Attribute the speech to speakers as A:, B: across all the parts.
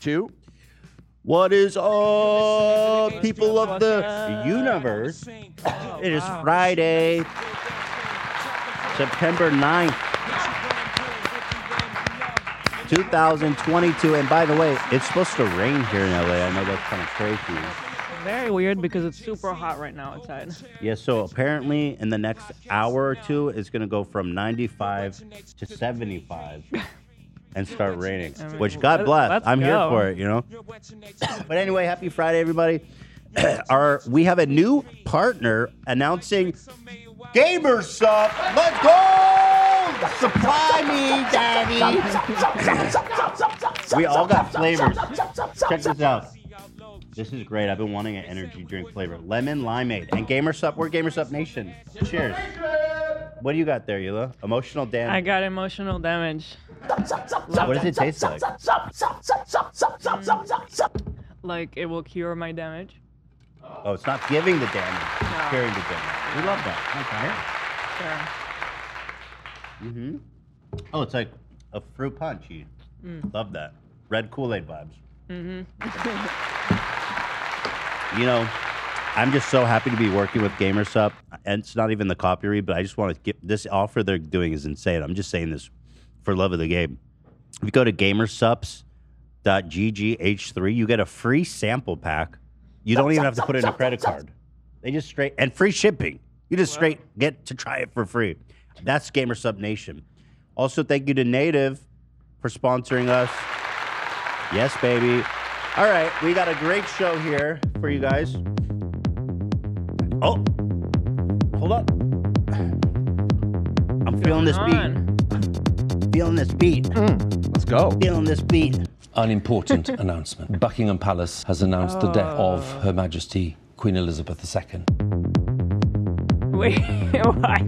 A: to What is up, people of the universe? It is Friday, September 9th, 2022. And by the way, it's supposed to rain here in LA. I know that's kind of crazy.
B: Very weird because it's super hot right now outside.
A: Yeah, so apparently in the next hour or two, it's going to go from 95 to 75 and start raining,
B: I mean,
A: which God
B: let-
A: bless.
B: let's
A: I'm here
B: go.
A: for it, you know? But anyway, happy Friday, everybody. Our, we have a new partner announcing Gamersup. Let's go! Supply me, daddy. we all got flavors. Check this out. This is great. I've been wanting an energy drink flavor. Lemon limeade. And Gamersup, we're Gamersup Nation. Cheers. What do you got there, Yula? Emotional damage.
B: I got emotional damage.
A: What does it taste like?
B: Like it will cure my damage.
A: Oh, it's not giving the damage. It's
B: No.
A: curing the damage. We love that.
B: Sure.
A: Mm-hmm. Oh, it's like a fruit punch. You love that. Red Kool-Aid vibes. Mm-hmm. you know, I'm just so happy to be working with Gamersup. And it's not even the copy read, but I just want to get this offer they're doing is insane. I'm just saying this for love of the game. If you go to gamersups.ggh3, you get a free sample pack. You don't even have to put in a credit card. They just straight and free shipping. You just straight get to try it for free. That's Gamersub Nation. Also, thank you to Native for sponsoring us. Yes, baby. All right, we got a great show here for you guys. Oh, hold up. I'm feeling this beat.
B: On.
A: Feeling this beat.
C: Hmm, Let's go.
A: Feeling this beat.
D: An important announcement. Buckingham Palace has announced the death of Her Majesty Queen Elizabeth II.
B: Wait, what?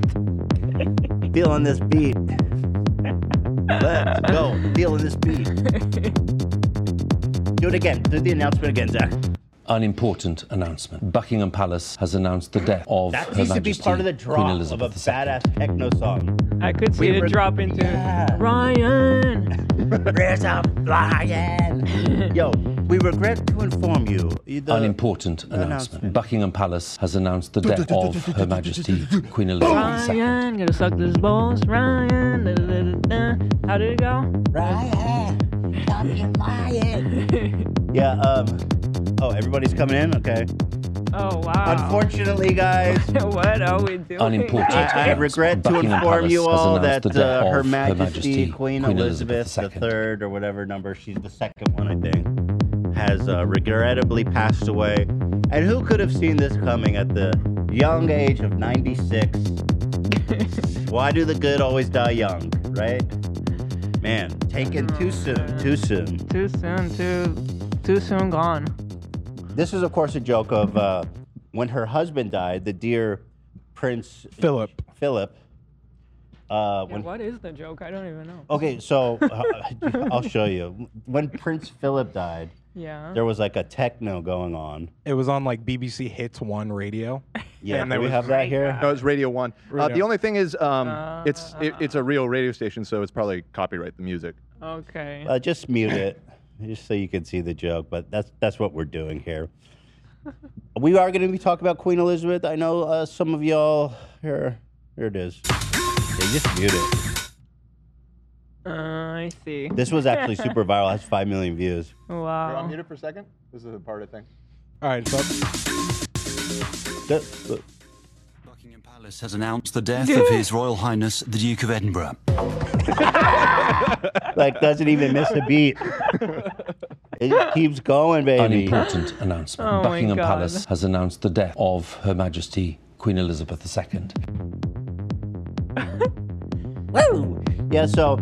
A: Feeling this beat. Let's go. Feeling this beat. Do it again. Do the announcement again, Zach.
D: An important announcement. Buckingham Palace has announced the death of
A: That
D: Her
A: needs to
D: Majesty
A: be part of the
D: Queen
A: draw of a
D: Elizabeth II.
A: badass techno song.
B: I could see
A: We
B: it
A: were-
B: drop into
A: Yeah.
B: Ryan.
A: There's a lion. Yo, we regret to inform you. you the-
D: An important announcement.
A: announcement.
D: Buckingham Palace has announced the death of Her Majesty Queen Elizabeth II.
B: Ryan, gotta suck this balls. Ryan. da, da, da, da, da. How did it go?
A: Ryan, stop your lying. yeah. Um. Oh, everybody's coming in. Okay.
B: Oh wow.
A: Unfortunately, guys.
B: what are we doing?
D: Unimportant.
A: I, I
D: announcement.
A: regret to
D: Buckingham
A: inform
D: Palace
A: you
D: has
A: all that
D: announced the death
A: uh,
D: of
A: Her Majesty Queen, Elizabeth,
D: II.
A: III, or whatever number she's the second one, I think, has uh, regrettably passed away. And who could have seen this coming at the young age of 96? Why do the good always die young, right? Man, taken too soon, too soon.
B: Too soon. Too. Too soon gone.
A: This is, of course, a joke of uh, when her husband died, the dear Prince
C: Philip.
A: Philip. Uh,
B: Yeah,
A: when
B: what is the joke? I don't even know.
A: Okay, so uh, I'll show you. When Prince Philip died,
B: Yeah.
A: there was like a techno going on.
C: It was on like BBC Hits One radio.
A: Yeah,
C: And
A: do
C: there
A: we
C: was-
A: have that here.
E: No, it's Radio One. Uh, the
C: Radio.
E: only thing is, um, it's
C: Uh,
E: it, it's a real radio station, so it's probably copyright the music.
C: Oh.
B: Okay.
A: Uh, just mute it, just so you can see the joke. But that's that's what we're doing here. We are going to be talking about Queen Elizabeth. I know uh, some of y'all here. Here it is. They just mute it.
B: Uh, I see.
A: This was actually super viral. Has five million views.
B: Wow.
E: for a second. This is a part of thing.
C: All right, so
A: The- the-
F: Buckingham Palace has announced the death of His Royal Highness the Duke of Edinburgh.
A: Like doesn't even miss a beat. It just keeps going,
D: An
A: baby.
D: important announcement.
B: Oh my
D: Buckingham
B: God.
D: Palace has announced the death of Her Majesty Queen Elizabeth II.
A: Yeah, so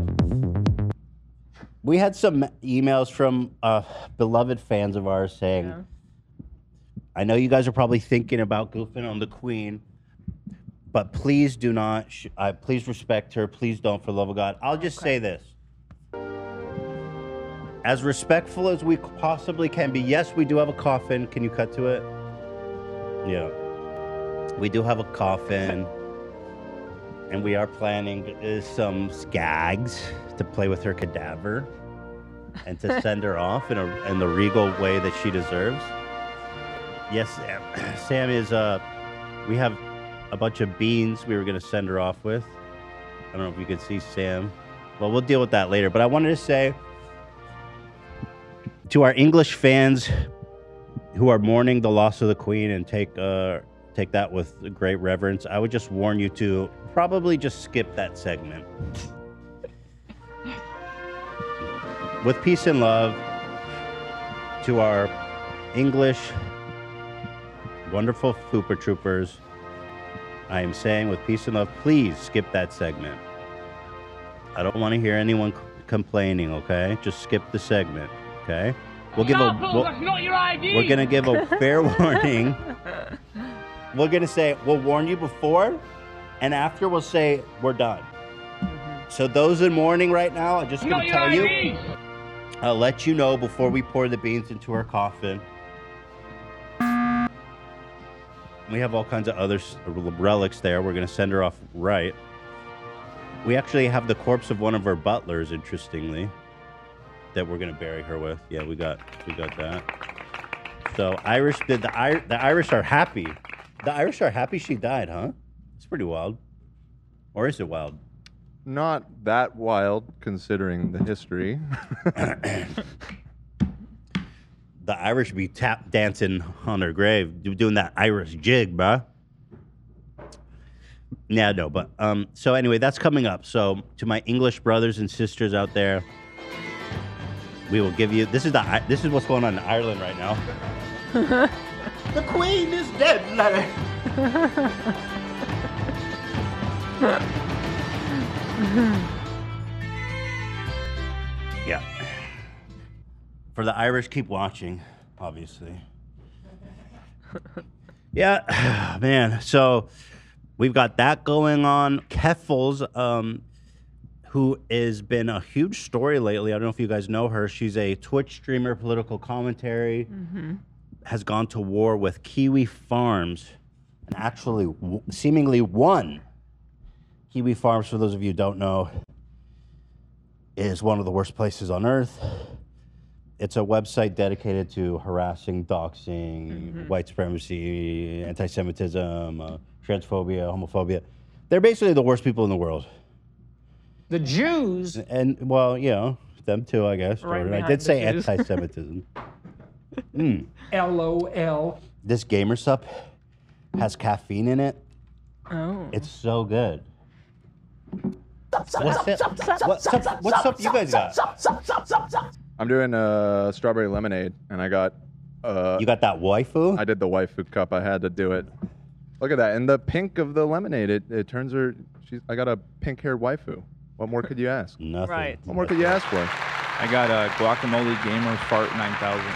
A: we had some emails from uh, beloved fans of ours saying,
B: Yeah.
A: I know you guys are probably thinking about goofing on the queen, but please do not. Sh- uh, please respect her. Please don't, for love of God. I'll just say this. As respectful as we possibly can be, yes, we do have a coffin. Can you cut to it? Yeah. We do have a coffin. and we are planning uh, some skags to play with her cadaver. and to send her off in, a, in the regal way that she deserves. Yes, Sam, Sam is. Uh, we have a bunch of beans we were going to send her off with. I don't know if you could see Sam. Well, we'll deal with that later. But I wanted to say to our English fans who are mourning the loss of the Queen and take uh, take that with great reverence, I would just warn you to probably just skip that segment. with peace and love to our English wonderful Fooper Troopers. I am saying with peace and love, please skip that segment. I don't want to hear anyone c- complaining, okay? Just skip the segment, okay? We'll give a we'll- we're gonna give a fair warning. We're gonna say we'll warn you before, and after we'll say we're done. So those in mourning right now, I'm just gonna tell you. I'll let you know before we pour the beans into our coffin. We have all kinds of other s- relics there. We're gonna send her off right. We actually have the corpse of one of her butlers, interestingly, that we're gonna bury her with. Yeah, we got we got that. So Irish did the Ir- the Irish are happy. The Irish are happy she died, huh? It's pretty wild. Or is it wild?
E: Not that wild considering the history.
A: The Irish be tap dancing on her grave, do- doing that Irish jig, bruh. Yeah, no, but um. So anyway, that's coming up. So to my English brothers and sisters out there, we will give you. This is the. I- This is what's going on in Ireland right now. the Queen is dead, Larry. yeah. For the Irish, keep watching. Obviously. Yeah, man. So we've got that going on. Keffels, um, who has been a huge story lately. I don't know if you guys know her. She's a Twitch streamer, political commentary,
G: Mm-hmm.
B: Mm-hmm.
A: has gone to war with Kiwi Farms and actually w- seemingly won. Kiwi Farms, for those of you who don't know, is one of the worst places on earth. It's a website dedicated to harassing, doxing,
B: Mm-hmm.
A: white supremacy, anti Semitism, uh, transphobia, homophobia. They're basically the worst people in the world.
H: The Jews.
A: And well, you know, them too, I guess.
B: Right
A: Jordan. I
B: behind
A: did
B: the
A: say
B: Jews.
A: anti-Semitism. Hmm.
H: LOL.
A: this gamer sup has caffeine in it.
B: Oh.
A: It's so good. What's it- What's up? What's up? You guys got?
E: I'm doing uh, strawberry lemonade, and I got. Uh,
A: You got that waifu?
E: I did the waifu cup. I had to do it. Look at that, and the pink of the lemonade. It, it turns her. She's. I got a pink-haired waifu. What more could you ask?
A: Nothing.
B: Right.
E: What more could you ask for?
I: I got a guacamole gamer fart 9000.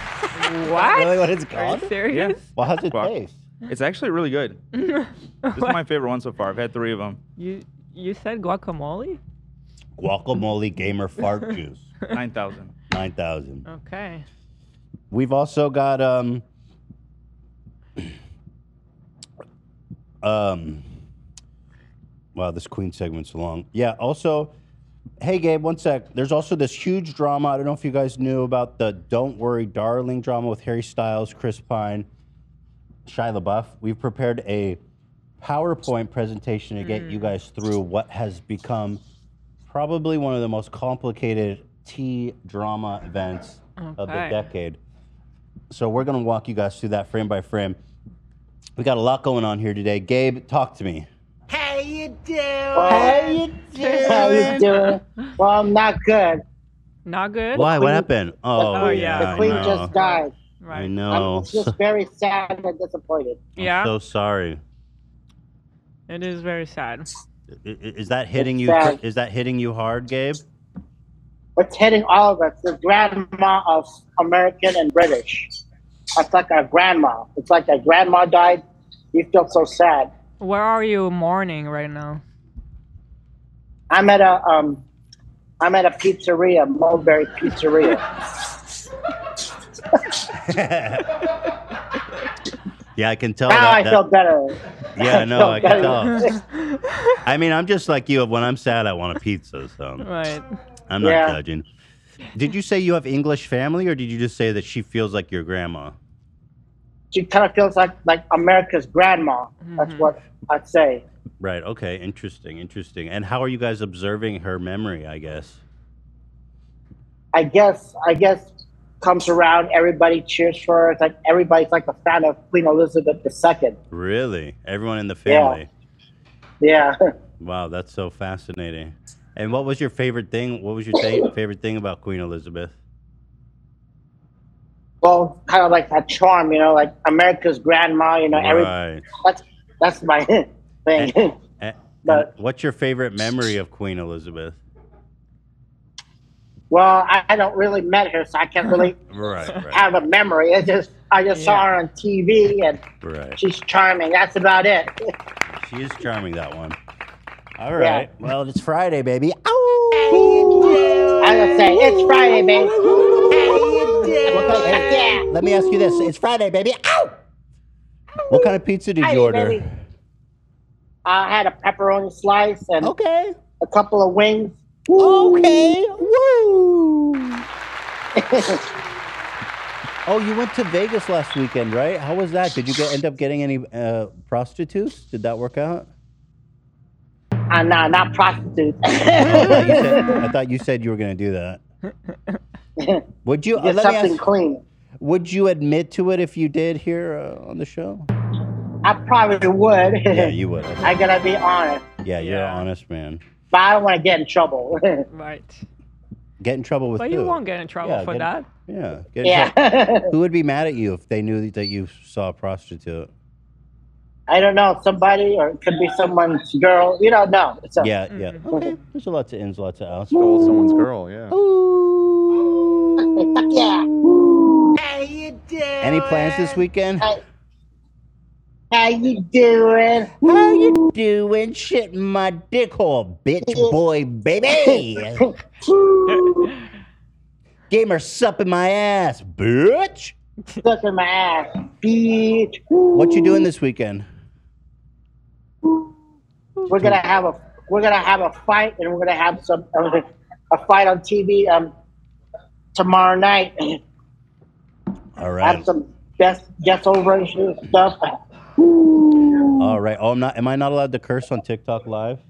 B: What?
A: Really, what it's
B: Are you
A: called?
B: serious?
A: Well, how's it
I: Guac-
A: taste?
I: It's actually really good. this is my favorite one so far. I've had three of them.
B: You you said guacamole?
A: Guacamole gamer fart juice.
I: 9,000.
A: Nine thousand.
B: Okay.
A: We've also got um um wow, this queen segment's long. Yeah, also hey Gabe, one sec. There's also this huge drama. I don't know if you guys knew about the Don't Worry Darling drama with Harry Styles, Chris Pine, Shia LaBeouf. We've prepared a PowerPoint presentation to get you guys through what has become probably one of the most complicated tea drama events of the
B: Okay.
A: decade. So we're gonna walk you guys through that frame by frame. We got a lot going on here today. Gabe, talk to me.
J: How you doing? How you doing? Well, I'm not good.
B: Not good?
A: Why? What happened? Oh,
B: Oh, yeah,
J: The
A: I
J: queen
A: know.
J: just died.
A: I
B: Right.
A: know.
J: I'm just very sad and disappointed.
A: I'm
B: Yeah.
A: so sorry.
B: It is very sad.
A: I- i- Is that hitting you?
J: sad.
A: Is that hitting you hard, Gabe?
J: It's hitting all of us. The grandma of American and British. That's like our grandma. It's like our grandma died. We feel so sad.
B: Where are you mourning right now?
J: I'm at a um, I'm at a pizzeria, Mulberry Pizzeria.
A: Yeah, I can tell.
J: now
A: that,
J: I
A: that-
J: feel better.
A: yeah, no, I can tell.
J: better.
A: I mean, I'm just like you. When I'm sad, I want a pizza. So
B: Right.
A: I'm not
J: Yeah.
A: judging. Did you say you have English family, or did you just say that she feels like your grandma?
J: She kind of feels like like America's grandma. That's what I'd say.
A: Right. Okay. Interesting. Interesting. And how are you guys observing her memory? I guess.
J: I guess I guess comes around. Everybody cheers for her. It's like everybody's like a fan of Queen Elizabeth II.
A: Really, everyone in the family.
J: Yeah,
A: Wow, that's so fascinating. And what was your favorite thing? What was your th- favorite thing about Queen Elizabeth?
J: well, kind of like that charm, you know, like America's grandma. You know, every
A: Right.
J: that's that's my thing.
A: A- and
J: But-
A: what's your favorite memory of Queen Elizabeth?
J: well, I, I don't really met her, so I can't really
A: Right. Right.
J: have a memory. It's just I just saw her on TV and
A: right.
J: she's charming. That's about it.
A: She is charming, that one. All
J: Yeah.
A: right. Well, it's Friday, baby.
J: I just say it's Friday, baby.
A: What kind of- hey,
J: Yeah.
A: Let me ask you this. It's Friday, baby. Ow! What kind of pizza did
J: Friday,
A: you order?
J: baby. I had a pepperoni slice and
A: Okay. Oh.
J: a couple of wings.
A: Okay. Woo! oh, you went to Vegas last weekend, right? How was that? Did you get, end up getting any uh, prostitutes? Did that work out?
J: Uh, nah, not prostitutes.
A: I thought you said, I thought you, said you were going to do that. Would you? uh,
J: Just
A: let me
J: something
A: ask,
J: clean.
A: would you admit to it if you did here uh, on the show?
J: I probably would.
A: Yeah, you would. I think.
J: I gotta be honest,
A: Yeah, you're
B: Yeah.
A: an honest man.
J: but I don't want to get in trouble.
B: Right.
A: Get in trouble with
B: But
A: who?
B: you won't get in trouble
A: Yeah,
B: for
A: get-
B: that.
A: Yeah. Get in trouble.
J: yeah,
A: Who would be mad at you if they knew that you saw a prostitute?
J: I don't know somebody, or it could be someone's girl. You don't know. So,
A: Yeah,
B: Mm-hmm.
A: yeah. Okay. There's a lot to ins, lots of outs.
E: Stole someone's girl, yeah.
J: Fuck yeah.
A: Any plans this weekend?
J: Hey, How you doing?
A: How you doing? Shit in my dick hole, bitch, boy, baby. Gamer supping my ass, bitch.
J: Stuck in my ass, bitch.
A: What you doing this weekend?
J: We're gonna have a we're gonna have a fight, and we're gonna have some a fight on TV um tomorrow night.
A: All
J: Have
A: right.
J: some best guest over and stuff.
A: All right. Oh, I'm not. Am I not allowed to curse on TikTok live?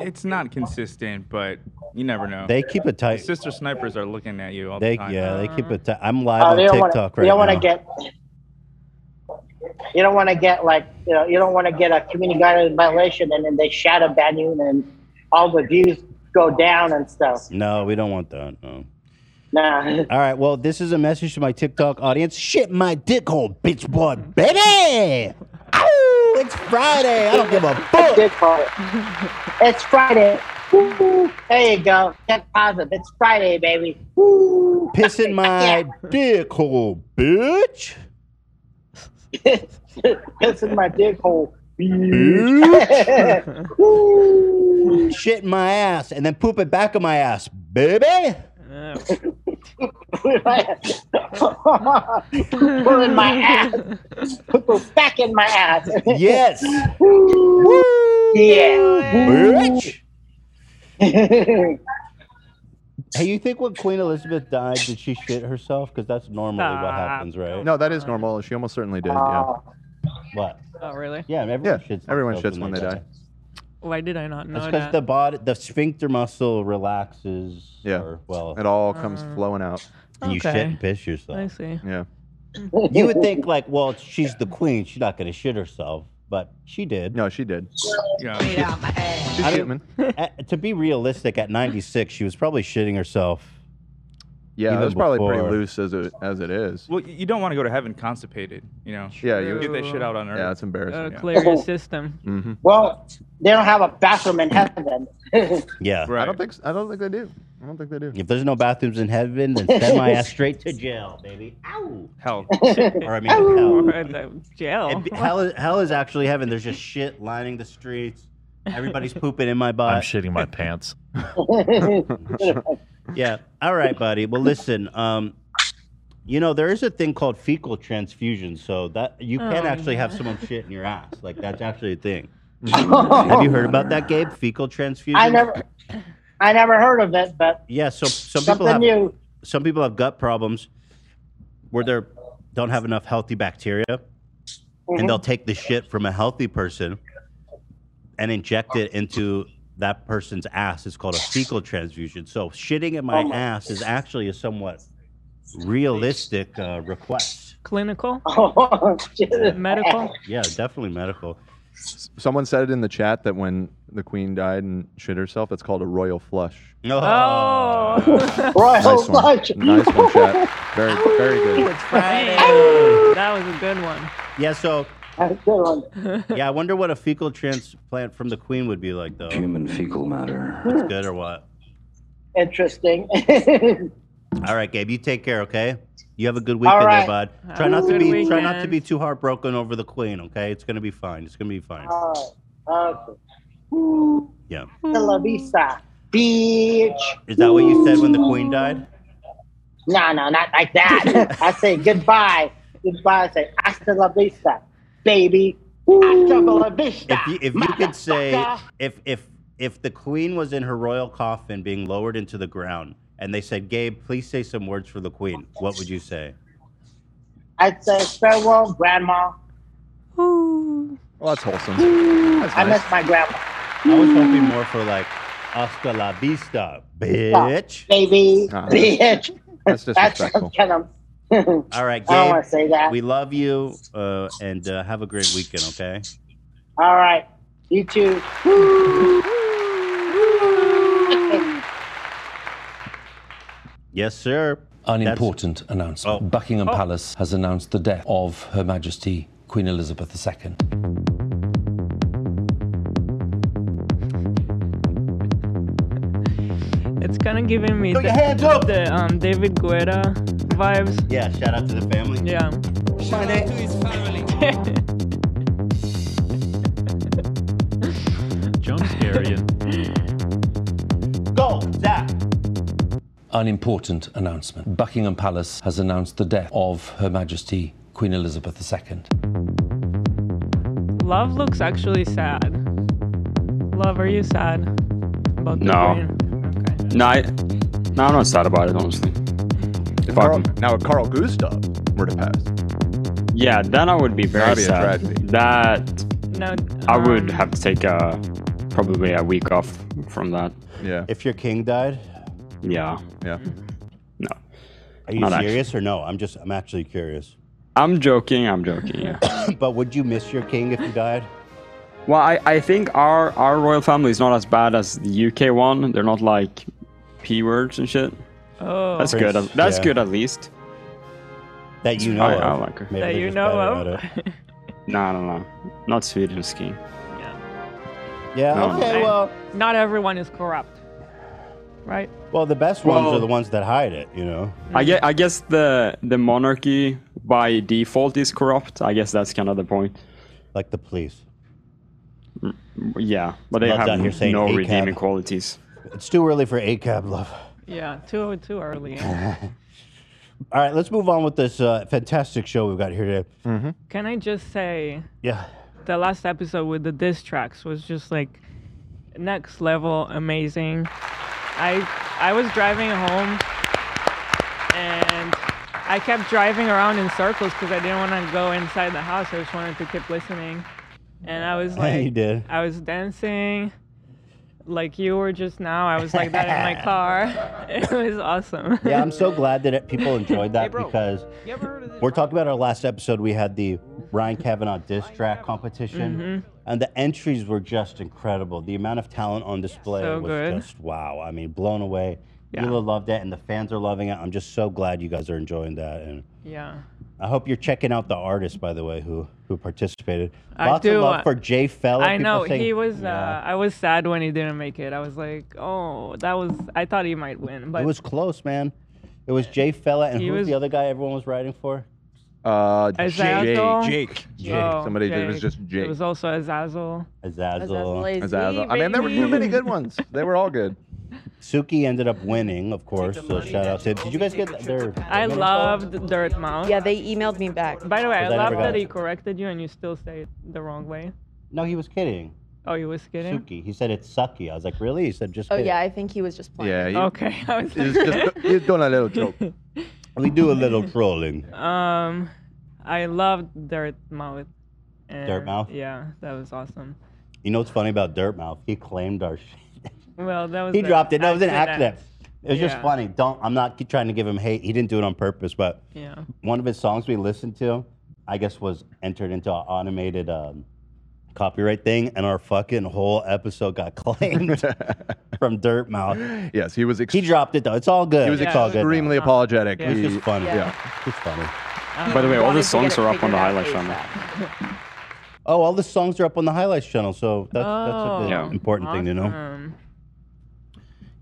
I: It's not consistent, but you never know.
A: They keep it tight.
I: Sister snipers are looking at you all
A: They
I: the time.
A: yeah. They keep it tight. I'm live
J: Oh,
A: on
J: they don't want
A: TikTok
J: to.
A: right
J: You don't want
A: now.
J: to get. You don't want to get like you know. You don't want to get a community guideline violation, and then they shadow ban you, and then all the views go down and stuff.
A: no, we don't want that. No.
J: Nah.
A: All right. Well, this is a message to my TikTok audience. Shit my dick hole, bitch boy, baby. Ow! It's Friday. I don't give a fuck.
J: Good for it. It's Friday. Woo. There you go. Get positive. It's Friday, baby. Woo.
A: Pissing my dick hole, bitch.
J: This is my dick hole.
A: Bitch. Shit my ass and then poop it back on my ass, baby.
J: Pull in my ass. Put back in my ass.
A: Yes,
J: Yeah.
A: bitch. Hey, you think when Queen Elizabeth died, did she shit herself? Because that's normally what
B: Stop.
A: happens, right?
E: No, that is normal. She almost certainly did. Yeah.
B: Ah.
J: Oh,
A: What?
B: Oh, really?
A: Yeah, everyone
E: Yeah.
A: shits.
E: Everyone
A: themselves
E: shits when they die.
B: Why did I not
A: That's
B: know
A: because
B: that?
A: the body, the sphincter muscle relaxes.
E: Yeah.
A: Or, well,
E: It all comes flowing out.
A: and you shit
B: Mm. Okay.
A: and piss
B: I
A: yourself.
B: see.
E: Yeah.
A: You would think like, well, she's the queen. She's not gonna shit herself, but she did.
E: No, she did.
I: Yeah.
E: She's
A: I don't-
E: human.
A: At- to be realistic, at 96, she was probably shitting herself.
E: Yeah,
A: Even
E: it was probably
A: before-
E: pretty loose as it as it is.
I: Well, you don't want to go to heaven constipated, you know.
E: Yeah, you-
I: get that shit out on
E: Yeah,
I: earth.
E: it's embarrassing.
B: Gotta
E: Yeah.
B: clear your system.
A: Mm-hmm.
E: hmm
J: Well, they don't have a bathroom in heaven.
A: Yeah.
I: right.
E: I don't think s- I don't think they do. I don't think they do.
A: If there's no bathrooms in heaven, then send my ass straight to jail, baby. Ow.
I: hell.
A: Or I mean, hell.
B: Or the jail.
A: It'd be- hell, is, hell is actually heaven. There's just shit lining the streets. Everybody's pooping in my
K: I'm
A: butt.
K: shitting my pants.
A: Yeah. All right, buddy. Well, listen. Um, you know there is a thing called fecal transfusion, so that you can
B: Oh,
A: actually have someone shit in your ass. Like that's actually a thing. have you heard about that, Gabe? Fecal transfusion.
J: I never, I never heard of it, but
A: Yeah. So some people
J: something
A: have.
J: new.
A: some people have gut problems where they don't have enough healthy bacteria, and
J: Mm-hmm.
A: they'll take the shit from a healthy person and inject it into that person's ass. It's called a fecal transfusion. So shitting in my,
J: Oh my-
A: ass is actually a somewhat realistic uh, request.
B: Clinical?
J: Oh, shit.
B: Medical?
A: Yeah, definitely medical.
E: Someone said it in the chat that when the queen died and shit herself, that's called a royal flush.
A: No.
B: Oh.
J: Royal
E: Nice one.
J: lunch.
E: nice one, chat. Very, very good.
B: Friday. that was a good one.
A: Yeah, so
J: That's a good one.
A: yeah, I wonder what a fecal transplant from the queen would be like though.
F: Human fecal matter.
A: It's good or what?
J: Interesting.
A: All right, Gabe, you take care, okay? You have a good weekend
J: right.
A: there, bud.
B: Have
A: Try
B: a
A: not to
B: good
A: be try not to
B: weekend.
A: be too heartbroken over the queen, okay? It's gonna be fine. It's gonna be fine.
J: All right. Okay. Ooh,
A: Yeah.
J: Bella Vista. Beach.
A: Is that what you said when the queen died?
J: No, no, not like that. I say goodbye. Goodbye. I say hasta la vista, baby. Hasta la vista.
A: If you, if you could say
J: motherfucker.
A: if if if the queen was in her royal coffin being lowered into the ground and they said, Gabe, please say some words for the queen, what would you say?
J: I say farewell, grandma.
E: Well, that's wholesome. That's
J: I
E: nice.
J: miss my grandma,
A: I was hoping more for like hasta la vista, bitch.
J: baby,
E: Ah.
J: bitch.
E: That's disrespectful.
J: That's kind of. I don't
A: All right, Gabe.
J: want to say that.
A: We love you uh, and uh, have a great weekend, okay?
J: All right, you too.
A: Yes, sir.
D: An important announcement.
A: Oh.
D: Buckingham Palace has announced the death of Her Majesty Queen Elizabeth II.
B: It's kind of giving me the,
A: hands up.
B: the um, David Guetta vibes.
A: Yeah, shout out to the family.
B: Yeah.
K: Jump scary.
A: Go, Zach.
D: An important announcement. Buckingham Palace has announced the death of Her Majesty Queen Elizabeth II.
B: Love looks actually sad. Love, are you sad about the
K: No.
B: Queen? Okay.
K: no, I, no, I'm not sad about it, honestly. If I
E: Carl,
K: can-
E: now, if Carl Gustav were to pass,
K: yeah, then I would be very
E: That'd be a
K: sad.
E: tragedy.
K: That
B: No.
K: I would
B: um,
K: have to take a, probably a week off from that.
E: yeah,
A: If your king died,
K: Yeah,
E: yeah.
K: no.
A: are you
K: Not actually.
A: serious or no? I'm just, I'm actually curious.
K: I'm joking. I'm joking. Yeah.
A: but would you miss your king if you died?
K: Well, I, I think our, our royal family is not as bad as the UK one. They're not like p words and shit.
B: Oh.
K: That's good.
A: Prince,
K: That's
A: yeah.
K: good at least.
A: That you know
K: I-
A: of.
K: I Oh, like her.
A: Maybe
B: that
A: they're
B: you
A: just
B: know
A: better
B: of.
A: at it.
K: No, no, no. Not Sweden skiing.
A: Yeah.
K: No.
A: Okay.
B: Okay.
A: Well,
B: Not everyone is corrupt. Right?
A: well, the best ones
K: Well-
A: are the ones that hide it. You know.
K: I guess, I guess the the monarchy by default is corrupt. I guess that's kind of the point. Mm,
A: like the police.
K: Yeah, but they
A: Love
K: have
A: that you're saying
K: no
A: ACAB.
K: redeeming qualities.
A: It's too early for ACAB love.
B: Yeah. Too too early.
A: All right, let's move on with this uh, fantastic show we've got here today.
K: Mm-hmm.
B: Can I just say
A: Yeah,
B: the last episode with the diss tracks was just like next level amazing. I I was driving home and I kept driving around in circles because I didn't want to go inside the house. I just wanted to keep listening. And I was like
A: you did.
B: I was dancing like you were just now. I was like that in my car. It was awesome.
A: Yeah, I'm so glad that it, people enjoyed that because
K: You ever heard of this?
A: we're talking about our last episode. We had the Ryan Kavanaugh diss track competition,
B: Mm-hmm.
A: and the entries were just incredible. The amount of talent on display
B: So
A: was
B: good.
A: just wow. I mean, blown away.
B: Yeah.
A: Yula loved it, and the fans are loving it. I'm just so glad you guys are enjoying that, and
B: Yeah.
A: I hope you're checking out the artists, by the way, who who participated.
B: I
A: Lots
B: do,
A: of
B: uh,
A: love for Jay Fella.
B: I
A: People
B: know
A: saying-
B: he was.
A: Yeah.
B: Uh, I was sad when he didn't make it. I was like, oh, that was. I thought he might win, but
A: It was close, man. It was Jay Fella, and
B: He
A: who was
B: was-
A: the other guy everyone was riding for?
E: Uh,
B: Isaiah
E: Jake.
B: Cole?
C: Jake.
B: Oh,
E: Somebody did- it was just
B: It
E: Jake.
B: was also Azazel.
A: Azazel.
E: Azazel. I mean, there were too many good ones. They were all good.
A: Suki ended up winning, of course. So shout out to. Did you guys get their?
B: I loved Dirtmouth.
L: Yeah, they emailed me back.
B: By the way, I
A: Because I
B: love
A: never got
B: that
A: it.
B: he corrected you and you still say it the wrong way.
A: No, he was kidding.
B: Oh, you was kidding?
A: Suki. He said it's sucky. I was like, really? He said just.
L: Oh
A: kidding."
L: yeah, I think he was just playing.
A: Yeah, you- Okay, I was
L: like,
A: It's just-
E: He's doing a little joke.
A: We do a little trolling.
B: Um, I loved Dirt Mouth. and-
A: Dirt Mouth?
B: Yeah, that was awesome.
A: You know what's funny about Dirtmouth? He claimed our shit.
B: Well, that was
A: He
B: a
A: dropped it. No, it was an accident. It was
B: Yeah.
A: just funny. Don't. I'm not ki- trying to give him hate. He didn't do it on purpose, but
B: Yeah.
A: one of his songs we listened to, I guess, was entered into an automated um, copyright thing, and our fucking whole episode got claimed from Dirtmouth.
E: Yes, he was.
A: he dropped it though. It's all good.
E: He was
A: it's all good now.
E: extremely apologetic.
A: It was
E: He-
A: just funny.
E: Yeah.
A: Yeah, it's funny.
K: By the way, all the songs are up on the highlights channel.
A: Oh, all the songs are up on the highlights channel, so that's that's a bit
B: Oh,
A: important thing to know.
B: awesome.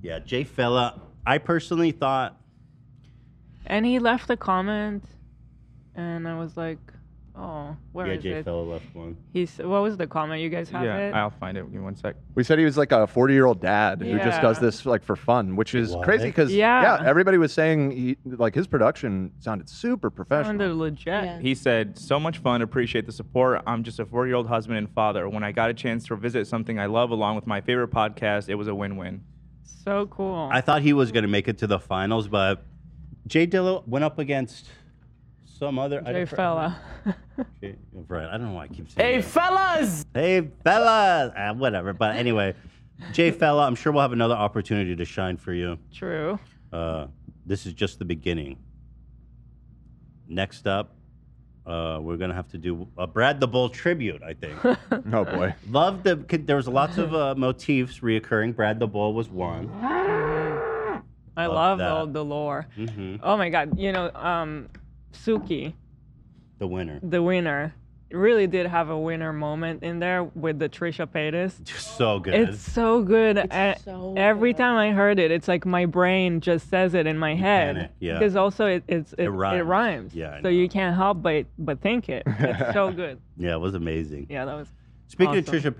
A: Yeah, Jay Fella. I personally thought
B: And he left a comment, and I was like, oh, where is
A: yeah, Jay
B: it?
A: Fella left one.
B: He's what was the comment? You guys have it.
E: I'll find it. Give me one sec. We said he was like a 40 year old dad who just
B: Yeah.
E: does this like for fun, which is crazy because
B: Yeah.
E: everybody was saying he, like his production sounded super professional.
B: Sounded legit.
I: He said, "So much fun. Appreciate the support. I'm just a 40-year-old husband and father. When I got a chance to revisit something I love along with my favorite podcast, it was a win-win."
B: So cool.
A: I thought he was gonna make it to the finals, but Jay Dillo went up against some other
B: Jay
A: I don't-
B: Fella.
A: Jay- Right. I don't know why I keep saying.
B: Hey, fellas!
A: Hey, fellas! Ah, whatever. But anyway, Jay Fella, I'm sure we'll have another opportunity to shine for you.
B: True.
A: Uh, this is just the beginning. Next up, uh, we're gonna have to do a Brad the Bull tribute. I think.
E: oh boy.
A: Love the. could- There was lots of uh, motifs reoccurring. Brad the Bull was one.
B: I
A: Love
B: love,
A: that.
B: all the lore.
A: Mhm.
B: Oh my god, you know, um, Suki,
A: The winner.
B: the winner, really did have a winner moment in there with the Trisha Paytas.
A: So good.
B: It's so good. and every time I heard it, it's like my brain just says it in my head.
A: panic, yeah.
B: Because also it it's, it, it
A: rhymes.
B: rhymes.
A: Yeah, I
B: So you can't help but but think it. It's so good.
A: yeah, it was amazing.
B: Yeah, that was.
A: Speaking
B: awesome.
A: of Trisha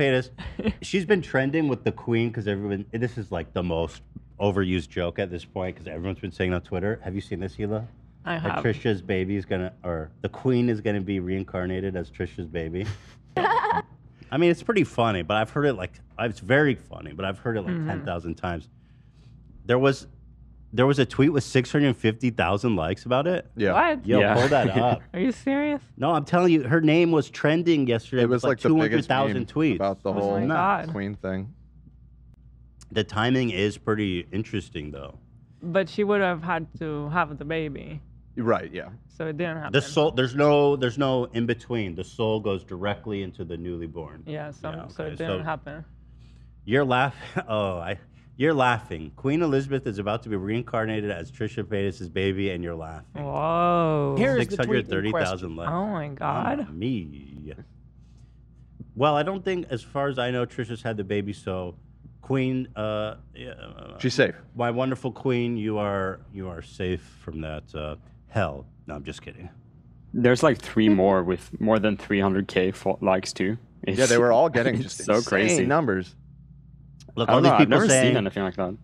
A: Paytas, she's been trending with the Queen because everyone. This is like the most overused joke at this point because everyone's been saying on Twitter. Have you seen this, Hila?
B: I
A: That
B: have.
A: Trisha's baby is gonna, or the Queen is gonna be reincarnated as Trisha's baby. I mean, it's pretty funny, but I've heard it like it's very funny, but I've heard it like
B: Mhm.
A: thousand times. There was, there was a tweet with six hundred fifty thousand likes about it.
E: Yeah.
B: What?
A: Yo, pull that up.
B: Are you serious?
A: No, I'm telling you, her name was trending yesterday.
E: It was like the
A: two hundred
E: biggest
A: thousand
E: meme
A: tweets
E: about the
A: It was
B: Oh
E: whole
A: nuts.
E: Queen thing.
A: The timing is pretty interesting, though.
B: But she would have had to have the baby,
E: Right? Yeah.
B: so it didn't happen.
A: The soul, there's no, there's no in between. The soul goes directly into the newly born.
B: yeah, so, so
A: okay,
B: it didn't
A: so-
B: happen.
A: You're laughing. Oh, I. You're laughing. Queen Elizabeth is about to be reincarnated as Trisha Paytas' baby, and you're laughing.
B: Whoa.
A: Here's the tweet in 630,000 question. likes.
B: Oh my
A: Mamma
B: god.
A: Me. Well, I don't think, as far as I know, Trisha's had the baby, so Queen. Uh, yeah, uh,
E: She's safe.
A: My wonderful Queen, you are you are safe from that uh, hell. No, I'm just kidding.
K: There's like three more with more than 300k fo- likes too.
E: yeah, they were all getting
K: it's
E: just
K: so
E: insane
K: crazy.
E: numbers.
A: Look,
K: I
A: all
K: don't
A: these
K: know, I've
A: people
K: never
A: saying
K: seen anything like that.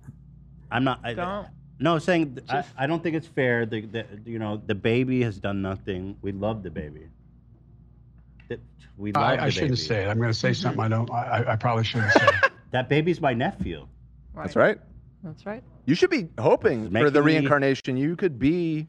A: I'm not. I,
B: Don't.
A: No, I'm saying th- I, I don't think it's fair. The, the you know the baby has done nothing. We love the baby. That- we love
M: I,
A: the
M: I shouldn't
A: baby.
M: say it. I'm going to say something I don't. I, I- I probably shouldn't say.
A: That baby's my nephew.
E: That's right.
B: That's right.
E: You should be hoping for
A: making
E: the
A: me-
E: reincarnation. You could be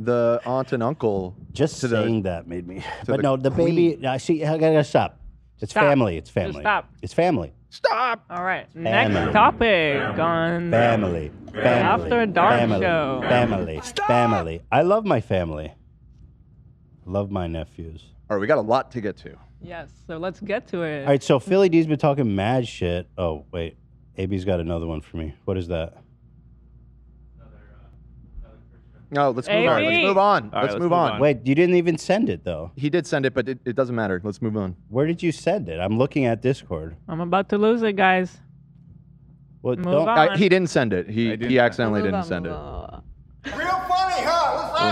E: the aunt and uncle.
A: Just
E: to the,
A: saying that made me.
E: to
A: But
E: the
A: no, the baby. I see. I gotta stop. It's
B: Stop.
A: family. It's
B: Just
A: family.
B: stop.
A: It's family.
E: Stop.
B: All right. Next
A: Family.
B: topic on
A: Family. Family.
B: After Dark
A: family.
B: Show.
A: Family. Family. I love my family. Love my nephews.
E: All right, we got a lot to get to.
B: Yes. So let's get to it.
A: All right, so Philly D's been talking mad shit. Oh wait, AB's got another one for me. What is that?
E: uh, No, let's move on. Let's
B: AB.
E: move on.
A: All right,
E: let's, move, on.
A: Wait, you didn't even send it though.
E: He did send it, but it, it doesn't matter. Let's move on.
A: Where did you send it? I'm looking at Discord.
B: I'm about to lose it, guys.
A: What?
B: Move
A: don't-
B: on.
E: I, he didn't send it. He he accidentally
B: Move
E: didn't
B: on,
E: send
B: move
E: it.
N: We're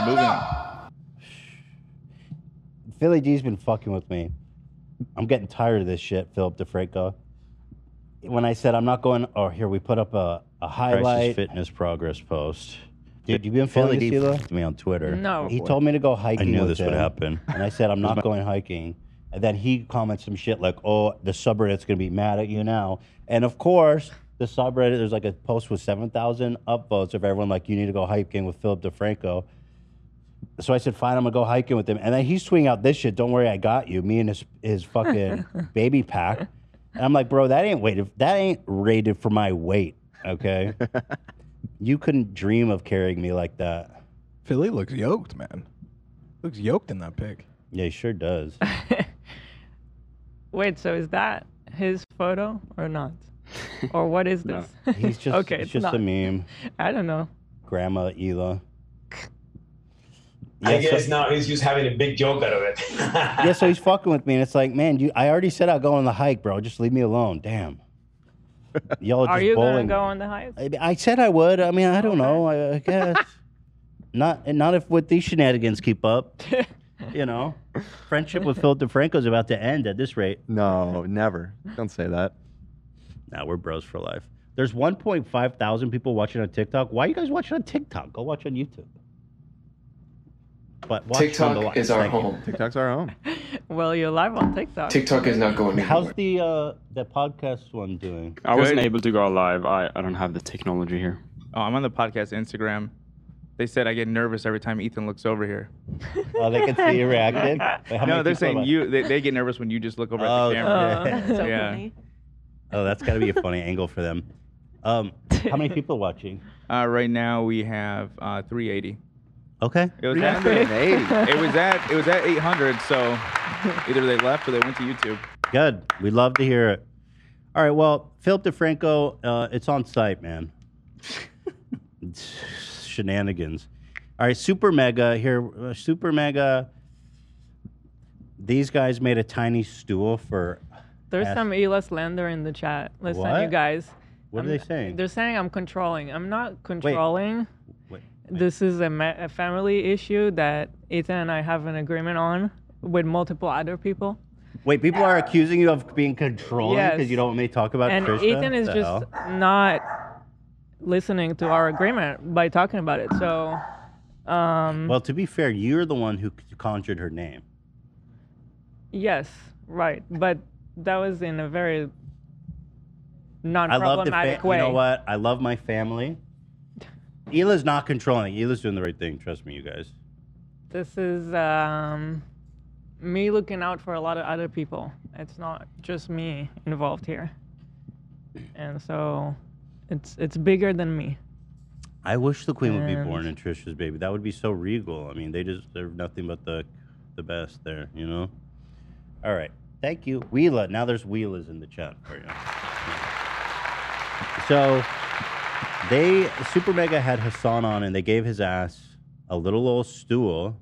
N: moving.
A: Philly D's been fucking with me. I'm getting tired of this shit, Philip DeFranco. When I said I'm not going, oh here we put up a, a highlight fitness progress post. Dude, you been
O: Philly
A: following
O: D
A: this, Elon? me on Twitter.
O: No.
A: He told me to go hiking.
O: I knew
A: with
O: this would
A: him,
O: happen.
A: and I said I'm not going hiking. And then he comments some shit like, oh, the subreddit's going to be mad at you now. And of course, the subreddit, there's like a post with 7,000 upvotes of everyone like, you need to go hiking with Philip DeFranco. So I said, fine, I'm going to go hiking with him. And then he's swinging out this shit. Don't worry, I got you. Me and his, his fucking baby pack. And I'm like, bro, that ain't weighted. That ain't rated for my weight. Okay. you couldn't dream of carrying me like that.
C: Philly looks yoked, man. Looks yoked in that pic.
A: Yeah, he sure does.
B: Wait, so is that his photo or not? Or what is
A: No.
B: this?
A: He's just
B: okay,
A: it's
B: it's
A: just
B: not.
A: a meme.
B: I don't know.
A: Grandma Ela.
L: I
A: Yeah, so-
L: guess now he's just having a big joke out of it.
A: yeah, so he's fucking with me, and it's like, man, you. I already said I'll go on the hike, bro. Just leave me alone. Damn. Y'all
B: Are
A: Oh, just
B: you gonna
A: bowling.
B: go on the hike?
A: I, I said I would. I mean, I don't know. I, I guess not. and Not if what these shenanigans keep up. you know, friendship with Phil DeFranco's about to end at this rate.
E: No, never. Don't say that.
A: Now we're bros for life. There's 1.5 thousand people watching on TikTok. Why are you guys watching on TikTok? Go watch on YouTube. But watch
L: TikTok
A: nonetheless.
L: is our
A: Thank you.
L: home.
E: TikTok's our home.
B: Well, you're live on TikTok.
A: How's the uh, the podcast one doing?
K: I wasn't able to go live. I, I don't have the technology here.
I: Oh, I'm on the podcast Instagram. They said I get nervous every time Ethan looks over here.
A: Oh, they can see you reacting. Wait, how many
I: no, they're
A: people am I-
I: saying you. They, they get nervous when you just look over at the camera.
A: okay.
I: yeah.
A: Oh, that's got to be a funny angle for them. Um, how many people watching?
I: Uh, right now we have uh, 380.
A: Okay.
I: It was at
A: 380.
I: It was at it was at 800. So either they left or they went to YouTube.
A: Good. We love to hear it. All right. Well, Philip DeFranco, uh, it's on site, man. It's Shenanigans. All right. Super Mega here. uh, Super Mega. These guys made a tiny stool for.
B: There's
A: ass-
B: some Ela slander in the chat. Listen, you
A: What?
B: guys.
A: What are
B: I'm-
A: they saying?
B: They're saying I'm controlling. I'm not controlling.
A: Wait,
B: This is a, ma- a family issue that Ethan and I have an agreement on with multiple other people.
A: wait, people are accusing you of being controlling because
B: Yes.
A: you don't want me to talk about
B: and
A: Krishna?
B: Ethan is
A: The
B: just
A: hell?
B: not listening to our agreement by talking about it. So, um,
A: Well, to be fair, you're the one who conjured her name.
B: yes, right. But that was in a very
A: I love the fa-
B: non-problematic
A: you
B: way.
A: know what? I love my family. Ela's not controlling. Ela's doing the right thing. Trust me, you guys.
B: This is um, me looking out for a lot of other people. It's not just me involved here. And so, it's it's bigger than me.
A: I wish the queen would be
B: And-
A: born in Trisha's baby. That would be so regal. I mean, they deserve nothing but the the best there, you know? All right. Thank you. Wheela. Now there's Wheelas in the chat for you. So they Super Mega had Hassan on and they gave his ass a little old stool.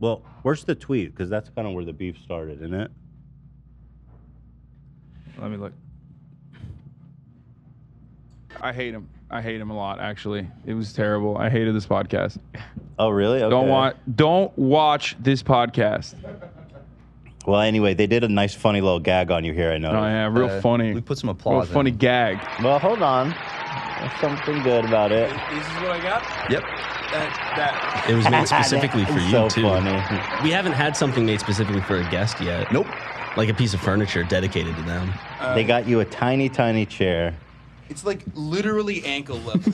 A: Well, where's the tweet? Because that's kind of where the beef started, isn't it?
N: Let me look. I hate him. I hate him a lot. Actually, it was terrible. I hated this podcast.
A: Oh, really?
N: Don't
A: Okay.
N: want. Don't watch this podcast.
A: Well, anyway, they did a nice, funny little gag on you here. I know.
N: Oh, yeah, real Uh, funny. we
A: put some
N: applause Real funny in. gag.
A: Well, hold on. There's something good about it.
N: This is what I got.
O: Yep.
N: That,
O: It was made specifically for
A: That's
O: you
A: so
O: too. We haven't had something made specifically for a guest yet. Nope. Like a piece of furniture dedicated to them.
A: they got you a tiny, tiny chair.
O: It's like literally ankle level.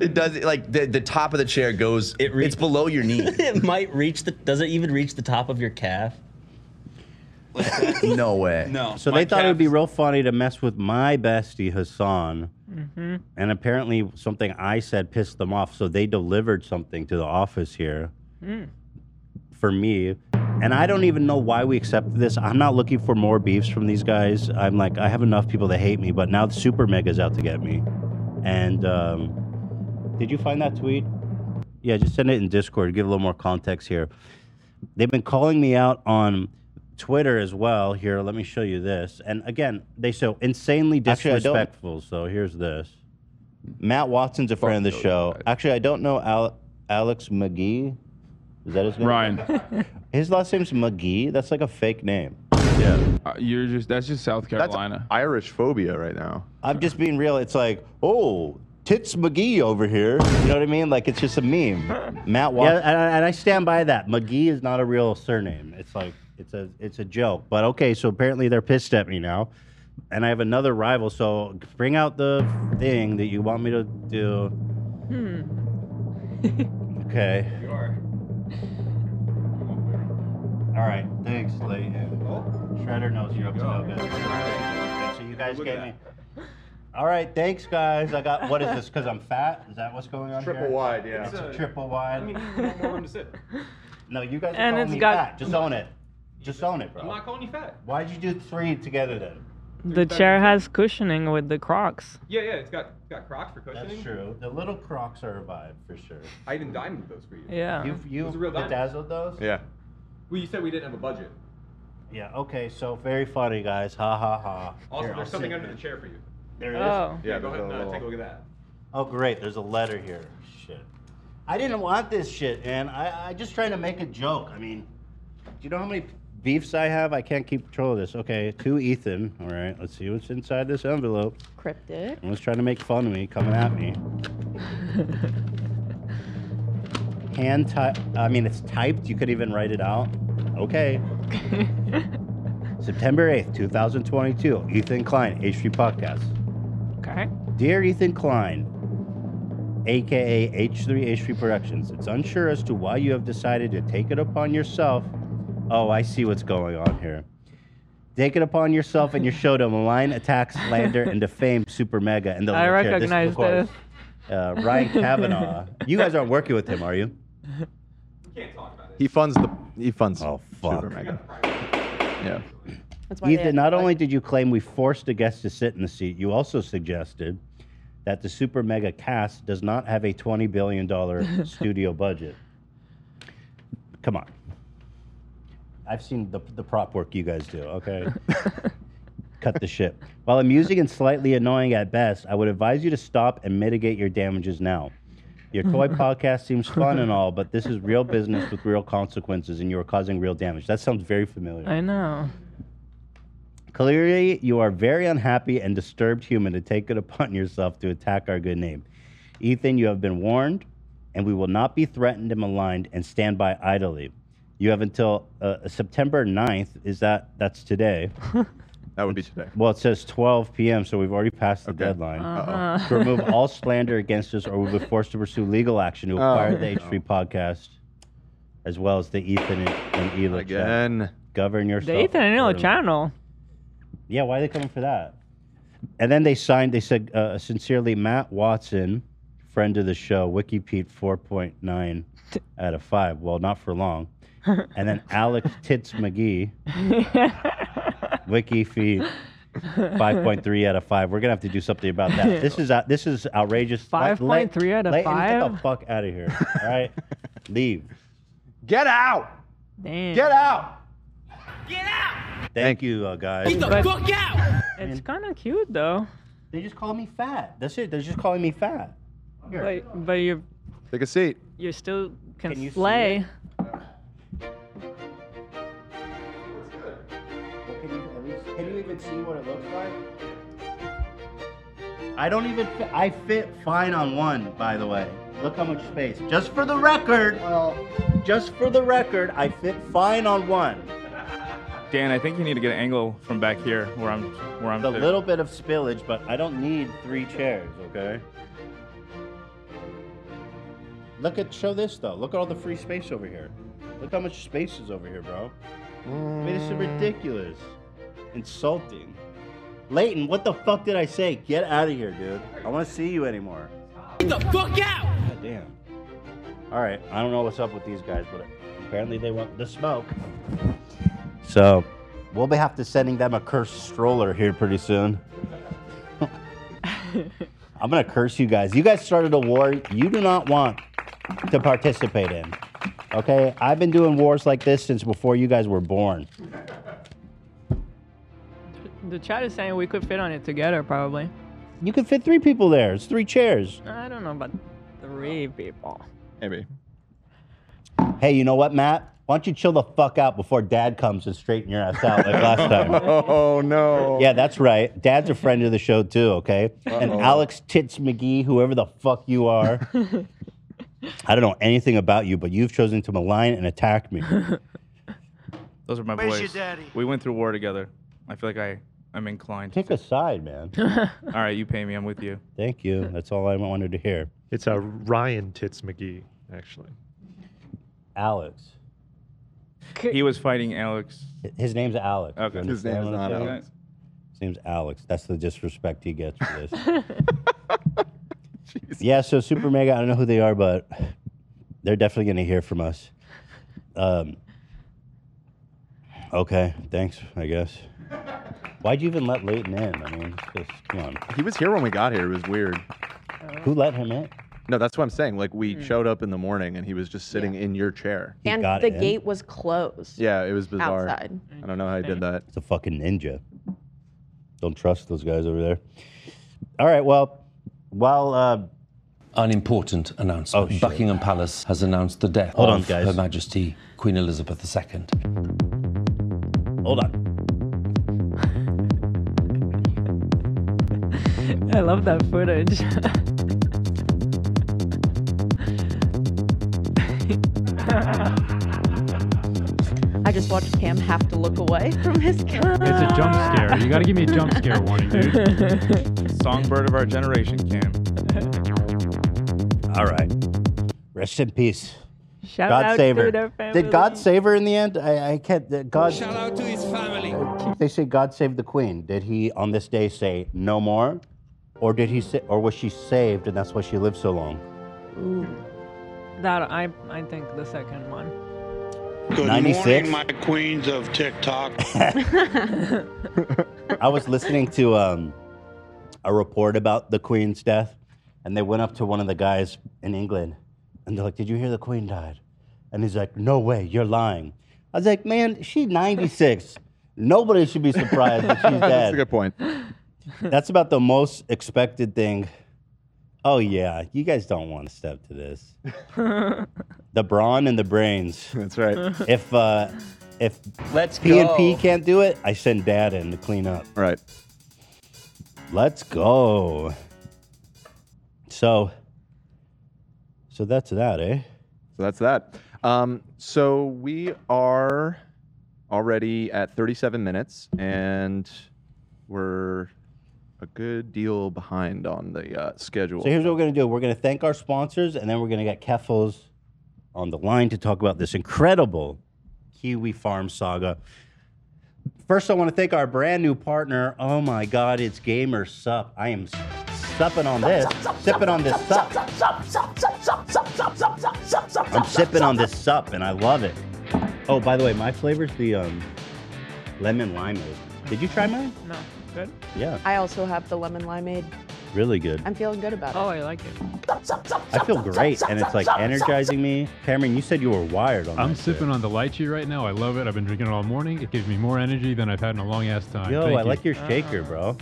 O: it does like the, the top of the chair goes. It it's below your knee. it might reach the. Does it even reach the top of your calf? no way. No.
A: So they thought it would be real funny to mess with my bestie Hassan,
B: Mm-hmm.
A: and apparently something I said pissed them off. So they delivered something to the office here
B: Mm.
A: for me, and I don't even know why we accepted this. I'm not looking for more beefs from these guys. I'm like, I have enough people that hate me, but now the super mega's out to get me. And um, did you find that tweet? Yeah, just send it in Discord. Give a little more context here. They've been calling me out on Twitter as well. Here, let me show you this. And again, they so insanely
P: Actually, I don't-
A: disrespectful. So here's this. Matt Watson's a friend of the show. Actually, I don't know Al- Alex McGee. Is that his name?
N: Ryan.
A: His last name's McGee. That's like a fake name.
N: Yeah.
I: uh,
N: you're just. That's just South Carolina.
A: Irish phobia right now. I'm just being real. It's like, oh, Tits McGee over here. You know what I mean? Like it's just a meme. Matt Watson. Yeah, and I, and I stand by that. McGee is not a real surname. It's like It's a it's a joke. But okay, so apparently they're pissed at me now. And I have another rival, so bring out the thing that you want me to do.
B: Hmm.
A: Okay. You are. All right. Thanks, Lee.
L: Oh.
A: Shredder knows you're up to no good. Okay, so you guys gave me. All right. Thanks, guys. I got. What is this? Because I'm fat? Is that what's going on
E: Triple
A: here?
E: wide, yeah.
A: It's a
E: It's a-
A: triple wide.
E: I mean,
A: No, you guys are
B: And
A: calling
B: it's
A: me
B: got-
A: fat. Just own it. Just own it, bro.
L: I'm not calling you fat.
A: Why'd you do three together then?
B: The chair has cushioning with the Crocs.
L: Yeah, yeah, it's got it's got Crocs for cushioning.
A: That's true. The little Crocs are a vibe for sure.
L: I even diamonded those for you.
B: Yeah.
A: You you
L: Those are real diamonds.
A: bedazzled those?
E: Yeah.
L: Well, you said we didn't have a budget.
A: Yeah. Okay. So very funny, guys. Ha ha ha.
L: Also,
A: Here, I'll
L: there's something
A: sit
L: under
A: here.
L: the chair for you.
A: There it is? Oh.
L: Yeah,
A: Yeah,
L: go ahead
A: there's a
L: and uh,
A: little-
L: take a look at that.
A: Oh, great. There's a letter here. Shit. I didn't want this shit, man. I, I just trying to make a joke. I mean, do you know how many beefs I have? I can't keep control of this. Okay, to Ethan. All right, let's see what's inside this envelope.
P: Cryptic.
A: Everyone's trying to make fun of me, coming at me. Hand type. I mean, it's typed. You could even write it out. Okay. September 8th, 2022. Ethan Klein, H3 Podcast.
B: Okay.
A: Dear Ethan Klein, aka H3H3 Productions, it's unsure as to why you have decided to take it upon yourself. Oh, I see what's going on here. Take it upon yourself and your show to malign, attack, slander, and defame Super Mega and the
B: I
A: little chair. This is, of
B: recognize
A: course,
B: this.
A: Uh, Ryan Kavanaugh. you guys aren't working with him, are you?
E: He funds the. He funds. Oh
A: fuck.
E: Yeah.
P: That's why
A: Ethan,
P: they
A: not only did you claim we forced a guest to sit in the seat, you also suggested that the Super Mega cast does not have a $20 billion studio budget. Come on. I've seen the, the prop work you guys do, okay? Cut the shit. While amusing and slightly annoying at best, I would advise you to stop and mitigate your damages now. Your koi podcast seems fun and all, but this is real business with real consequences, and you are causing real damage. That sounds very familiar.
B: I know.
A: Clearly, you are very unhappy and disturbed human to take it upon yourself to attack our good name. Ethan, you have been warned, and we will not be threatened and maligned and stand by idly. You have until uh, September 9th. Is that that's today?
E: that would be today.
A: Well, it says 12 p.m., so we've already passed the deadline.
B: Uh-oh.
A: To remove all slander against us, or we'll be forced to pursue legal action to
E: Oh.
A: acquire the H3 podcast, as well as the Ethan and, and Ela Again. Govern yourself.
B: The Ethan and Ella
A: accordingly.
B: channel.
A: Yeah, why are they coming for that? And then they signed, they said, uh, sincerely, Matt Watson, friend of the show, WikiPete 4.9 out of 5. Well, not for long. And then Alex Tits McGee, WikiFeet 5.3 out of 5. We're going to have to do something about that. This is out this is outrageous.
B: 5.3 out of
A: Leighton, Get the
B: five?
A: fuck out of here. All right? Leave.
E: Get out.
B: Damn.
E: Get out.
A: Thank, you, uh, guys.
B: out! It's kind of cute though.
A: They just call me fat. That's it. They're just calling me fat.
B: But, but you
E: Take a seat.
B: you still can,
A: Can you see
B: slay.
A: Can you, at least, can you even see what it looks like? I don't even. Fit, I fit fine on one, by the way. Look how much space. Just for the record. Well, just for the record, I fit fine on one.
I: Dan, I think you need to get an angle from back here where I'm where I'm
A: The
I: sitting.
A: little bit of spillage, but I don't need three chairs. Okay. Look at show this though. Look at all the free space over here. Look how much space is over here, bro. I mean, this is ridiculous. Insulting. Leighton, what the fuck did I say? Get out of here, dude. I don't want to see you anymore. Get the fuck out! God damn. All right, I don't know what's up with these guys, but apparently they want the smoke. So, we'll be have to sending them a cursed stroller here pretty soon. I'm gonna curse you guys. You guys started a war you do not want to participate in. Okay, I've been doing wars like this since before you guys were born.
B: The chat is saying we could fit on it together probably.
A: You could fit three people there. It's three chairs.
B: I don't know about three people.
E: Maybe.
A: Hey, you know what, Matt? Why don't you chill the fuck out before Dad comes and straighten your ass out like last time?
E: Oh no.
A: Yeah, that's right. Dad's a friend of the show too, okay? And
E: Uh-oh.
A: Alex Tits McGee, whoever the fuck you are, I don't know anything about you, but you've chosen to malign and attack me.
I: Those are my
P: Where's
I: boys.
P: your daddy?
I: We went through war together. I feel like I I'm inclined.
A: Pick a side, man.
I: All right, you pay me. I'm with you.
A: Thank you. That's all I wanted to hear.
P: It's uh, Ryan Tits McGee, actually.
A: Alex.
I: He was fighting Alex.
A: His name's Alex.
I: Okay.
A: You
I: His name
A: understand
I: is
A: what I'm
I: not
A: saying?
I: Alex.
A: His name's Alex. That's the disrespect he gets for this. yeah, so Super Mega, I don't know who they are, but they're definitely going to hear from us. Um, okay, thanks, I guess. Why'd you even let Leighton in? I mean, it's just, come on.
E: He was here when we got here. It was weird.
A: Who let him in?
E: No, that's what I'm saying. Like we
Q: Hmm.
E: showed up in the morning and he was just sitting in your chair.
Q: and the gate was closed.
E: Yeah, it was bizarre.
Q: outside.
E: I don't know how he did that.
A: It's a fucking ninja. Don't trust those guys over there. All right, well, while. Uh,
D: An important announcement. Buckingham Palace has announced the death
A: Oh, Hold
D: of
A: on, guys.
D: Her Majesty Queen Elizabeth II.
A: Hold on.
B: I love that footage.
Q: I just watched Cam have to look away from his camera.
R: It's a jump scare. You gotta give me a jump scare warning, dude.
I: Songbird of our generation, Cam.
A: All right. Rest in peace.
B: Shout
A: God
B: out
A: save
B: to
A: her.
B: the
A: Did God
B: family.
A: save her in the end? I, I can't. the- God. Shout out to his family. They say God saved the queen. Did he on this day say no more, or did he say, or was she saved and that's why she lived so long?
B: That I I think the second one.
A: Good 96? morning,
G: my queens of TikTok.
A: I was listening to um, a report about the Queen's death, and they went up to one of the guys in England, and they're like, "Did you hear the Queen died?" And he's like, "No way, you're lying." I was like, "Man, she's 96. Nobody should be surprised that she's dead."
E: That's a good point.
A: That's about the most expected thing. Oh yeah, you guys don't want to step to this. The brawn and the brains. That's
E: right.
A: If uh, if
O: Let's
A: P and P
O: go.
A: can't do it, I send Dad in to clean up.
E: Right.
A: Let's go. So. So that's that, eh?
E: So that's that. Um, so we are already at 37 minutes, and we're a good deal behind on the uh, schedule.
A: So here's what we're gonna do. We're gonna thank our sponsors, and then we're gonna get Keffels on the line to talk about this incredible Kiwi Farm saga. First, I want to thank our brand new partner. Oh my God, it's Gamer Sup. I am supping on this, sipping on this sup. I'm sipping on this sup, and I love it. Oh, by the way, my flavor's the um, lemon limeade. Did you try mine?
B: No, good.
A: Yeah,
Q: I also have the lemon limeade.
A: really good.
Q: I'm feeling good about it.
B: Oh, I like it.
A: I feel great, and it's like energizing me. Cameron, you said you were wired on.
R: I'm
A: that shit.
R: sipping on the lychee right now. I love it. I've been drinking it all morning. It gives me more energy than I've had in a long ass time.
A: Yo,
R: Thank
A: I
R: you.
A: like your
Q: Ah.
A: shaker, bro.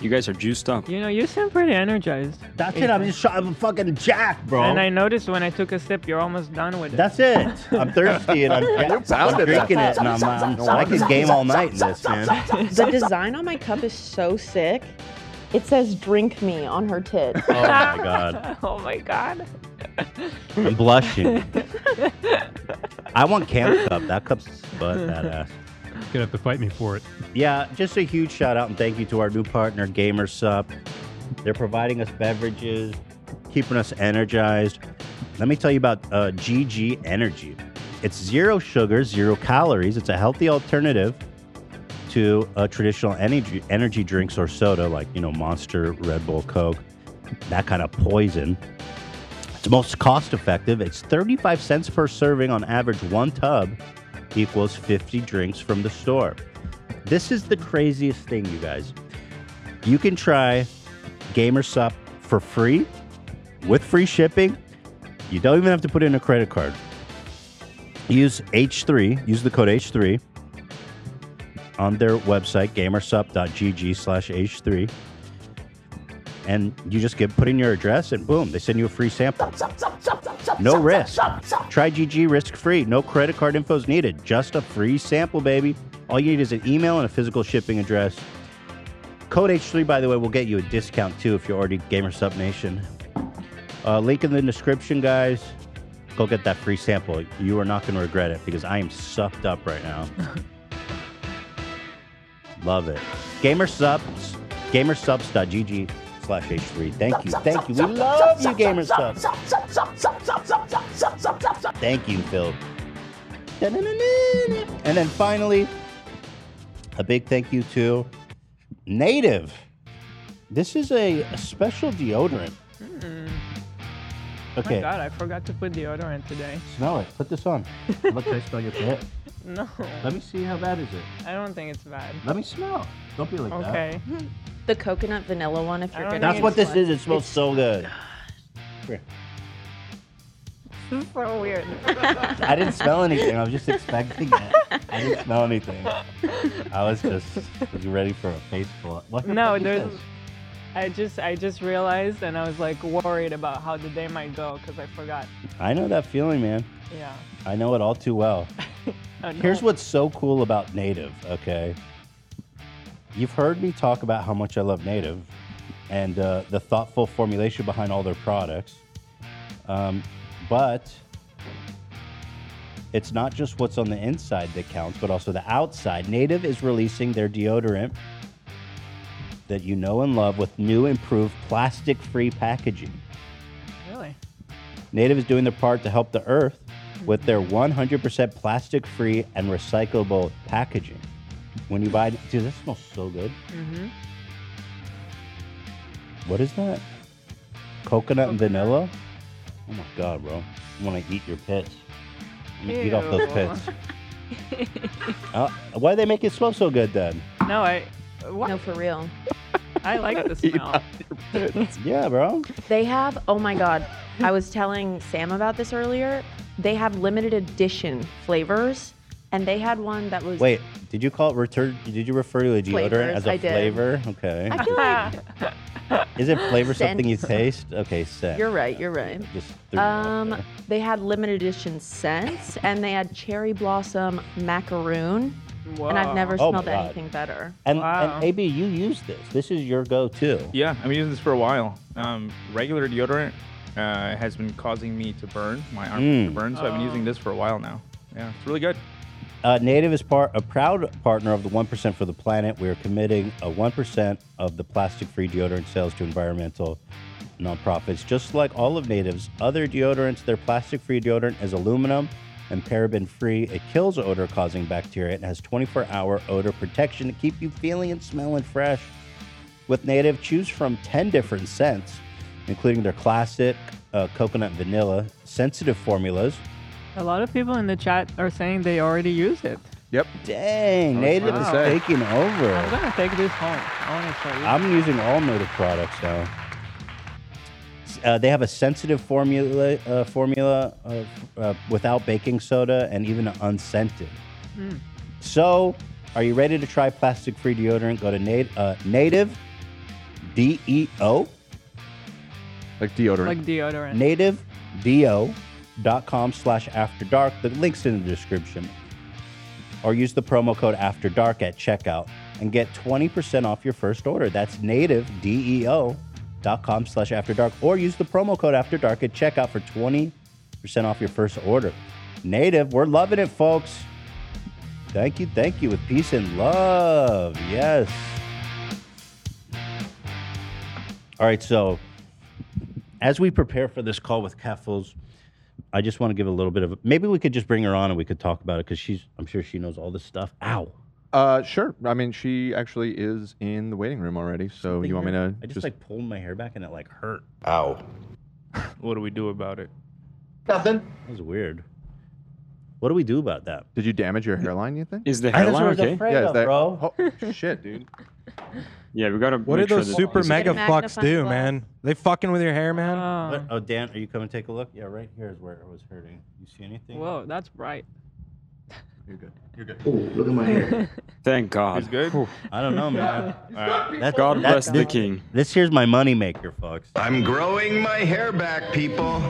K: You guys are juiced up.
B: You know, you sound pretty energized.
A: That's it. I'm just I'm fucking jacked, bro.
B: And I noticed when I took a sip, you're almost done with it.
A: That's it. I'm thirsty and I'm,
B: You're bound
A: I'm
B: to that.
A: drinking it, and I'm, I'm I could game all night in this, man.
Q: The design on my cup is so sick. It says "drink me" on her tit.
A: Oh my god,
B: oh my god.
A: I'm blushing. I want Cam's cup. That cup's butt badass.
R: Gonna have to fight me for it.
A: Yeah, just a huge shout out and thank you to our new partner, GamerSup. They're providing us beverages, keeping us energized. Let me tell you about uh, GG Energy. It's zero sugar, zero calories. It's a healthy alternative to uh, traditional energy energy drinks or soda, like you know Monster, Red Bull, Coke, that kind of poison. It's most cost effective. It's 35 cents per serving on average. One tub equals 50 drinks from the store. This is the craziest thing, you guys. You can try GamerSup for free with free shipping. You don't even have to put in a credit card. Use H3, use the code H3 on their website, gamersup.gg slash H3 and you just give put in your address and boom, they send you a free sample. No risk. Try GG risk free. No credit card info is needed. Just a free sample, baby. All you need is an email and a physical shipping address. Code H3, by the way, will get you a discount too if you're already Gamer Sub Nation. Uh, link in the description, guys. Go get that free sample. You are not going to regret it because I am sucked up right now. Love it. Gamer subs, gamersubs.gg slash H3. Thank you. Thank you. We love you, Gamer subs. Thank you, Phil. And then finally, a big thank you to Native. This is a, a special deodorant.
B: Mm.
A: Okay.
B: My God, I forgot to put deodorant today.
A: Smell it. Put this on. Look, I smell your pit.
B: No.
A: Let me see how bad is it.
B: I don't think it's bad.
A: Let me smell. Don't be like that.
B: Okay.
Q: The coconut vanilla one, if
B: I
Q: you're
B: don't
Q: gonna.
A: That's
Q: use
A: what this
Q: one.
A: is. It smells so good. Here.
B: This is so weird.
A: I didn't smell anything. I was just expecting it. I didn't smell anything. I was just was ready for a face full. Look at
B: No,
A: what this
B: there's.
A: is.
B: I just I just realized, and I was like worried about how the day might go because I forgot.
A: I know that feeling, man.
B: Yeah.
A: I know it all too well.
B: Oh, no.
A: Here's what's so cool about Native, okay? You've heard me talk about how much I love Native and uh, the thoughtful formulation behind all their products. Um, but it's not just what's on the inside that counts, but also the outside. Native is releasing their deodorant that you know and love with new, improved plastic free packaging.
B: Really?
A: Native is doing their part to help the earth with their 100% plastic free and recyclable packaging. When you buy, dude, that smells so good.
B: Mhm.
A: What is that? Coconut and vanilla? Oh my God, bro. I want to eat your pits. I'm gonna Eat off those pits. Uh, why do they make it smell so good then?
B: no, I. What?
Q: No, for real.
B: I like the smell.
A: Yeah, bro.
Q: They have, oh my God, I was telling Sam about this earlier. They have limited edition flavors, and they had one that was.
A: Wait, did you call it return? Did you refer to a deodorant
Q: Flavors,
A: as a
Q: I did.
A: flavor? Okay.
Q: I feel like
A: eh? Isn't flavor something you
Q: Scent.
A: taste? Okay, scent.
Q: you're right, you're right.
A: Just threw me off
Q: Um, they had limited edition scents, and they had cherry blossom macaroon, and I've never
A: Wow. Oh my
Q: smelled
A: God.
Q: anything better.
A: And, and AB, you use this. This is your go-to.
I: Yeah, I've been using this for a while. Um, regular deodorant uh, has been causing me to burn, my arm to
A: Mm.
I: burn, so I've been using this for a while now. Yeah, it's really good.
A: Uh, Native is part a proud partner of the One Percent for the Planet. We are committing a one percent of the plastic-free deodorant sales to environmental nonprofits. Just like all of Native's other deodorants, their plastic-free deodorant is aluminum and paraben-free. It kills odor-causing bacteria and has 24-hour odor protection to keep you feeling and smelling fresh. With Native, choose from 10 different scents, including their classic uh, coconut and vanilla sensitive formulas.
B: A lot of people in the chat are saying they already use it.
E: Yep.
A: Dang, Native is
B: Wow.
A: taking over.
B: I'm gonna take this home. I wanna try it.
A: I'm using all native products now. Uh, they have a sensitive formula, uh, formula of, uh, without baking soda and even unscented. Hmm.
B: Mm.
A: So, are you ready to try plastic-free deodorant? Go to nat- uh, native, D E O,
E: Like deodorant.
B: Like deodorant.
A: native do dot com slash after dark. The link's in the description. Or use the promo code after dark at checkout and get 20% off your first order. That's native deo dot com slash after dark. Or use the promo code after dark at checkout for 20% off your first order. Native, we're loving it, folks. Thank you, thank you, with peace and love. Yes. All right, so as we prepare for this call with Keffels, I just want to give a little bit of. Maybe we could just bring her on and we could talk about it because she's. I'm sure she knows all this stuff. Ow.
E: Uh, sure. I mean, she actually is in the waiting room already. So you want me to
A: I just, like pulled my hair back and it like hurt.
E: Ow.
I: What do we do about it?
A: Nothing. That was weird. What do we do about that?
E: Did you damage your hairline? You think?
K: Is the
A: I- that's what I
K: hairline
A: was
K: okay?
A: afraid Yeah, is of, that- bro.
E: Oh, shit, dude.
K: Yeah, we gotta.
C: What
K: make
C: do
K: sure
C: those
K: that
C: super
K: this-
C: mega fucks do, man? They fucking with your hair, man.
A: What- Oh, Dan, are you coming to take a look? Yeah, right here is where it was hurting. You see anything?
B: Whoa, that's bright.
A: You're good. You're good.
K: look at my hair. Thank God.
A: He's good? I don't know, man. That's-
K: God bless
A: that's-
K: the king.
A: This here's my moneymaker, folks.
G: I'm growing my hair back, people.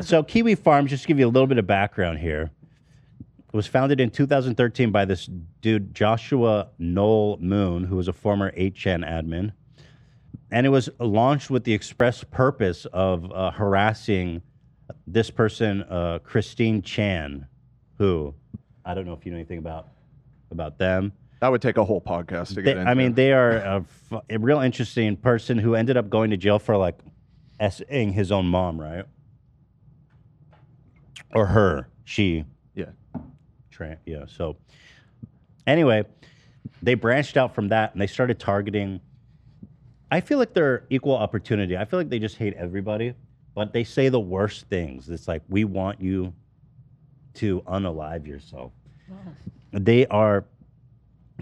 A: so Kiwi Farms, just to give you a little bit of background here, it was founded in 2013 by this dude Joshua Noel Moon, who was a former 8chan admin, and it was launched with the express purpose of uh, harassing this person, uh, Christine Chan, who I don't know if you know anything about about them.
E: That would take a whole podcast to get
A: They-
E: into.
A: I mean, they are a, f- a real interesting person who ended up going to jail for like s-ing his own mom, right? Or her, she.
E: Yeah.
A: Tran yeah. So, anyway, they branched out from that and they started targeting. I feel like they're equal opportunity. I feel like they just hate everybody, but they say the worst things. It's like, we want you to unalive yourself. They are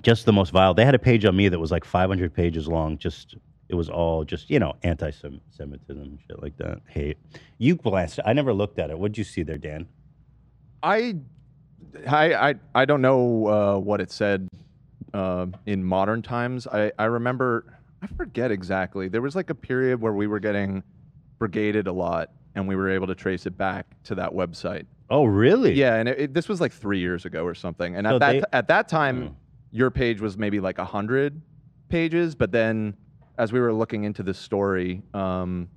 A: just the most vile. They had a page on me that was like 500 pages long. Just it was all just you know anti-Semitism and shit like that. Hate. You glanced. I never looked at it. What'd you see there, Dan?
E: I, I, I, I don't know uh, what it said uh, in modern times. I, I remember, I forget exactly. There was like a period where we were getting brigaded a lot, and we were able to trace it back to that website.
A: Oh, really?
E: Yeah, and it, it- this was like three years ago or something. And
A: So
E: at that
A: they- Mm.
E: t- at that time, your page was maybe like hundred pages, but then as we were looking into this story. Um,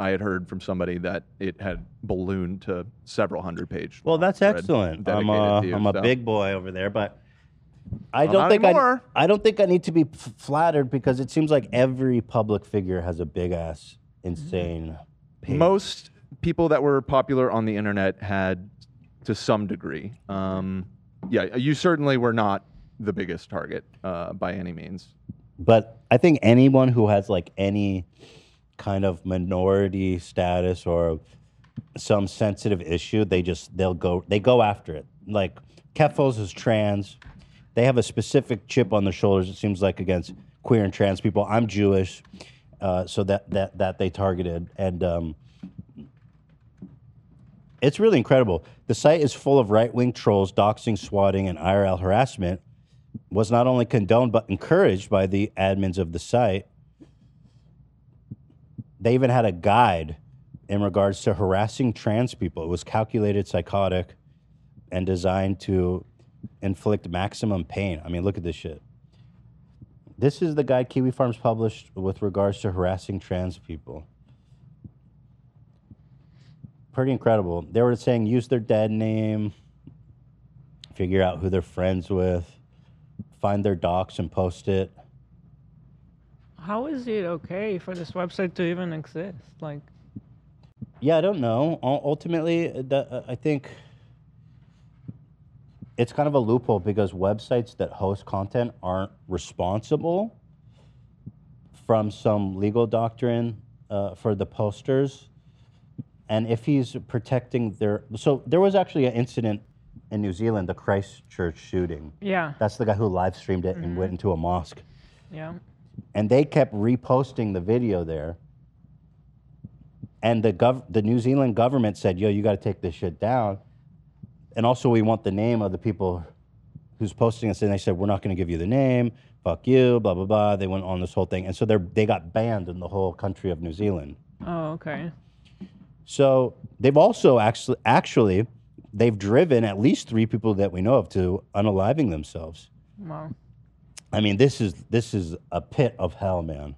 E: I had heard from somebody that it had ballooned to several hundred page
A: Well, that's
E: thread
A: excellent. I'm
E: dedicated
A: a,
E: to you,
A: I'm a
E: so.
A: big boy over there, but I
E: Well,
A: don't
E: not
A: think I,
E: anymore.
A: I don't think I need to be f- flattered because it seems like every public figure has a big ass insane.
E: Most people that were popular on the internet had, to some degree. Um, yeah, you certainly were not the biggest target uh, by any means.
A: But I think anyone who has like any kind of minority status or some sensitive issue, they just they'll go they go after it. Like Keffels is trans. They have a specific chip on their shoulders. It seems like against queer and trans people. I'm Jewish, uh, so that that that they targeted and. Um, it's really incredible. The site is full of right wing trolls, doxing, swatting, and IRL harassment. Was not only condoned but encouraged by the admins of the site. They even had a guide in regards to harassing trans people. It was calculated, psychotic, and designed to inflict maximum pain. I mean, look at this shit. This is the guide Kiwi Farms published with regards to harassing trans people pretty incredible. They were saying use their dead name, figure out who they're friends with, find their docs and post it.
B: How is it okay for this website to even exist? Like,
A: Yeah, I don't know. U- Ultimately, uh, the, uh, I think it's kind of a loophole because websites that host content aren't responsible from some legal doctrine uh, for the posters. And if he's protecting their. So there was actually an incident in New Zealand, the Christchurch shooting.
B: Yeah.
A: That's the guy who live streamed it and went into a mosque
B: yeah.
A: and they kept reposting the video there. And the gov- the New Zealand government said, "Yo, you got to take this shit down." And also, we want the name of the people who's posting this. And they said, "We're not going to give you the name. Fuck you." Blah blah blah. They went on this whole thing, and so they they got banned in the whole country of New Zealand.
B: Oh, okay.
A: So they've also actually actually they've driven at least three people that we know of to unaliving themselves.
B: Wow.
A: I mean, this is this is a pit of hell, man.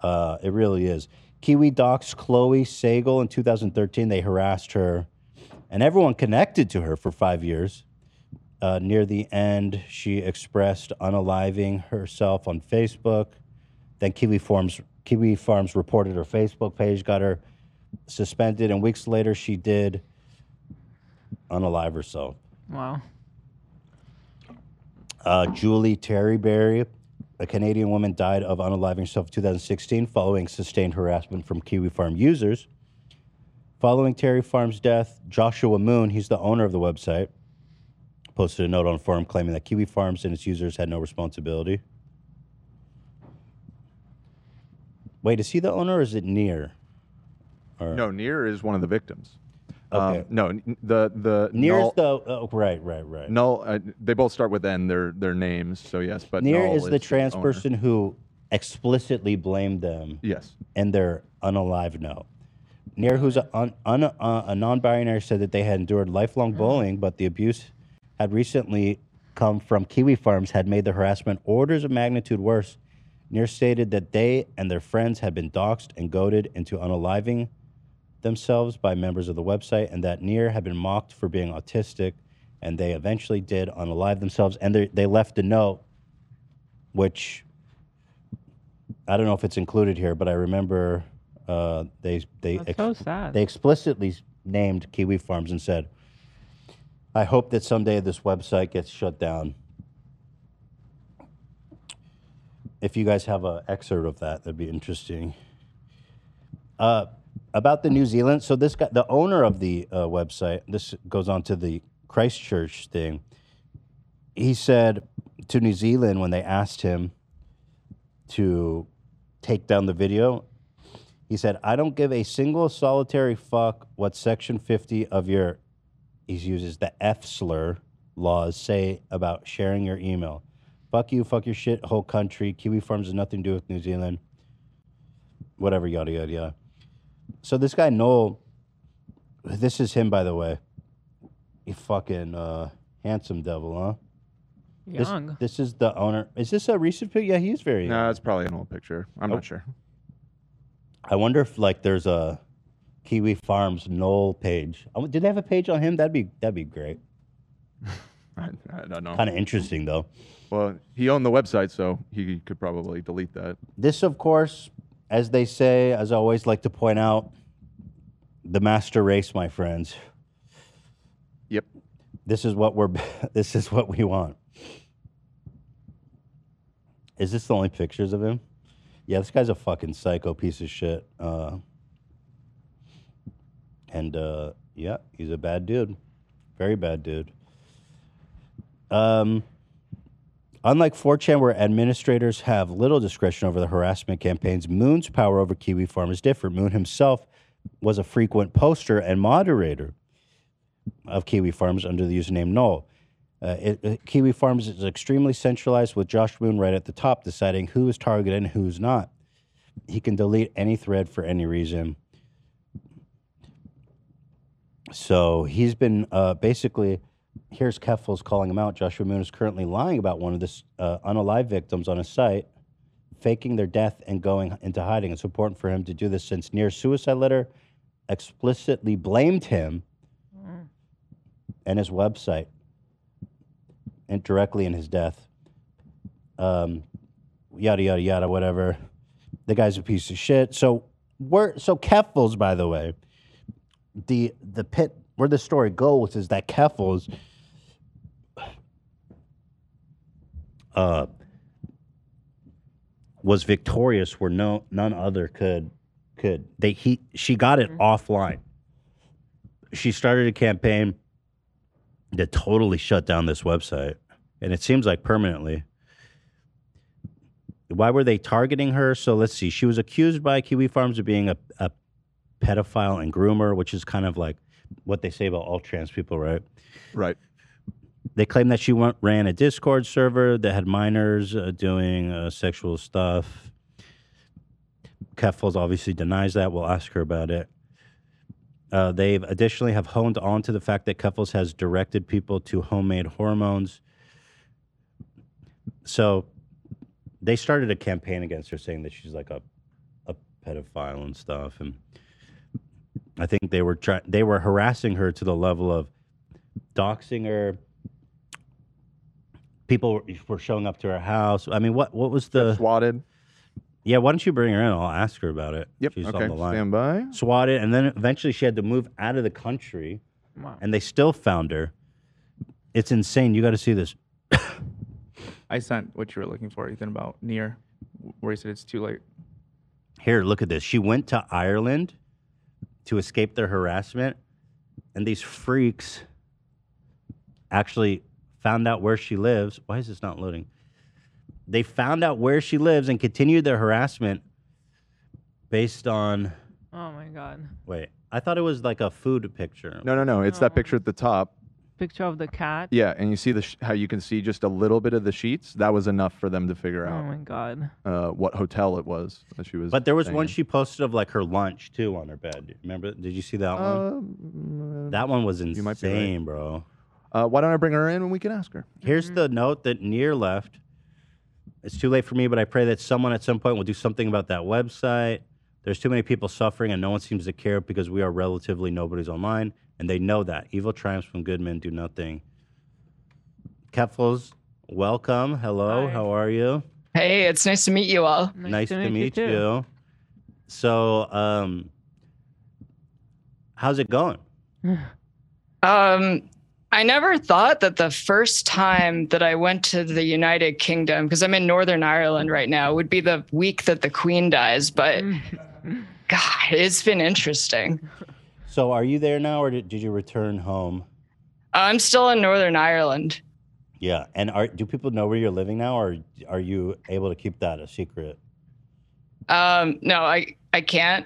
A: Uh, it really is. Kiwi docs Chloe Sagal in 2013. They harassed her, and everyone connected to her for five years. Uh, near the end, she expressed unaliving herself on Facebook. Then Kiwi Farms Kiwi Farms reported her Facebook page, got her suspended, and weeks later she did unalive herself
B: Wow.
A: uh, Julie Terryberry, a Canadian woman, died of unaliving herself in 2016 following sustained harassment from Kiwi Farm users. Following Terry Farm's death, Joshua Moon, he's the owner of the website, posted a note on forum claiming that Kiwi Farms and its users had no responsibility. Wait, is he the owner or is it near?
E: No, Near is one of the victims. Okay. no, n- the the
A: Near
E: null,
A: is the oh, right, right, right.
E: null. Uh, they both start with N. Their their names. So yes, but
A: Near
E: null
A: is the trans
E: owner.
A: person who explicitly blamed them.
E: Yes.
A: And their unalive note. Near, who's a, un, un, uh, a non-binary, said that they had endured lifelong
E: Mm.
A: bullying, but the abuse had recently come from Kiwi Farms had made the harassment orders of magnitude worse. Near stated that they and their friends had been doxxed and goaded into unaliving themselves by members of the website and that Near had been mocked for being autistic, and they eventually did unalive themselves. And they, they left a note, which I don't know if it's included here, but I remember uh, they they
B: That's so sad.
A: they explicitly s- named Kiwi Farms and said, "I hope that someday this website gets shut down." If you guys have an excerpt of that, that'd be interesting. Uh, about the New Zealand, so this guy, the owner of the uh, website, this goes on to the Christchurch thing. He said to New Zealand when they asked him to take down the video, he said, I don't give a single solitary fuck what Section 50 of your, he uses the F slur laws say about sharing your email. Fuck you, fuck your shit, whole country. Kiwi Farms has nothing to do with New Zealand. Whatever, yada, yada, yada. So this guy, Noel, this is him, by the way. You fucking uh, handsome devil, huh? This-
B: Young.
A: This, is the owner. Is this a recent pic? Yeah, he's very.
E: No, it's probably an old picture. I'm
A: Oh.
E: not sure.
A: I wonder if like there's a Kiwi Farms Noel page. I won- Did they have a page on him? That'd be that'd be great.
E: I, I don't know.
A: Kind of interesting though.
E: Well, he owned the website, so he could probably delete that.
A: This, of course, as they say, as I always like to point out, the master race, my friends.
E: Yep.
A: This is what we're. This is what we want. Is this the only pictures of him? Yeah, this guy's a fucking psycho piece of shit. Uh, and uh, yeah, he's a bad dude, very bad dude. Um, Unlike 4chan, where administrators have little discretion over the harassment campaigns, Moon's power over Kiwi Farm is different. Moon himself was a frequent poster and moderator of Kiwi Farms under the username Null. Uh, it- uh, Kiwi Farms is extremely centralized, with Josh Moon right at the top deciding who is targeted and who's not. He can delete any thread for any reason. So he's been uh, basically. Here's Keffels calling him out. Joshua Moon is currently lying about one of the uh, unalive victims on his site, faking their death and going into hiding. It's important for him to do this since Near Suicide Letter explicitly blamed him and his website and directly in his death. Um, yada yada yada, whatever. The guy's a piece of shit. So we're so Keffels, by the way, the the pit where the story goes is that Keffels uh, was victorious where no none other could could they he she got it offline. She started a campaign that totally shut down this website, and it seems like permanently. Why were they targeting her? So let's see. She was accused by Kiwi Farms of being a, a pedophile and groomer, which is kind of like what they say about all trans people, right?
E: Right.
A: They claim that she wa- ran a Discord server that had minors uh, doing uh, sexual stuff. Keffels obviously denies that. We'll ask her about it. Uh, they've additionally have honed on to the fact that Keffels has directed people to homemade hormones. So they started a campaign against her saying that she's like a a pedophile and stuff and I think they were try- they were harassing her to the level of doxing her. People were showing up to her house. I mean, what what was the
E: swatted?
A: Yeah, why don't you bring her in? I'll ask her about it.
E: Yep.
A: She's
E: okay.
A: on the line.
E: Stand by.
A: Swatted, and then eventually she had to move out of the country,
B: Wow.
A: and they still found her. It's insane. You got to see this.
I: I sent what you were looking for, Ethan, about near where he said it's too late.
A: Here, look at this. She went to Ireland to escape their harassment, and these freaks actually found out where she lives. Why is this not loading? They found out where she lives and continued their harassment based on.
B: Oh my god.
A: Wait, I thought it was like a food picture.
E: No, no, no. It's that picture at the top.
B: Picture of the cat.
E: Yeah, and you see the sh- how you can see just a little bit of the sheets. That was enough for them to figure
B: Oh
E: out
B: my god.
E: uh, what hotel it was that she was.
A: But there was
E: staying
A: one
E: in.
A: she posted of like her lunch too on her bed. Remember? Did you see that
G: Um,
B: Um,
G: Mm.
A: one? That one was insane,
E: be right.
A: bro.
E: Uh, why don't I bring her in and we can ask her?
A: Here's the note that Near left. It's too late for me, but I pray that someone at some point will do something about that website. There's too many people suffering, and no one seems to care because we are relatively nobody's online, and they know that. Evil triumphs when good men do nothing. Keflos, welcome. Hello, how are you?
S: Hey, it's nice to meet you all.
A: Nice, to, meet you. So, um, how's it going?
S: Um, I never thought that the first time that I went to the United Kingdom, because I'm in Northern Ireland right now, would be the week that the Queen dies. But God, it's been interesting.
A: So, are you there now, or did, did you return home?
S: I'm still in Northern Ireland.
A: Yeah, and are do people know where you're living now, or are you able to keep that a secret?
S: Um, no, I I can't.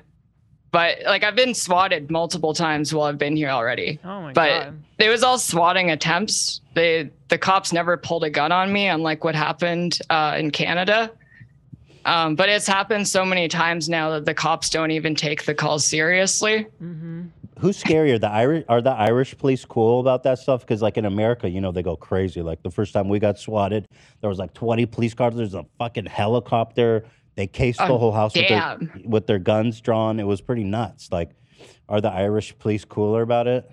S: But like I've been swatted multiple times while I've been here already.
B: Oh my
S: but
B: God.
S: it was all swatting attempts. They the cops never pulled a gun on me, unlike what happened uh, in Canada. Um, but it's happened so many times now that the cops don't even take the calls seriously.
A: Who's scarier, the Irish? Are the Irish police cool about that stuff? Because like in America, you know, they go crazy. Like the first time we got swatted, there was like 20 police cars. There's a fucking helicopter. They cased the
S: Oh,
A: whole house with their,
S: damn.
A: with their guns drawn. It was pretty nuts. Like, are the Irish police cooler about it?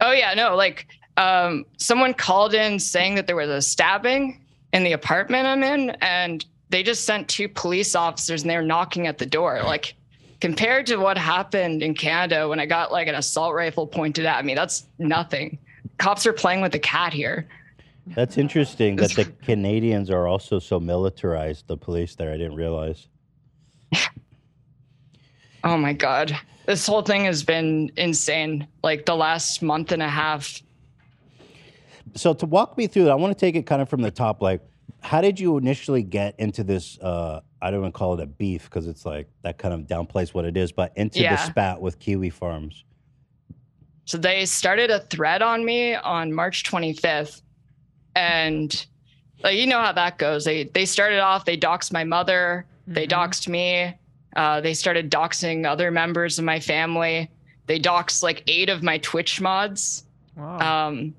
S: Oh yeah, no, like um, someone called in saying that there was a stabbing in the apartment I'm in, and they just sent two police officers and they were knocking at the door. Like compared to what happened in Canada when I got like an assault rifle pointed at me, that's nothing. Cops are playing with the cat here.
A: That's interesting that the Canadians are also so militarized. The police there, I didn't realize.
S: Oh my god. This whole thing has been insane. Like the last month and a half,
A: so to walk me through it, I want to take it kind of from the top. Like, how did you initially get into this? Uh, I don't even call it a beef because it's like that kind of downplays what it is, but into
S: Yeah.
A: the spat with Kiwi Farms.
S: So they started a thread on me on March 25th. And like you know how that goes. They they started off, they doxed my mother, they doxed me, uh, they started doxing other members of my family. They doxed like eight of my Twitch mods. Um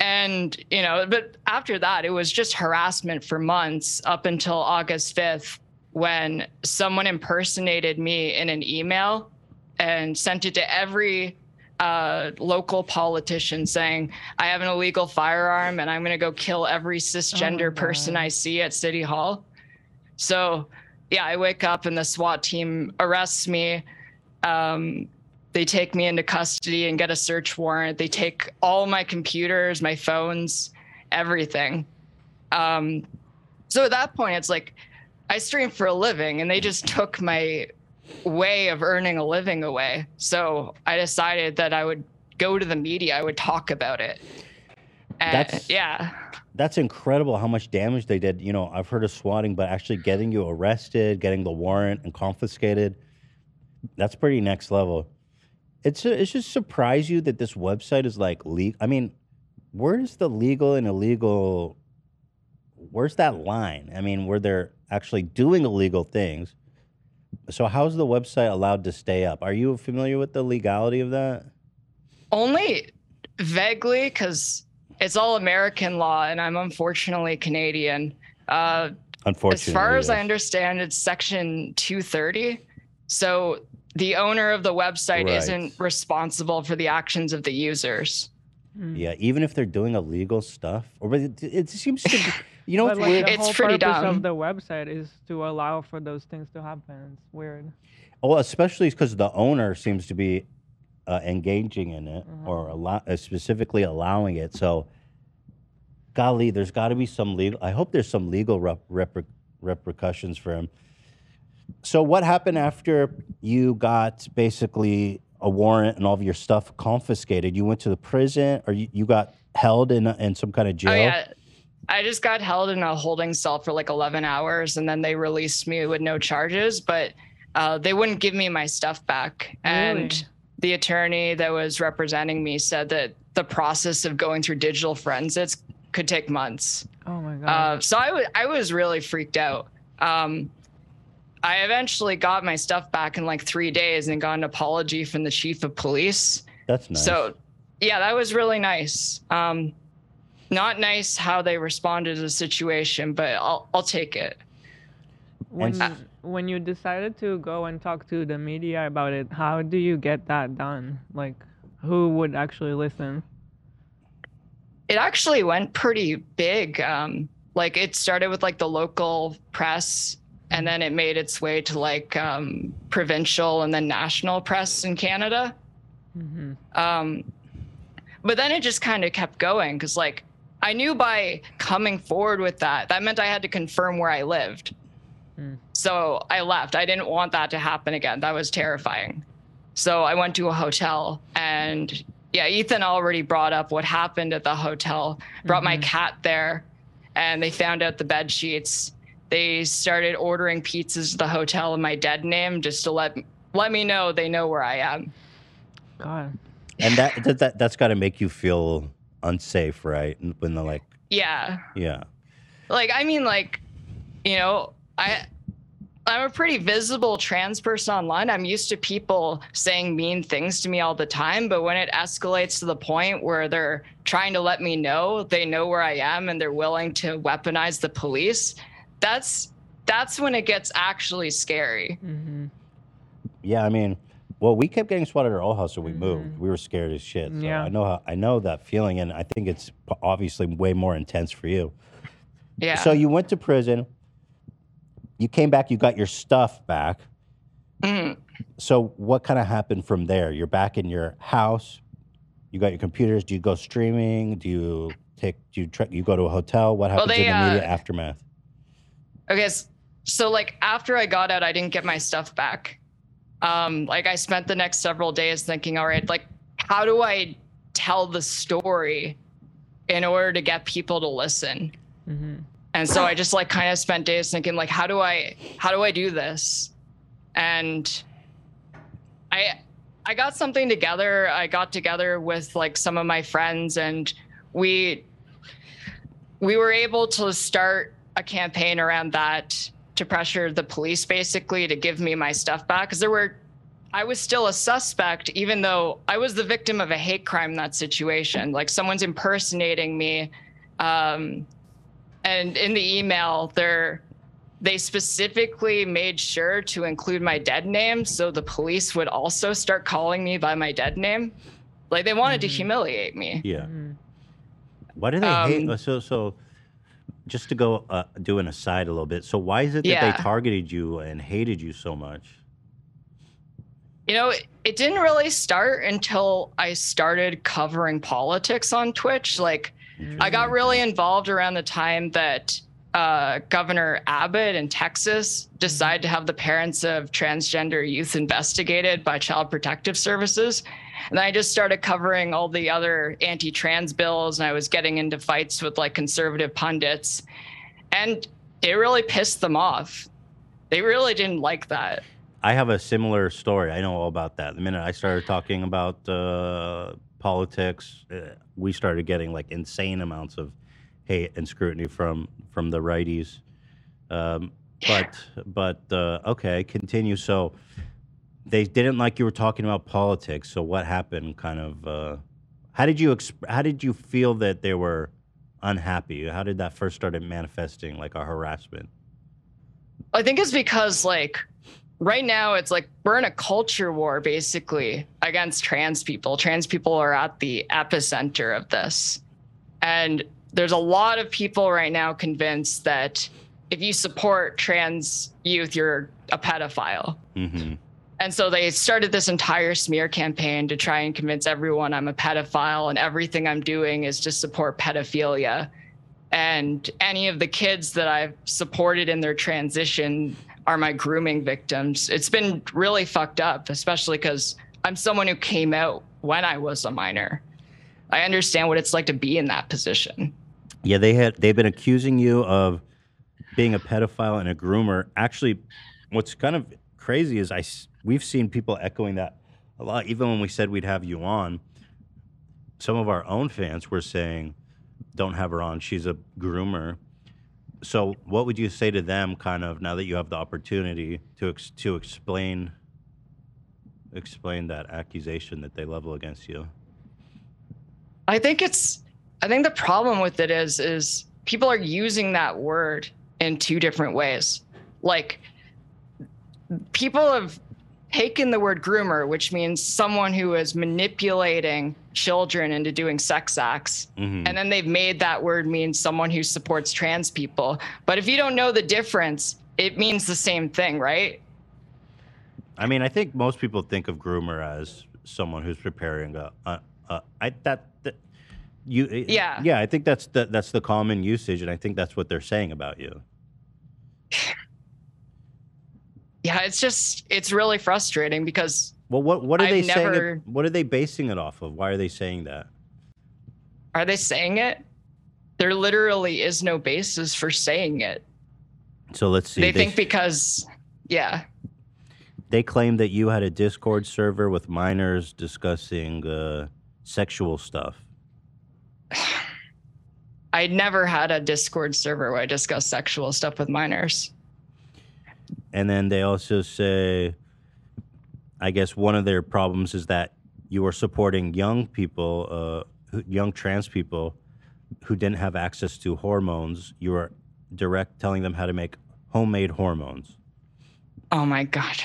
S: and you know, but after that it was just harassment for months up until August 5th when someone impersonated me in an email and sent it to every uh, local politician saying, I have an illegal firearm and I'm going to go kill every cisgender person I see at City Hall. So, yeah, I wake up and the SWAT team arrests me. Um, they take me into custody and get a search warrant. They take all my computers, my phones, everything. Um, so at that point, it's like I stream for a living, and they just took my way of earning a living away. So I decided that I would go to the media. I would talk about it. And
A: That's-
S: yeah,
A: That's incredible how much damage they did. You know, I've heard of swatting, but actually getting you arrested, getting the warrant and confiscated, that's pretty next level. It's it's just surprise you that this website is like legal. I mean, where is the legal and illegal where's that line? I mean, where they're actually doing illegal things. So how's the website allowed to stay up? Are you familiar with the legality of that?
S: only vaguely because it's all American law, and I'm unfortunately Canadian. Uh,
A: Unfortunately.
S: As far as I
A: yes.
S: understand, it's section 230. So the owner of the website
A: Right.
S: isn't responsible for the actions of the users. Hmm.
A: Yeah, even if they're doing illegal stuff, or but it, it seems to, be- you know,
B: But,
A: it's
B: like,
A: weird.
B: The whole purpose of the website is to allow for those things to happen. It's weird.
A: Well, especially because the owner seems to be uh, engaging in it
S: Uh-huh.
A: or allow, uh, specifically allowing it. So, golly, there's got to be some legal. I hope there's some legal rep, repre- repercussions for him. So, what happened after you got basically a warrant and all of your stuff confiscated? You went to the prison, or you, you got held in a, in some kind of jail?
S: Oh, yeah. I just got held in a holding cell for like 11 hours and then they released me with no charges, but uh, they wouldn't give me my stuff back. And
B: Really?
S: the attorney that was representing me said that the process of going through digital forensics could take months.
B: Oh my god.
S: Uh, so I was I was really freaked out. Um, I eventually got my stuff back in like three days and got an apology from the chief of police.
A: That's nice.
S: So yeah, that was really nice. Um, not nice how they responded to the situation, but I'll I'll take it.
B: when
S: Uh,
B: when you decided to go and talk to the media about it, how do you get that done? Like, who would actually listen?
S: it actually went pretty big. Um, like it started with like the local press, and then it made its way to like um, provincial and then national press in Canada.
A: Mm-hmm,
S: Um, but then it just kind of kept going because like I knew by coming forward with that, that meant I had to confirm where I lived. So I left. I didn't want that to happen again. That was terrifying. So I went to a hotel and yeah, Ethan already brought up what happened at the hotel. Brought my cat there and they found out the bed sheets. They started ordering pizzas at the hotel in my dead name just to let let me know they know where I am.
B: God.
A: And that, that, that that's got to make you feel unsafe, right? When they're like,
S: Yeah.
A: yeah,
S: like i mean like you know i i'm a pretty visible trans person online i'm used to people saying mean things to me all the time but when it escalates to the point where they're trying to let me know they know where i am and they're willing to weaponize the police that's that's when it gets actually scary
A: yeah. I mean, well, we kept getting swatted at our old house when we moved. We were scared as shit. So
S: Mm-hmm. Yeah.
A: I know how I know that feeling, and I think it's p- obviously way more intense for you.
S: yeah
A: So you went to prison. You came back. You got your stuff back.
S: Mhm.
A: So what kind of happened from there? You're back in your house. You got your computers. Do you go streaming? Do you take? Do you try, you go to a hotel? What
S: Well,
A: happens
S: they,
A: in the
S: uh,
A: immediate aftermath?
S: Okay, s- so like after I got out, I didn't get my stuff back. Um, like I spent the next several days thinking, all right, like how do I tell the story in order to get people to listen?
A: mm-hmm.
S: And so I just like kind of spent days thinking, like how do I how do I do this? And I I got something together. I got together with like some of my friends, and we we were able to start a campaign around that to pressure the police basically to give me my stuff back because there were I was still a suspect even though I was the victim of a hate crime in that situation like someone's impersonating me um and in the email they're they specifically made sure to include my dead name so the police would also start calling me by my dead name like they wanted to humiliate me
A: Yeah. Why do they hate? uh, So, so just to go uh, do an aside a little bit. So, why is it that
S: Yeah.
A: they targeted you and hated you so much?
S: You know, it- it didn't really start until I started covering politics on Twitch. Like, I got really involved around the time that uh, Governor Abbott in Texas decided to have the parents of transgender youth investigated by Child Protective Services. And I just started covering all the other anti trans bills, and I was getting into fights with like conservative pundits. And it really pissed them off. They really didn't like that.
A: I have a similar story. I know all about that. The minute I started talking about uh, politics, uh, we started getting like insane amounts of hate and scrutiny from from the righties. Um, but but uh, okay, continue. So they didn't like you were talking about politics. So what happened? Kind of uh, how did you exp- how did you feel that they were unhappy? How did that first started manifesting like a harassment?
S: I think it's because like right now it's like we're in a culture war basically against trans people. Trans people are at the epicenter of this. And there's a lot of people right now convinced that if you support trans youth, you're a pedophile.
A: Mm-hmm.
S: And so they started this entire smear campaign to try and convince everyone I'm a pedophile and everything I'm doing is to support pedophilia. And any of the kids that I've supported in their transition are my grooming victims. It's been really fucked up, especially because I'm someone who came out when I was a minor. I understand what it's like to be in that position.
A: Yeah, they had they've been accusing you of being a pedophile and a groomer. Actually, what's kind of crazy is I s- we've seen people echoing that a lot. Even when we said we'd have you on, some of our own fans were saying, "Don't have her on. She's a groomer." So, what would you say to them, kind of now that you have the opportunity to ex- to explain explain that accusation that they level against you?
S: I think it's I think the problem with it is is people are using that word in two different ways. Like people have taken the word groomer, which means someone who is manipulating children into doing sex acts.
A: Mm-hmm.
T: Mhm.
S: And then they've made that word mean someone who supports trans people. But if you don't know the difference, it means the same thing, right?
A: I mean, I think most people think of groomer as someone who's preparing a. a, a I that, that you. eh,
S: Yeah.
A: Yeah, I think that's the that's the common usage, and I think that's what they're saying about you.
S: Yeah, it's just, it's really frustrating because
A: Well, what what are
S: I've
A: they saying? it-
S: never-
A: what are they basing it off of? Why are they saying that?
S: are they saying it? There literally is no basis for saying it.
A: So let's see.
S: they think because, yeah.
A: they claim that you had a Discord server with minors discussing uh, sexual stuff.
S: I never had a Discord server where I discussed sexual stuff with minors.
A: And then they also say, I guess one of their problems is that you are supporting young people, uh, who- young trans people who didn't have access to hormones. You are direct telling them how to make homemade hormones.
S: Oh my god.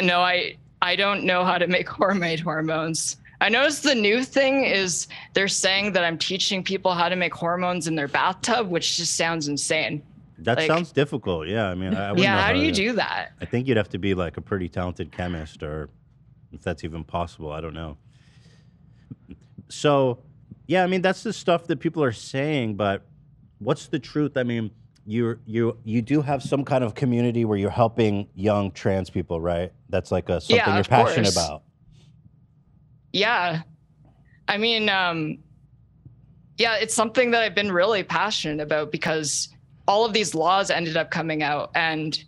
S: No, I I don't know how to make hormone hormones. I noticed the new thing is they're saying that I'm teaching people how to make hormones in their bathtub, which just sounds insane.
A: That
S: Like,
A: sounds difficult. Yeah, I mean, I, I wouldn't
S: Yeah,
A: know
S: how, do you
A: to-
S: do that?
A: I think you'd have to be like a pretty talented chemist, or if that's even possible, I don't know. So, yeah, I mean that's the stuff that people are saying, but what's the truth? I mean, you you you do have some kind of community where you're helping young trans people, right? That's like a, something
S: Yeah,
A: you're
S: of
A: passionate
S: course.
A: about.
S: Yeah. I mean, um, yeah, it's something that I've been really passionate about because all of these laws ended up coming out and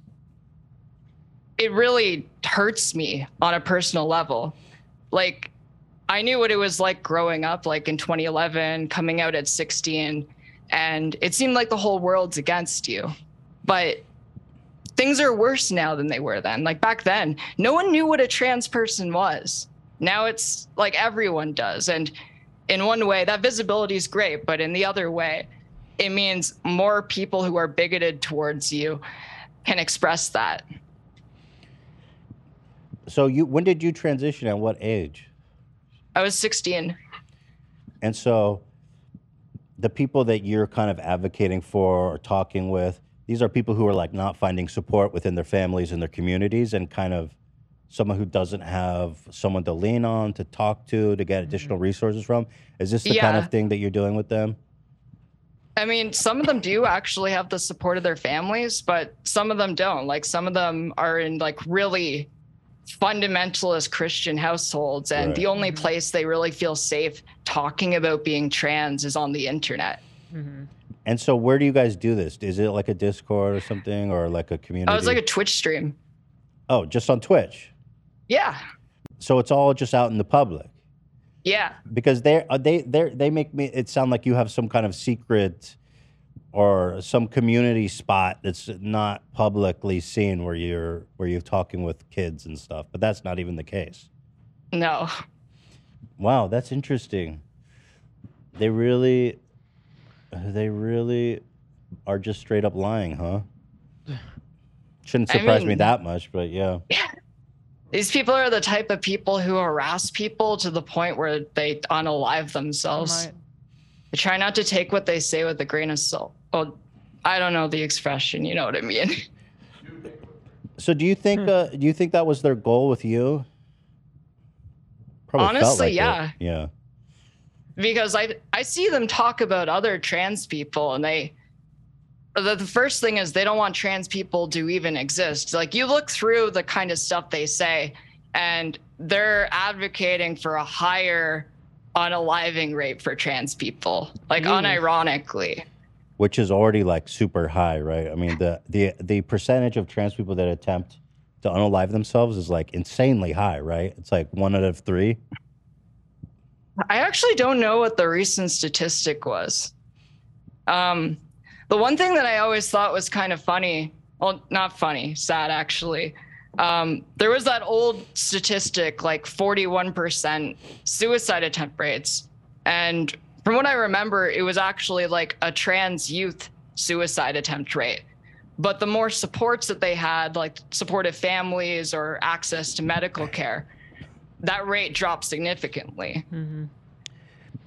S: it really hurts me on a personal level. Like, I knew what it was like growing up, like in 2011, coming out at 16, and it seemed like the whole world's against you. But things are worse now than they were then. Like back then, no one knew what a trans person was. Now it's like everyone does. And in one way, that visibility is great, but in the other way, it means more people who are bigoted towards you can express that.
A: So you when did you transition? At what age?
S: I was 16.
A: And so the people that you're kind of advocating for or talking with, these are people who are like not finding support within their families and their communities and kind of someone who doesn't have someone to lean on, to talk to, to get additional resources from. Is this the kind
S: Mm-hmm. Yeah.
A: of thing that you're doing with them?
S: I mean, some of them do actually have the support of their families, but some of them don't. Like some of them are in like really fundamentalist Christian households and
T: Right.
S: the only place they really feel safe talking about being trans is on the internet.
B: Mm-hmm.
A: And so where do you guys do this? Is it like a Discord or something or like a community?
S: Oh, it's like a Twitch stream.
A: oh, just on Twitch.
S: Yeah.
A: So it's all just out in the public.
S: Yeah.
A: because they uh, they they they make me it sound like you have some kind of secret or some community spot that's not publicly seen where you're where you're talking with kids and stuff but that's not even the case
S: No.
A: wow that's interesting they really they really are just straight up lying huh shouldn't
S: I
A: surprise me
S: mean-
A: that much but yeah
S: These people are the type of people who harass people to the point where they unalive themselves. They try not to take what they say with a grain of salt. Well, I don't know the expression, you know what I mean?
A: so do you
S: Hmm.
A: think uh, do you think that was their goal with you felt
S: Honestly,
A: it.
S: yeah.
A: yeah
S: because I I see them talk about other trans people and they the, the first thing is they don't want trans people to even exist. Like you look through the kind of stuff they say and they're advocating for a higher unaliving rate for trans people. Like
T: Mm.
S: unironically.
A: which is already like super high, right? I mean, the the the percentage of trans people that attempt to unalive themselves is like insanely high, right? It's like one out of three.
S: I actually don't know what the recent statistic was. Um, the one thing that I always thought was kind of funny, well, not funny, sad actually. Um, there was that old statistic like 41% suicide attempt rates. And from what I remember, it was actually like a trans youth suicide attempt rate. But the more supports that they had, like supportive families or access to medical care, that rate dropped significantly.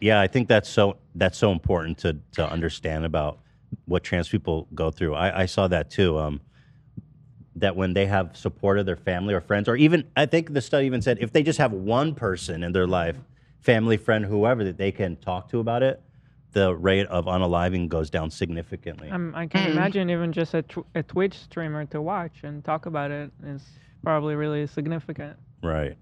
A: Yeah, I think that's so that's so important to to understand about what trans people go through. I, I saw that too. Um, that when they have support of their family or friends, or even I think the study even said if they just have one person in their life, family, friend, whoever that they can talk to about it, the rate of unaliving goes down significantly.
B: Um, I can
S: Mm.
B: imagine even just a, tw- a Twitch streamer to watch and talk about it is probably really significant.
A: Right.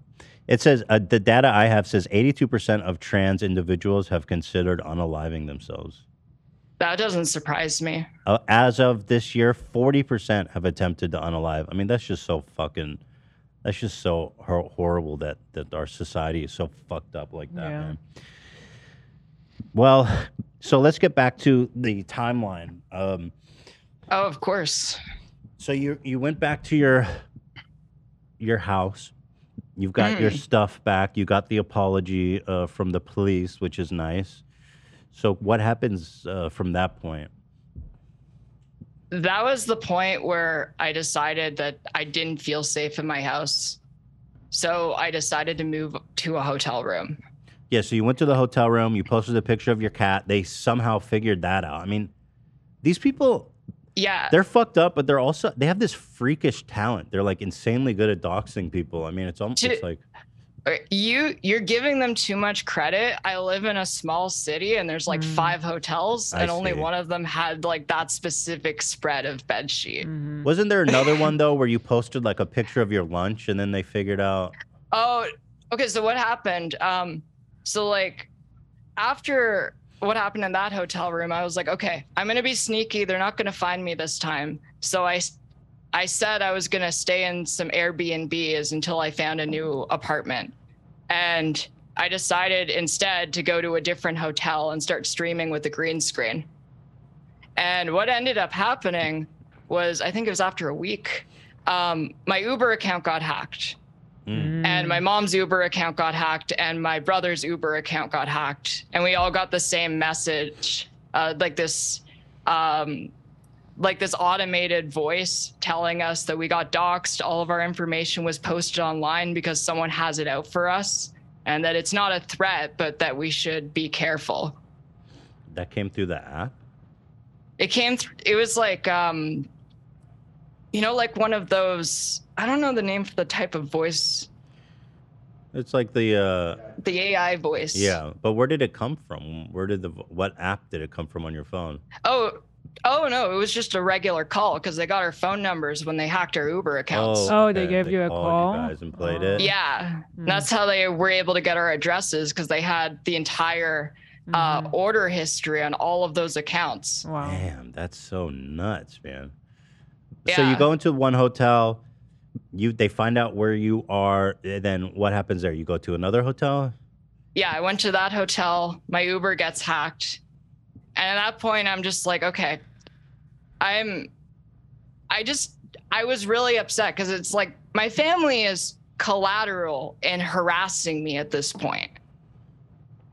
A: It says uh, the data I have says 82% of trans individuals have considered unaliving themselves.
S: That doesn't surprise me.
A: Uh, as of this year, 40% have attempted to unalive. I mean, that's just so fucking, that's just so hor- horrible that, that our society is so fucked up like that,
B: Yeah.
A: man. Well, so let's get back to the timeline. Um,
S: oh, of course.
A: So you you went back to your your house. You've got your
S: Mm.
A: stuff back. You got the apology uh, from the police, which is nice. So what happens uh, from that point?
S: That was the point where I decided that I didn't feel safe in my house. So I decided to move to a hotel room.
A: Yeah, so you went to the hotel room, you posted a picture of your cat. They somehow figured that out. I mean, these people,
S: Yeah.
A: they're fucked up, but they're also, they have this freakish talent. They're like insanely good at doxing people. I mean, it's almost it's
S: To-
A: like,
S: Uh, You you're giving them too much credit. I live in a small city and there's like five hotels
A: I
S: and only
A: see.
S: one of them had like that specific spread of bed sheet.
A: wasn't there another one though where you posted like a picture of your lunch and then they figured out,
S: Oh, okay. So what happened? Um, so like after what happened in that hotel room, I was like, okay, I'm gonna be sneaky. They're not gonna find me this time. So I, s- I said I was gonna stay in some Airbnbs until I found a new apartment, and I decided instead to go to a different hotel and start streaming with a green screen. And what ended up happening was, I think it was after a week, um, my Uber account got hacked
G: Mm.
B: Mm-hmm.
S: and my mom's Uber account got hacked, and my brother's Uber account got hacked, and we all got the same message, uh, like this, um, like this automated voice telling us that we got doxxed, all of our information was posted online because someone has it out for us, and that it's not a threat, but that we should be careful.
A: that came through the app?
S: It came. Th- it was like, um, you know, like one of those. I don't know the name for the type of voice,
A: It's like the uh,
S: the AI voice.
A: yeah, but where did it come from? Where did the what app did it come from on your phone?
S: Oh, oh no, it was just a regular call because they got our phone numbers when they hacked our Uber accounts.
B: Oh, they
A: okay,
B: gave Hmm. you a
A: called
B: call?
A: You guys and played it.
S: Yeah, that's how they were able to get our addresses because they had the entire uh, order history on all of those accounts.
B: Mm-hmm. Wow.
A: Damn, that's so nuts, man. So you
S: Yeah.
A: go into one hotel, you they find out where you are, and then what happens there? You go to another hotel?
S: yeah, I went to that hotel. My Uber gets hacked. And at that point, I'm just like, okay, I'm, I just, I was really upset because it's like my family is collateral in harassing me at this point.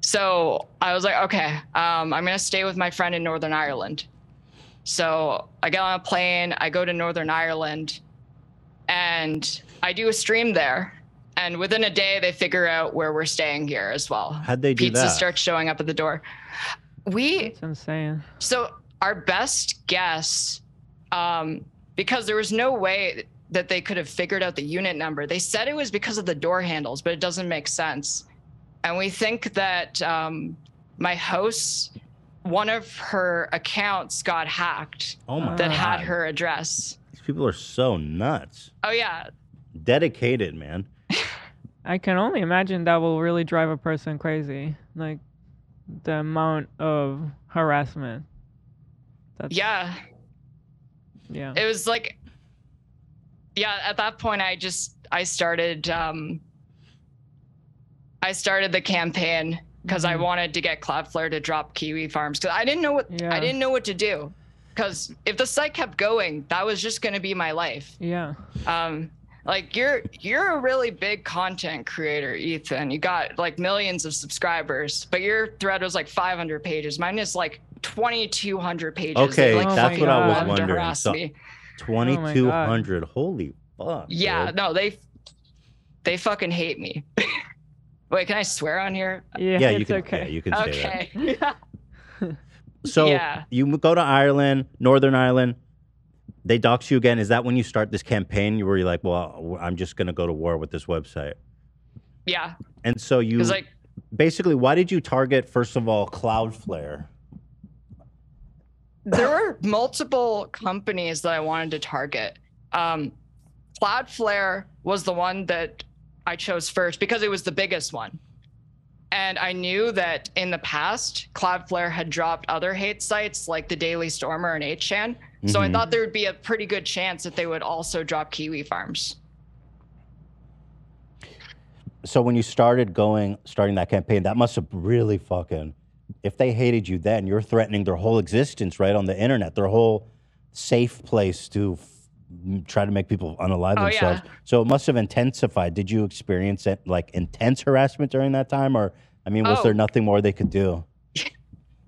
S: So I was like, okay, um, I'm going to stay with my friend in Northern Ireland. So I get on a plane, I go to Northern Ireland, and I do a stream there. And within a day, they figure out where we're staying here as well.
A: How'd they do
S: Pizza
A: that?
S: starts showing up at the door. We
B: That's insane.
S: so our best guess, um, because there was no way that they could have figured out the unit number. They said it was because of the door handles, but it doesn't make sense. And we think that um, my host, one of her accounts got hacked
A: Oh my
S: that had
A: God.
S: her address.
A: These people are so nuts.
S: Oh yeah,
A: Dedicated, man.
S: Oh
B: I can only imagine that will really drive a person crazy. Like the amount of harassment. That's,
S: yeah.
B: Yeah.
S: it was like yeah at that point i just i started um i started the campaign because
B: Mm-hmm.
S: i wanted to get cloudflare to drop kiwi farms because i didn't know what
B: Yeah.
S: i didn't know what to do because if the site kept going that was just going to be my life
B: Yeah.
S: um like you're you're a really big content creator ethan you got like millions of subscribers but your thread was like 500 pages mine is like 2200 pages They,
A: Okay,
S: like,
A: that's
S: fucking
A: what I was
S: love to
A: wondering.
S: harass
A: So
S: me.
A: Twenty two hundred. Holy fuck.
S: Yeah, no, they they fucking hate me. Wait, can I swear on here?
A: Yeah, Yeah, you it's can- okay. yeah, you can say that.
S: okay. that.
A: So
S: Yeah.
A: you m- go to Ireland, Northern Ireland. They dox you again. Is that when you start this campaign where you're like, well, I'm just going to go to war with this website?
S: yeah.
A: And so you
S: 'Cause, like-
A: basically, why did you target first of all Cloudflare?
S: there were multiple companies that I wanted to target. Um, Cloudflare was the one that I chose first because it was the biggest one. And I knew that in the past, Cloudflare had dropped other hate sites like the Daily Stormer and 8chan. So I
A: Mhm.
S: thought there would be a pretty good chance that they would also drop Kiwi Farms.
A: So when you started going, starting that campaign, that must have really fucking. If they hated you then, you're threatening their whole existence, right, on the internet, their whole safe place to f- m- try to make people unalive
S: Oh,
A: themselves.
S: yeah.
A: So it must have intensified. Did you experience it, like intense harassment during that time, or I mean, was
S: Oh.
A: there nothing more they could do?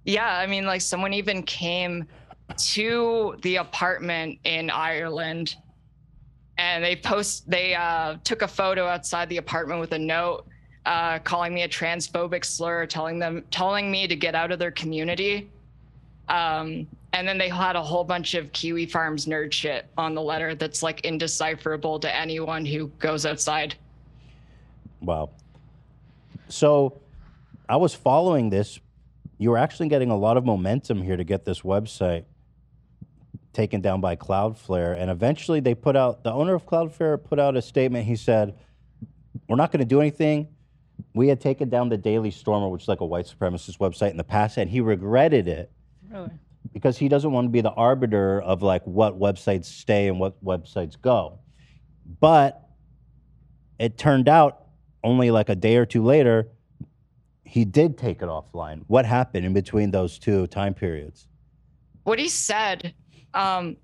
S: Yeah, I mean, like someone even came to the apartment in Ireland, and they post they uh, took a photo outside the apartment with a note uh, calling me a transphobic slur, telling them telling me to get out of their community. Um, and then they had a whole bunch of Kiwi Farms nerd shit on the letter that's like indecipherable to anyone who goes outside.
A: Wow. So I was following this. You were actually getting a lot of momentum here to get this website taken down by Cloudflare. And eventually they put out, the owner of Cloudflare put out a statement. He said, We're not going to do anything. We had taken down the Daily Stormer, which is like a white supremacist website in the past, and he regretted it
S: Mm.
B: Really?
A: because he doesn't want to be the arbiter of like what websites stay and what websites go. But it turned out only like a day or two later, he did take it offline. What happened in between those two time periods?
S: what he said um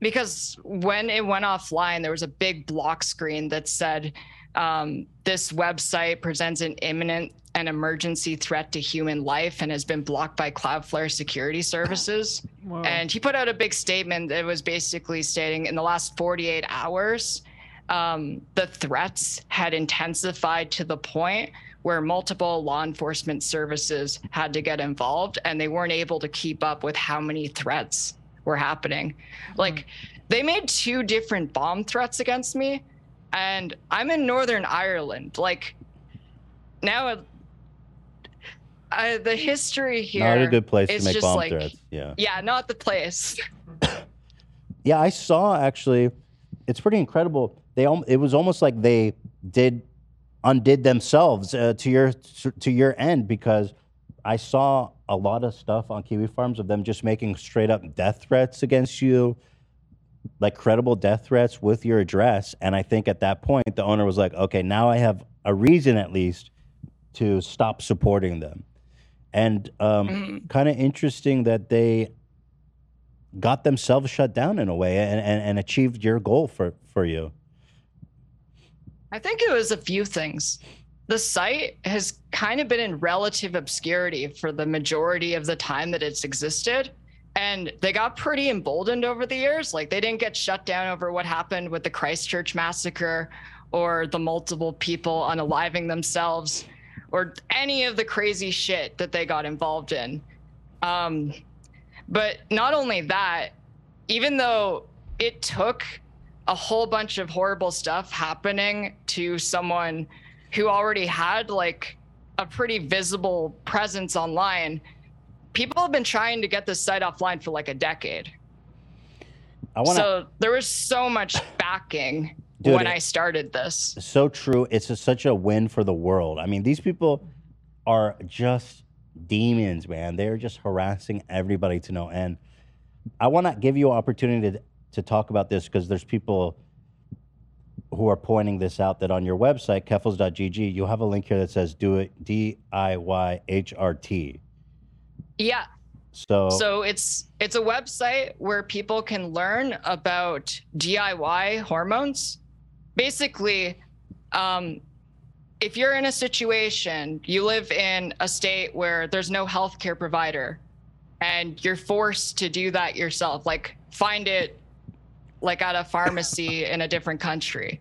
S: because when it went offline there was a big block screen that said um, this website presents an imminent and emergency threat to human life and has been blocked by cloudflare security services
B: Whoa.
S: and he put out a big statement that was basically stating in the last 48 hours um, the threats had intensified to the point where multiple law enforcement services had to get involved and they weren't able to keep up with how many threats were happening.
A: Mm-hmm.
S: Like they made two different bomb threats against me and I'm in Northern Ireland. Like now it- I, the history here
A: Not a good place to
S: is
A: make
S: just
A: bomb
S: like-
A: threats. Yeah.
S: Yeah, not the place.
A: Yeah, I saw actually. It's pretty incredible. They al- it was almost like they did undid themselves uh, to your to your end because I saw a lot of stuff on Kiwi Farms of them just making straight up death threats against you, like credible death threats with your address. And I think at that point the owner was like, okay, now I have a reason at least to stop supporting them. And um, kind of interesting that they got themselves shut down in a way and, and, and achieved your goal for, for you.
S: I think it was a few things. The site has kind of been in relative obscurity for the majority of the time that it's existed. And they got pretty emboldened over the years. Like they didn't get shut down over what happened with the Christchurch massacre or the multiple people unaliving themselves or any of the crazy shit that they got involved in. Um, but not only that, even though it took a whole bunch of horrible stuff happening to someone who already had like a pretty visible presence online, people have been trying to get this site offline for like a decade.
A: I want to.
S: so there was so much backing
A: Dude,
S: when
A: it-
S: I started this.
A: so true. It's a, such a win for the world. I mean, these people are just demons, man. They're just harassing everybody to no end. I want to give you an opportunity to, to talk about this because there's people who are pointing this out that on your website, keffels.gg, you have a link here that says do it DIYHRT.
S: Yeah.
A: So,
S: So it's it's a website where people can learn about DIY hormones. Basically, um, if you're in a situation, you live in a state where there's no healthcare provider, and you're forced to do that yourself, like find it like at a pharmacy in a different country.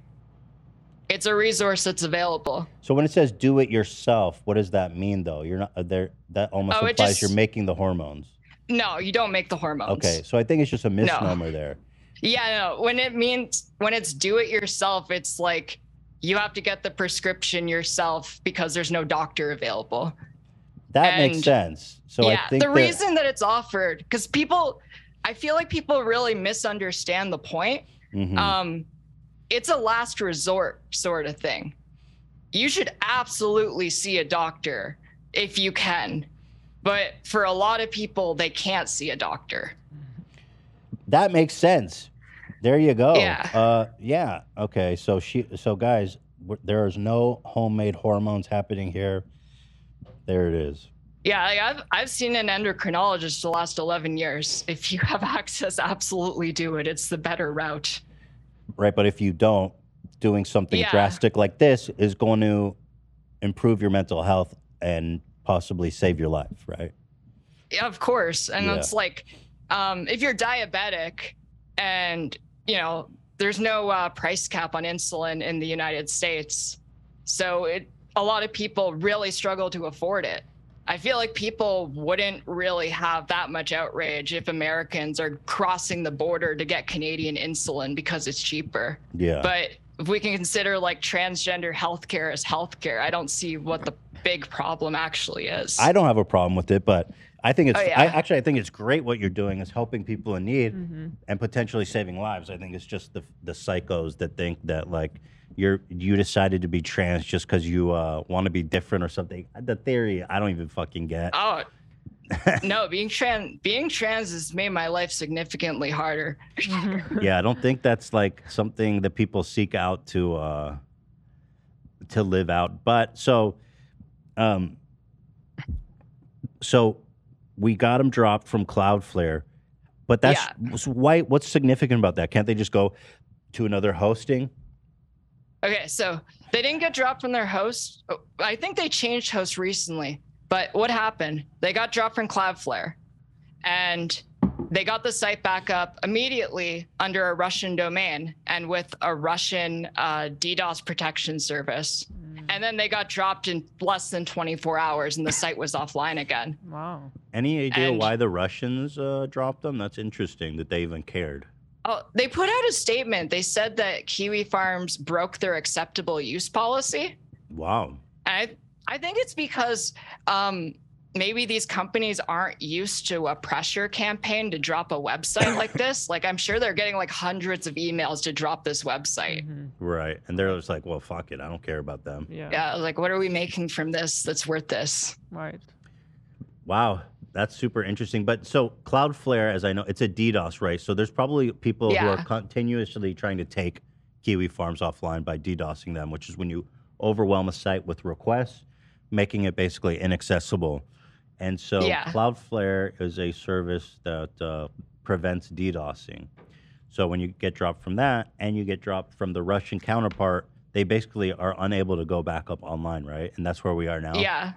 S: It's a resource that's available.
A: So when it says do it yourself, what does that mean though? You're not uh, there. That almost
S: Oh, it
A: implies
S: just-
A: you're making the hormones.
S: No, you don't make the hormones.
A: Okay, so I think it's just a misnomer there.
S: Yeah, no. When it means when it's do it yourself, it's like you have to get the prescription yourself because there's no doctor available.
A: That
S: And-
A: makes sense. So
S: yeah,
A: I think
S: the
A: that-
S: reason that it's offered because people, I feel like people really misunderstand the point.
A: Mhm.
S: Um, it's a last resort sort of thing. You should absolutely see a doctor if you can, but for a lot of people, they can't see a doctor.
A: That makes sense. There you go.
S: Yeah.
A: Uh, yeah. Okay. So she. So guys, w- there is no homemade hormones happening here. There it is.
S: Yeah, like I've I've seen an endocrinologist the last eleven years. If you have access, absolutely do it. It's the better route.
A: Right. But if you don't, doing something
S: Yeah.
A: drastic like this is going to improve your mental health and possibly save your life. Right.
S: Yeah, of course. And
A: Yeah.
S: it's like, um, if you're diabetic, and you know, there's no uh, price cap on insulin in the United States, so it a lot of people really struggle to afford it. I feel like people wouldn't really have that much outrage if Americans are crossing the border to get Canadian insulin because it's cheaper.
A: Yeah.
S: But if we can consider like transgender healthcare as healthcare, I don't see what the big problem actually is.
A: I don't have a problem with it, but I think it's
S: Oh,
A: I,
S: yeah.
A: actually I think it's great what you're doing is helping people in need
S: Mm-hmm.
A: and potentially saving lives. I think it's just the the psychos that think that like you're you decided to be trans just because you uh, want to be different or something. The theory I don't even fucking get.
S: Oh no, being trans being trans has made my life significantly harder.
A: yeah, I don't think that's like something that people seek out to uh to live out. But so um so we got him dropped from Cloudflare. But that's so why what's significant about that? Can't they just go to another hosting?
S: Okay, so they didn't get dropped from their host. Oh, I think they changed host recently, but what happened? They got dropped from Cloudflare and they got the site back up immediately under a Russian domain and with a Russian uh, DDoS protection service. And then they got dropped in less than 24 hours and the site was offline again.
B: Wow.
A: Any idea
S: And-
A: why the Russians uh, dropped them? That's interesting that they even cared.
S: Oh, they put out a statement. They said that Kiwi Farms broke their acceptable use policy.
A: Wow.
S: And I, I think it's because um, maybe these companies aren't used to a pressure campaign to drop a website like this. Like, I'm sure they're getting like hundreds of emails to drop this website.
A: Mm-hmm. Right. And they're just like, well, fuck it. I don't care about them.
S: Mm. Yeah. Like, what are we making from this that's worth this?
B: Right.
A: Wow, that's super interesting. But so Cloudflare, as I know, it's a DDoS, right? So there's probably people who
S: Yeah.
A: are continuously trying to take Kiwi Farms offline by DDoSing them, which is when you overwhelm a site with requests, making it basically inaccessible. And so
S: Yeah.
A: Cloudflare is a service that uh, prevents DDoSing. So when you get dropped from that and you get dropped from the Russian counterpart, they basically are unable to go back up online, right? And that's where we are now.
S: Yeah.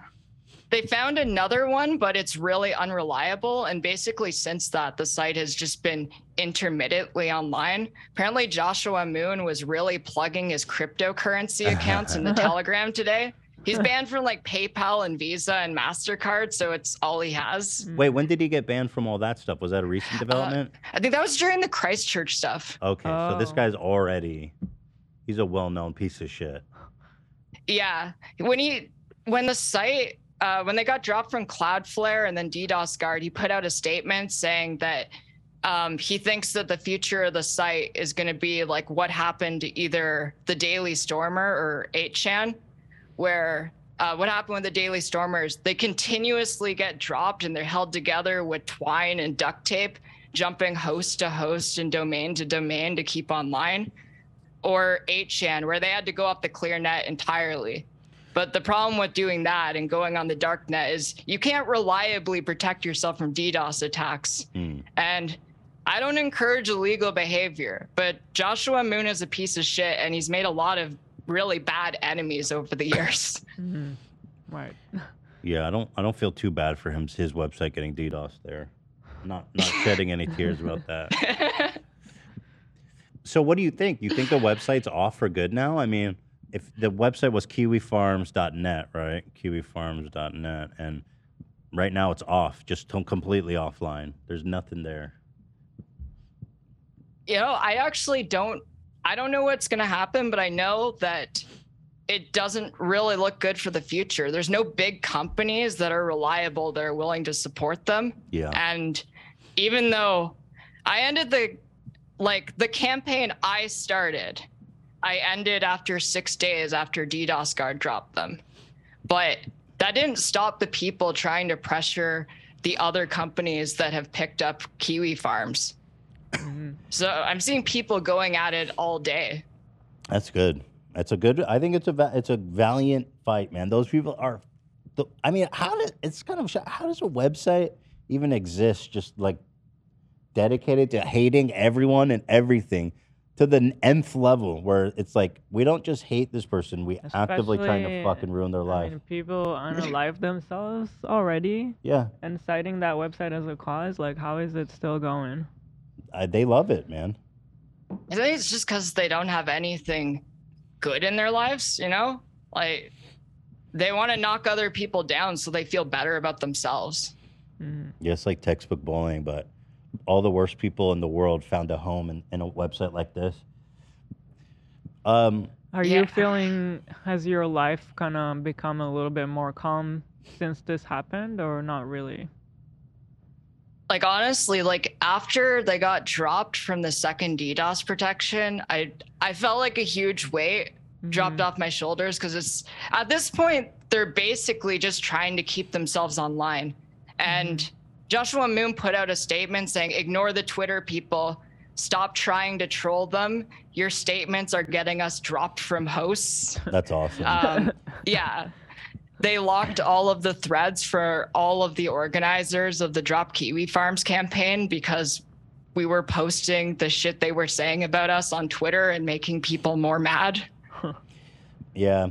S: They found another one, but it's really unreliable. And basically, since that, the site has just been intermittently online. Apparently, Joshua Moon was really plugging his cryptocurrency accounts in the Telegram today. He's banned from like PayPal and Visa and MasterCard, so it's all he has.
A: Wait, when did he get banned from all that stuff? Was that a recent development?
S: Mm-hmm. Uh, I think that was during the Oh. Christchurch stuff.
A: okay, so this guy's already he's a well-known piece of shit.
S: Yeah. When he when the site uh, when they got dropped from Cloudflare and then DDoS Guard, he put out a statement saying that um, he thinks that the future of the site is going to be like what happened to either the Daily Stormer or 8chan, where uh, what happened with the Daily Stormers, they continuously get dropped and they're held together with twine and duct tape, jumping host to host and domain to domain to keep online or 8chan where they had to go up the clear net entirely. But the problem with doing that and going on the dark net is you can't reliably protect yourself from DDoS attacks.
A: Mm.
S: And I don't encourage illegal behavior, but Joshua Moon is a piece of shit and he's made a lot of really bad enemies over the years.
B: Mm-hmm. Right.
A: Yeah, I don't I don't feel too bad for him his website getting DDoS there. Not not shedding any tears about that. So what do you think? You think the website's off for good now? I mean, if the website was kiwifarms.net, right? kiwifarms.net and right now it's off, just to- completely offline. There's nothing there.
S: you know, I actually don't I don't know what's going to happen, but I know that it doesn't really look good for the future. There's no big companies that are reliable that are willing to support them.
A: Yeah.
S: And even though I ended the like the campaign I started, I ended after 6 days after DDoS guard dropped them. But that didn't stop the people trying to pressure the other companies that have picked up kiwi farms. So I'm seeing people going at it all day.
A: That's good. That's a good. I think it's a va- it's a valiant fight, man. Those people are. The, I mean, how does it's kind of sh- how does a website even exist? Just like dedicated to hating everyone and everything to the nth level, where it's like we don't just hate this person, we actively trying to
B: Especially,
A: fucking ruin their life.
B: And people unalive themselves already.
A: Yeah.
B: And citing that website as a cause, like, how is it still going?
A: I, they love it, man.
S: I think it's just because they don't have anything good in their lives, you know? Like they want to knock other people down so they feel better about themselves.
A: Yeah, it's like textbook bullying, but all the worst people in the world found a home in, in a website like this. Um,
B: Are you feeling, has your life kind of become a little bit more calm since this happened, or not really?
S: Like honestly, like after they got dropped from the second DDoS protection, I I felt like a huge weight dropped off my shoulders because it's at this point they're basically just trying to keep themselves online. And Joshua Moon put out a statement saying, ignore the Twitter people. Stop trying to troll them. Your statements are getting us dropped from hosts.
A: That's awesome.
S: Um, yeah. They locked all of the threads for all of the organizers of the Drop Kiwi Farms campaign because we were posting the shit they were saying about us on Twitter and making people more mad.
A: Yeah.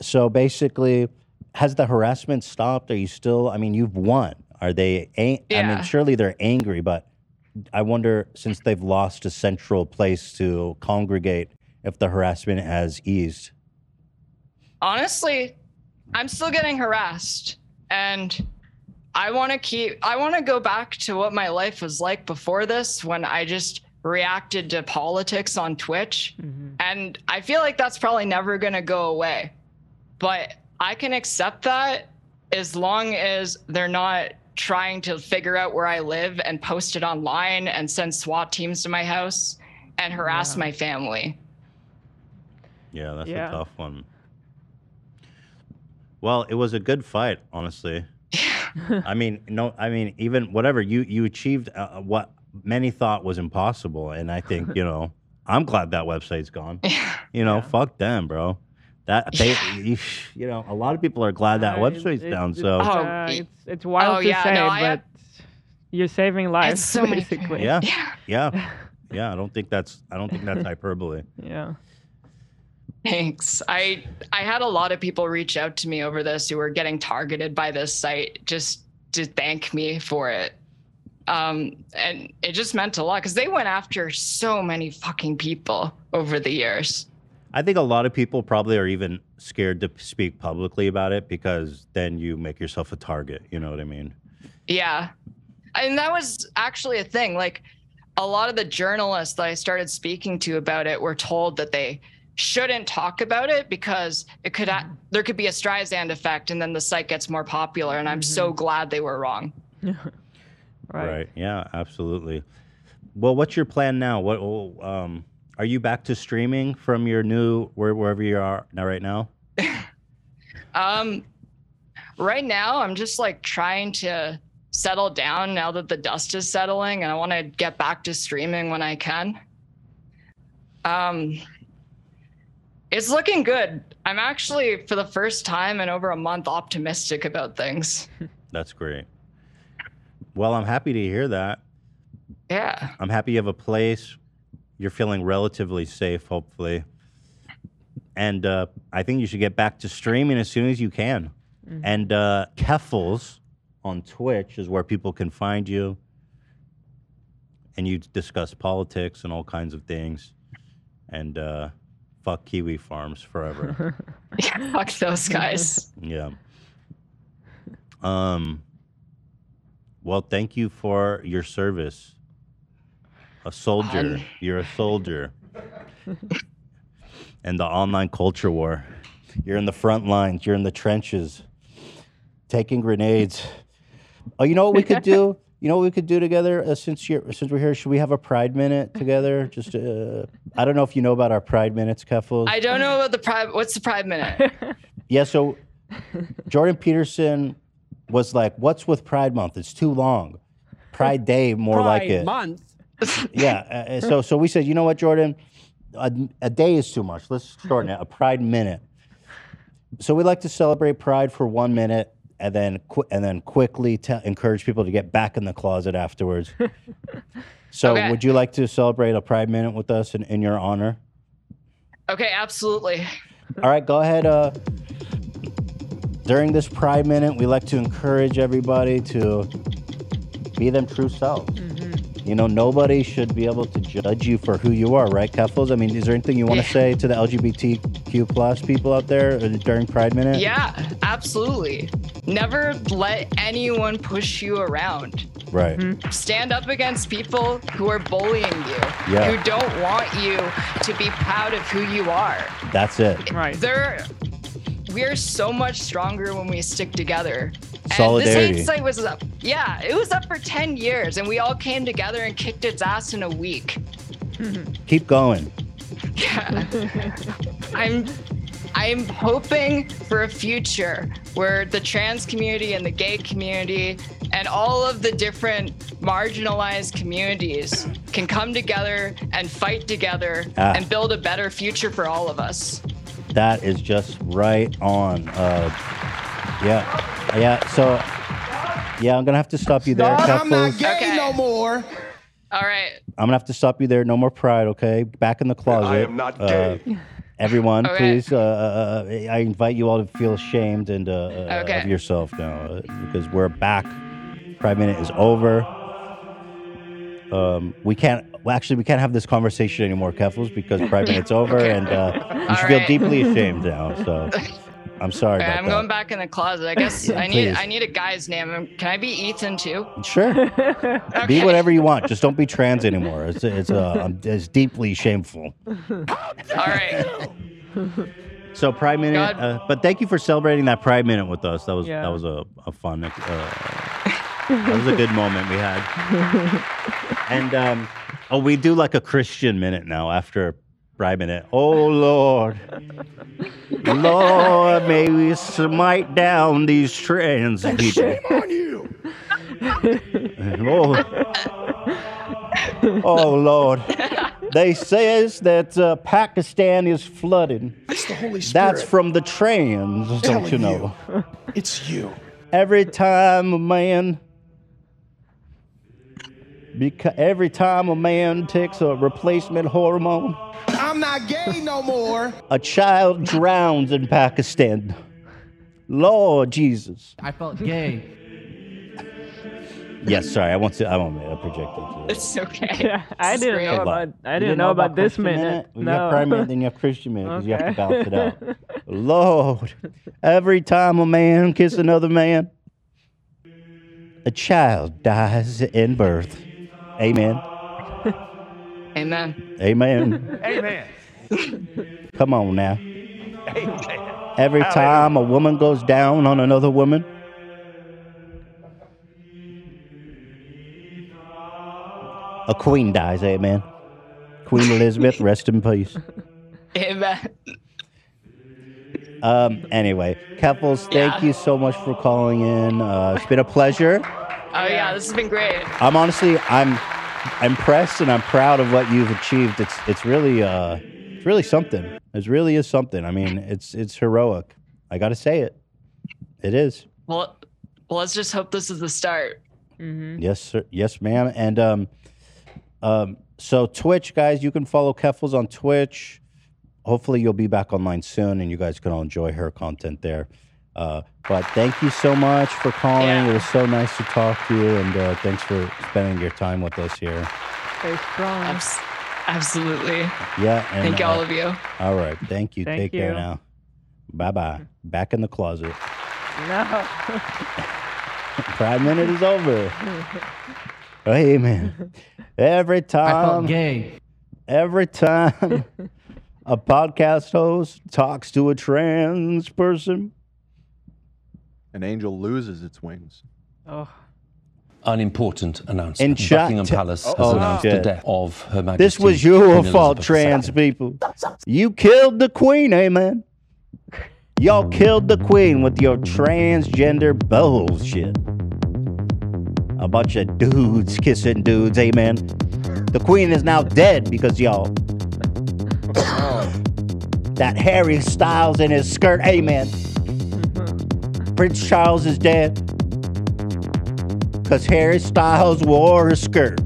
A: So basically, has the harassment stopped? Are you still? I mean, you've won. Are they? Ang- I mean,
S: Yeah.
A: surely they're angry, but I wonder since they've lost a central place to congregate, if the harassment has eased.
S: honestly, I'm still getting harassed and I want to keep I want to go back to what my life was like before this when I just reacted to politics on Twitch and I feel like that's probably never going to go away. But I can accept that as long as they're not trying to figure out where I live and post it online and send SWAT teams to my house and harass my family.
A: Yeah, that's
S: Yeah.
A: a tough one. Well, it was a good fight, honestly. I mean, no, I mean, even whatever you you achieved, uh, what many thought was impossible, and I think you know, I'm glad that website's gone. you know, fuck them, bro. That they, you, know, a lot of people are glad that website's
B: It-
A: down.
B: it's,
A: So,
B: uh, it's, it's wild
S: Oh,
B: to
S: yeah,
B: say,
S: no, I
B: but
S: had-
B: you're saving lives,
S: so many-
B: basically.
A: yeah, yeah, yeah. I don't think that's I don't think that's hyperbole.
B: Yeah.
S: Thanks. I I had a lot of people reach out to me over this who were getting targeted by this site just to thank me for it. Um, and it just meant a lot because they went after so many fucking people over the years.
A: I think a lot of people probably are even scared to speak publicly about it because then you make yourself a target. You know what I mean?
S: Yeah. And that was actually a thing. Like a lot of the journalists that I started speaking to about it were told that they shouldn't talk about it because it could ha- there could be a Streisand effect and then the site gets more popular and I'm so glad they were wrong.
A: Right. Yeah, absolutely. Well, what's your plan now? What oh, um, are you back to streaming from your new where, wherever you are now right now?
S: Um, right now, I'm just like trying to settle down now that the dust is settling, and I want to get back to streaming when I can. Um, it's looking good. I'm actually, for the first time in over a month, optimistic about things.
A: That's great. Well, I'm happy to hear that.
S: Yeah.
A: I'm happy you have a place. You're feeling relatively safe, hopefully. And uh, I think you should get back to streaming as soon as you can. And uh, Keffels on Twitch is where people can find you. and you discuss politics and all kinds of things, and uh, fuck kiwi farms forever.
S: Yeah, fuck those guys.
A: yeah. Um. Well, thank you for your service. A soldier.
S: Um.
A: You're a soldier. and the online culture war. You're in the front lines. You're in the trenches, taking grenades. Oh, you know what we could do? You know what we could do together? Uh, since you're since we're here, should we have a Pride Minute together? Just uh, I don't know if you know about our Pride Minutes, Keffels.
S: I don't know about the private. What's the private minute?
A: Yeah, so Jordan Peterson was like, "What's with Pride Month? It's too long. Pride Day, more like it."
T: Month.
A: Yeah. uh, uh, so, so we said, you know what, Jordan, a, a day is too much. Let's shorten it. A Pride Minute. So we like to celebrate Pride for one minute, and then qui- and then quickly te- encourage people to get back in the closet afterwards. so,
S: Okay.
A: would you like to celebrate a Pride Minute with us in, in your honor?
S: okay, absolutely.
A: All right, go ahead. Uh, during this Pride Minute, we like to encourage everybody to be them true selves.
S: Mm-hmm.
A: You know, nobody should be able to judge you for who you are, right, Keffels? I mean, is there anything you want to
S: Yeah.
A: say to the LGBTQ plus people out there uh, during Pride Minute?
S: Yeah, absolutely. Never let anyone push you around.
A: Right.
S: Mm-hmm. Stand up against people who are bullying you,
A: Yeah.
S: who don't want you to be proud of who you are.
A: That's it.
B: Right.
S: They're, we're so much stronger when we stick together. And
A: Solidarity.
S: this hate site was up. Yeah, it was up for 10 years, and we all came together and kicked its ass in a week.
A: Keep going.
S: Yeah. I'm I'm hoping for a future where the trans community and the gay community and all of the different marginalized communities can come together and fight together
A: Ah.
S: and build a better future for all of us.
A: That is just right on. Uh, yeah. Yeah. So, yeah, I'm going to have to stop you there, Keffels.
G: I'm not gay no more.
S: All right.
A: I'm gonna have to stop you there. No more pride, okay? Back in the closet.
G: I am not gay.
A: Uh, everyone,
S: Okay.
A: please. Uh, uh, uh, I invite you all to feel ashamed and uh, uh,
S: Okay.
A: of yourself now uh, because we're back. Pride minute is over. Um, we can't. Well, actually, we can't have this conversation anymore, Keffels, because Pride minute's over, and uh, you should feel
S: right.
A: deeply ashamed now. So, I'm sorry
S: All right,
A: about
S: I'm
A: that.
S: going back in the closet. I guess
A: Yeah,
S: I need
A: please.
S: I need a guy's name. Um, Can I be Ethan too?
A: Sure. Be whatever you want. Just don't be trans anymore. It's it's uh, um, it's deeply shameful.
S: All right.
A: So Pride Minute,
S: God.
A: uh, but thank you for celebrating that Pride Minute with us. That was
S: Yeah.
A: that was a, a fun, uh, that was a good moment we had. And um, oh, we do like a Christian minute now after Pride Minute. Oh Lord, Lord, may we smite down these trans people. oh, oh Lord, they says that uh, Pakistan is flooded.
G: It's the Holy Spirit.
A: That's from the trans, don't
G: telling
A: you know?
G: you. It's you.
A: Every time a man, beca- every time a man takes a replacement hormone,
G: I'm not gay no more.
A: a child drowns in Pakistan. Lord Jesus.
T: I felt gay.
A: Yes, sorry, I want to. I want to project it.
S: It's okay.
B: Yeah, I didn't know
A: Good luck.
B: about Oh, I
A: You
B: didn't, know about, this
A: Christian
B: minute.
A: We
B: no.
A: got prime minute, then you have Christian minute because you have to
B: Okay.
A: balance it out. Lord, every time a man kisses another man, a child dies in birth. Amen.
S: Amen.
A: Amen.
T: Amen.
A: Come on now.
T: Amen.
A: Every time a woman goes down on another woman, a queen dies. Amen. Queen Elizabeth, rest in peace.
S: Amen.
A: Um, anyway, Keffels, thank you so much for calling in. Uh, it's been a pleasure.
S: Oh yeah, this has been great.
A: I'm honestly, I'm impressed and I'm proud of what you've achieved. It's it's really uh, it's really something. It really is something. I mean, it's it's heroic. I got to say it. It is.
S: Well, well, let's just hope this is the start. Mm-hmm.
A: Yes, sir. Yes, ma'am. And um, um, so Twitch guys, you can follow Keffels on Twitch. Hopefully, you'll be back online soon, and you guys can all enjoy her content there. Uh, but thank you so much for calling. It was so nice to talk to you, and uh, thanks for spending your time with us here.
B: Stay strong.
S: Abs- absolutely.
A: Yeah. and,
S: Thank
A: uh,
S: all of you.
A: All right. Thank you.
S: Thank
A: Take care
S: you.
A: now. Bye bye. Back in the closet. Prime minute is over. Hey man. Every time Every time a podcast host talks to a trans person.
E: An angel loses its wings.
B: Oh.
D: An important announcement.
A: And shut-
D: Buckingham Palace has
A: Oh,
D: announced the
A: shit.
D: death of Her Majesty.
A: This was
D: Queen
A: your
D: Elizabeth
A: fault,
D: II.
A: trans people. You killed the queen, amen. Y'all killed the queen with your transgender bullshit. A bunch of dudes kissing dudes, amen. The queen is now dead because y'all. that Harry Styles in his skirt, amen. Prince Charles is dead because Harry Styles wore a skirt.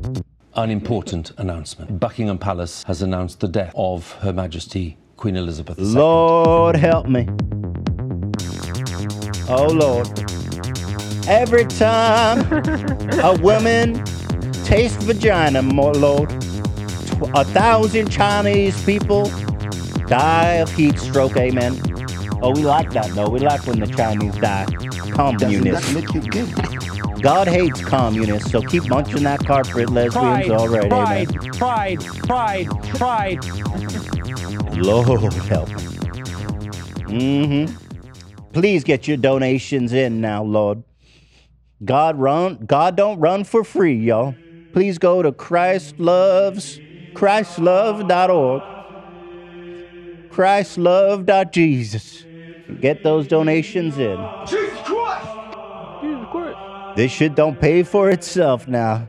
D: An important announcement. Buckingham Palace has announced the death of Her Majesty Queen Elizabeth II.
A: Lord help me. Oh Lord. Every time a woman tastes vagina, more Lord, tw- a thousand Chinese people die of heat stroke, amen. Oh, we like that though. We like when the Chinese die. Communists. God hates communists, so keep munching that carpet, lesbians.
G: Pride,
A: All right,
G: pride,
A: amen.
G: pride, pride, pride.
A: Lord help. Mm-hmm. Please get your donations in now, Lord. God run, God don't run for free, y'all. Please go to Christ loves, christlove.org, christlove.jesus. Get those donations in.
G: Jesus Christ! Jesus Christ!
A: This shit don't pay for itself now.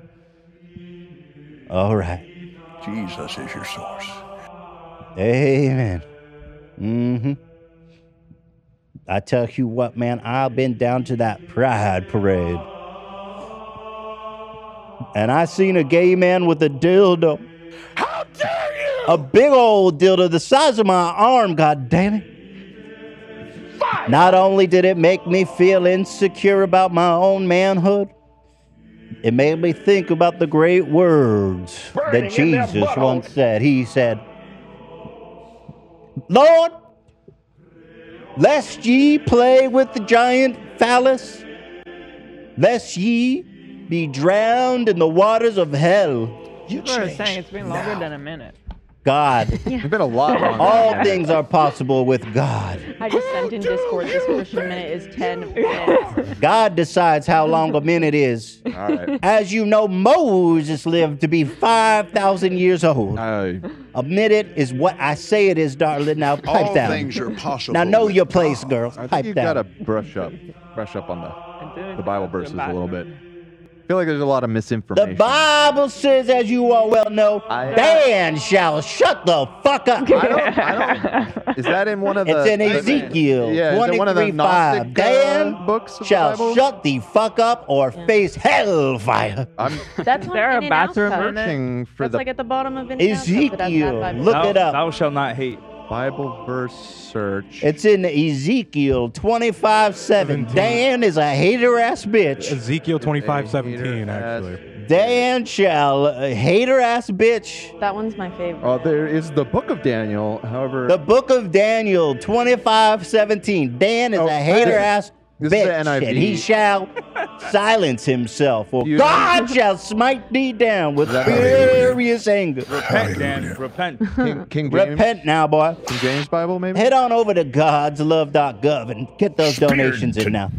A: All right.
G: Jesus is your source.
A: Amen. Mm-hmm. I tell you what, man, I've been down to that pride parade. And I seen a gay man with a dildo. How dare you! A big old dildo the size of my arm, god damn it. Not only did it make me feel insecure about my own manhood, it made me think about the great words
G: Burning
A: that
G: in their
A: Jesus
G: buttholes.
A: once said. He said, Lord, lest ye play with the giant phallus, lest ye be drowned in the waters of hell.
B: You were saying it's been longer than a minute.
A: God. It's been a lot.
B: longer than
A: All
B: that.
A: things are possible with God.
Q: I just sent in Discord this Christian minute is 10 minutes.
A: God decides how long a minute is.
Q: right.
A: As you know, Moses lived to be 5,000 years old. a minute is what I say it is, darling. Now pipe
M: All
A: down.
M: things are possible
A: Now know
M: with
A: your place, girl.
E: Oh, I
A: pipe
E: think you
A: down.
E: gotta brush up, brush up on the the Bible verses a little bit. I feel like there's a lot of
A: The
E: misinformation.
A: Bible says, as you all well know, man shall shut the fuck up.
E: Is that in one of the?
A: it's in
E: the-
A: Ezekiel
E: Yeah, is it one of the
A: 23
E: Gnostic? uh,
A: 5. Dan shall shut the fuck up or face hellfire.
E: I'm
Q: That's
B: Is there a
Q: in
B: bathroom
Q: Cup.
B: in it? Searching for
Q: That's
E: the-
Q: like at the bottom of in
I: Thou-
A: Thou
I: shalt not hate.
E: Bible verse search.
A: It's in Ezekiel 25 7. Dan is a hater ass bitch.
C: Ezekiel 25, 17, actually.
A: Dan shall uh, hater ass bitch.
Q: That one's my favorite.
E: Oh, there is the Book of Daniel. However,
A: The book of Daniel 25 17. Dan is a hater ass
E: this is the
A: bitch.
E: NIV.
A: And he shall silence himself, or God shall smite thee down with
E: That-
A: furious anger.
I: Repent, Dan. Repent.
E: King, King James.
A: Repent now, boy.
E: King James Bible, maybe?
A: Head on over to godslove.gov and get those donations in now.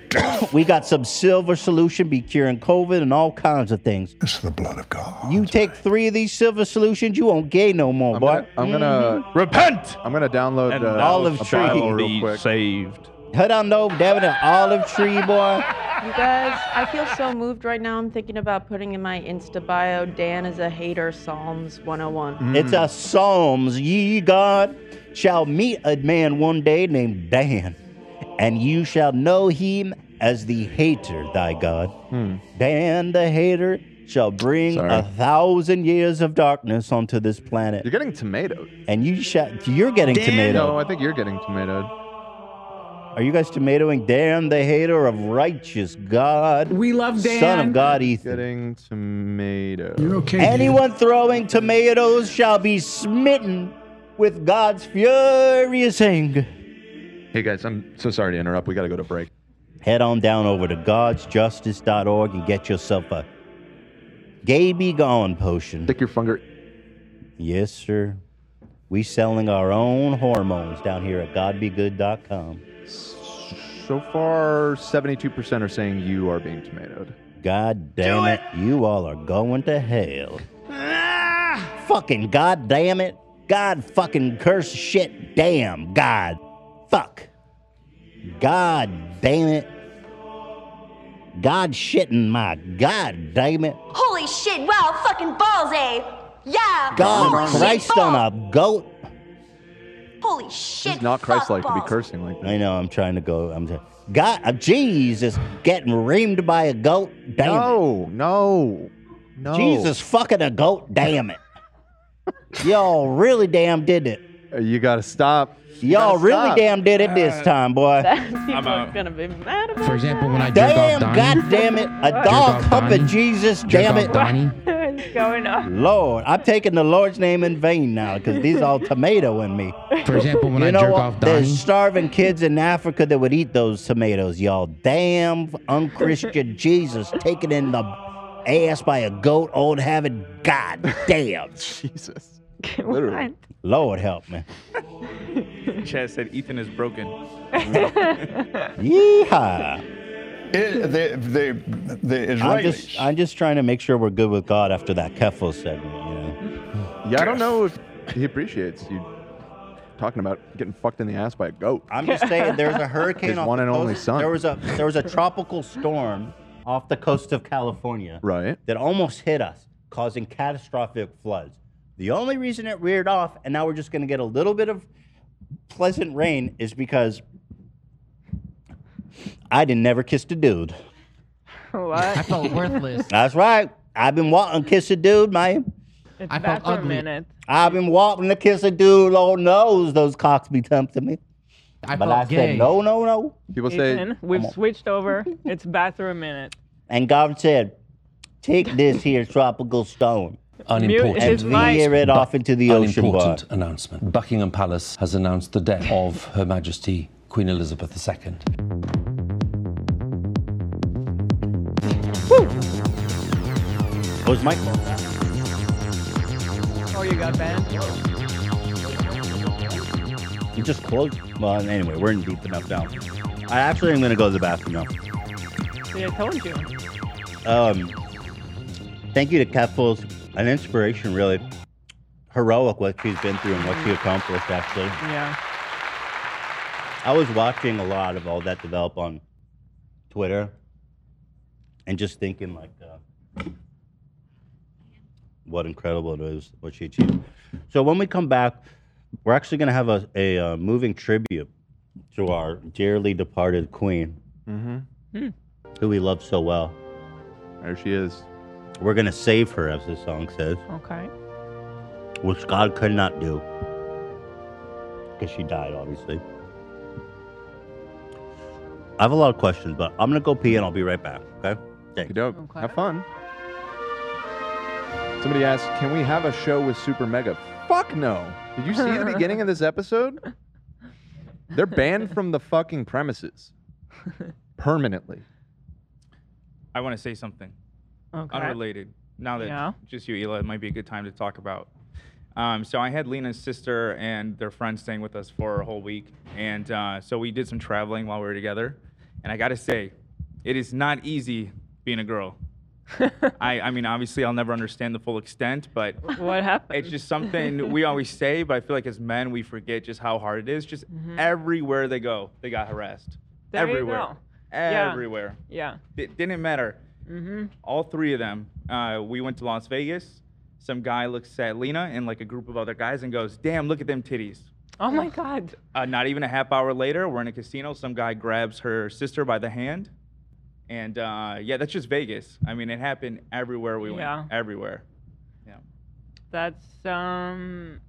A: we got some silver solution, be curing COVID and all kinds of things. It's the blood of God. You take three of these silver solutions, you won't gay no more, boy. Mm-hmm.
E: I'm gonna
I: repent.
E: I'm gonna download
I: And
E: uh,
I: thou
A: Olive
E: a
A: tree.
E: Bible real
I: Be
E: quick.
I: saved.
A: Head on over, Devin, an olive tree, boy.
Q: You guys, I feel so moved right now. I'm thinking about putting in my Insta bio Dan is a hater, Psalms 101.
A: It's a Psalms. Ye God shall meet a man one day named Dan, and you shall know him as the hater, thy God. Dan the hater shall bring a thousand years of darkness onto this planet. You're
E: getting tomatoed.
A: And you shall you're getting tomatoed.
E: No, I think you're getting tomatoed.
A: Are you guys tomatoing? Damn the hater of righteous God.
U: We love
A: Son of God, Ethan.
E: Getting tomato.
A: Anyone throwing tomatoes shall be smitten with God's furious anger.
E: Hey guys, I'm so sorry to interrupt. We got to go to break.
A: Head on down over to godsjustice.org and get yourself a gay be gone potion. Stick
E: your finger.
A: Yes, sir. We selling our own hormones down here at godbegood.com.
E: So far, 72% are saying you are being tomatoed.
A: God damn it. You all are going to hell. Fucking god damn it. God fucking curse shit. Damn. God. Fuck. God damn it. God shitting my god damn it.
V: Holy shit, wow, fucking balls, eh? Yeah,
A: God
V: holy
A: Christ
V: shit,
A: on
V: balls.
A: a goat.
V: Holy shit,
A: It's not Christ-like to be cursing like that. I know. I'm trying to go. I'm trying. God, uh, Jesus, getting reamed by a goat. Damn
E: no, no, no.
A: Jesus fucking a goat. Damn it. Y'all really damn did it.
E: You gotta stop.
A: Y'all
E: gotta
A: really
E: stop.
A: damn did it this
E: Uh,
A: time, boy.
Q: People are gonna be mad about
T: For example, when I jerk
A: Damn,
T: off Donnie,
A: God damn it. A
Q: Jerk
A: dog
T: off
A: humping
T: Donnie.
A: Jesus,
T: jerk
A: damn
T: off
A: it.
T: Donnie,
B: What is going on?
A: Lord, I'm taking the Lord's name in vain now because these all tomato in me.
T: For example, when
A: you
T: I
A: know
T: jerk
A: what?
T: off Donnie.
A: There's starving kids in Africa that would eat those tomatoes, y'all. Damn unchristian Jesus taken in the ass by a goat, old habit. God damn.
E: Jesus.
B: Literally.
A: Lord help me.
I: Chaz said Ethan is broken.
A: Yeehaw.
G: It, Eh, the, the, the
A: I'm
G: Israelis.
A: just, I'm just trying to make sure we're good with God after that Kefal segment, you know.
E: Yeah, I don't know if he appreciates you talking about getting fucked in the ass by a goat.
A: I'm just saying, there's a hurricane
E: His
A: off
E: one
A: the
E: and
A: coast.
E: only son.
A: There was a there was a tropical storm off the coast of California.
E: Right.
A: That almost hit us, causing catastrophic floods. The only reason it reared off, and now we're just going to get a little bit of pleasant rain, is because I didn't never kissed a dude.
B: What?
T: I felt worthless.
A: That's right. I've been wanting to kiss a dude, man.
B: It's
T: I
B: that
T: felt
B: for a
T: ugly.
B: minute.
A: I've been wanting to kiss a dude. Lord knows those cocks be tempting me.
T: I
A: but
T: felt
A: I
T: gay.
A: said no, no, no.
E: People
B: Ethan, we've switched over. It's bathroom minute.
A: And God said, Take this here tropical storm.
D: Unimportant.
B: Mute his
A: And veer it off into the ocean bar.
D: Unimportant announcement. Buckingham Palace has announced the death of Her Majesty Queen Elizabeth II.
A: Was Mike?
B: Oh, you got banned.
A: You just closed. Well, anyway, we're in deep enough now. I actually am going to go to the bathroom
B: See, I told you.
A: now. Um, thank you to Kat Fools, an inspiration, really. Heroic what she's been through and what she accomplished, actually.
B: Yeah.
A: I was watching a lot of all that develop on Twitter and just thinking, like, uh, what incredible it is, what she achieved. So when we come back, we're actually going to have a, a uh, moving tribute to our dearly departed queen,
E: Mm-hmm.
A: Hmm. who we love so well.
E: There she is.
A: We're going to save her, as the song says,
B: Okay.
A: which God could not do because she died, obviously. I have a lot of questions, but I'm going to go pee and I'll be right back. Okay? Thanks.
E: Okay. Have fun. Somebody asked, "Can we have a show with Super Mega?" Fuck no. Did you see the beginning of this episode? They're banned from the fucking premises permanently.
I: I want to say something.
B: Okay.
I: Unrelated. Now that
B: Yeah.
I: just you, Ela, it might be a good time to talk about. Um, so I had Lena's sister and their friend staying with us for a whole week, and uh, so we did some traveling while we were together. And I gotta say, it is not easy being a girl. I, I mean, obviously, I'll never understand the full extent, but
B: What happened?
I: it's just something we always say. But I feel like as men, we forget just how hard it is. Just everywhere they go, they got harassed.
B: Mm-hmm. There you
I: everywhere.
B: go. Yeah.
I: Everywhere.
B: Yeah.
I: It didn't matter.
B: Mm-hmm.
I: All three of them. Uh, we went to Las Vegas. Some guy looks at Lena and like a group of other guys and goes, "Damn, look at them titties."
B: Oh my God.
I: Uh, not even a half hour later, we're in a casino. Some guy grabs her sister by the hand, and uh, yeah, that's just Vegas. I mean, it happened everywhere we went.
B: Yeah.
I: Everywhere.
B: That's um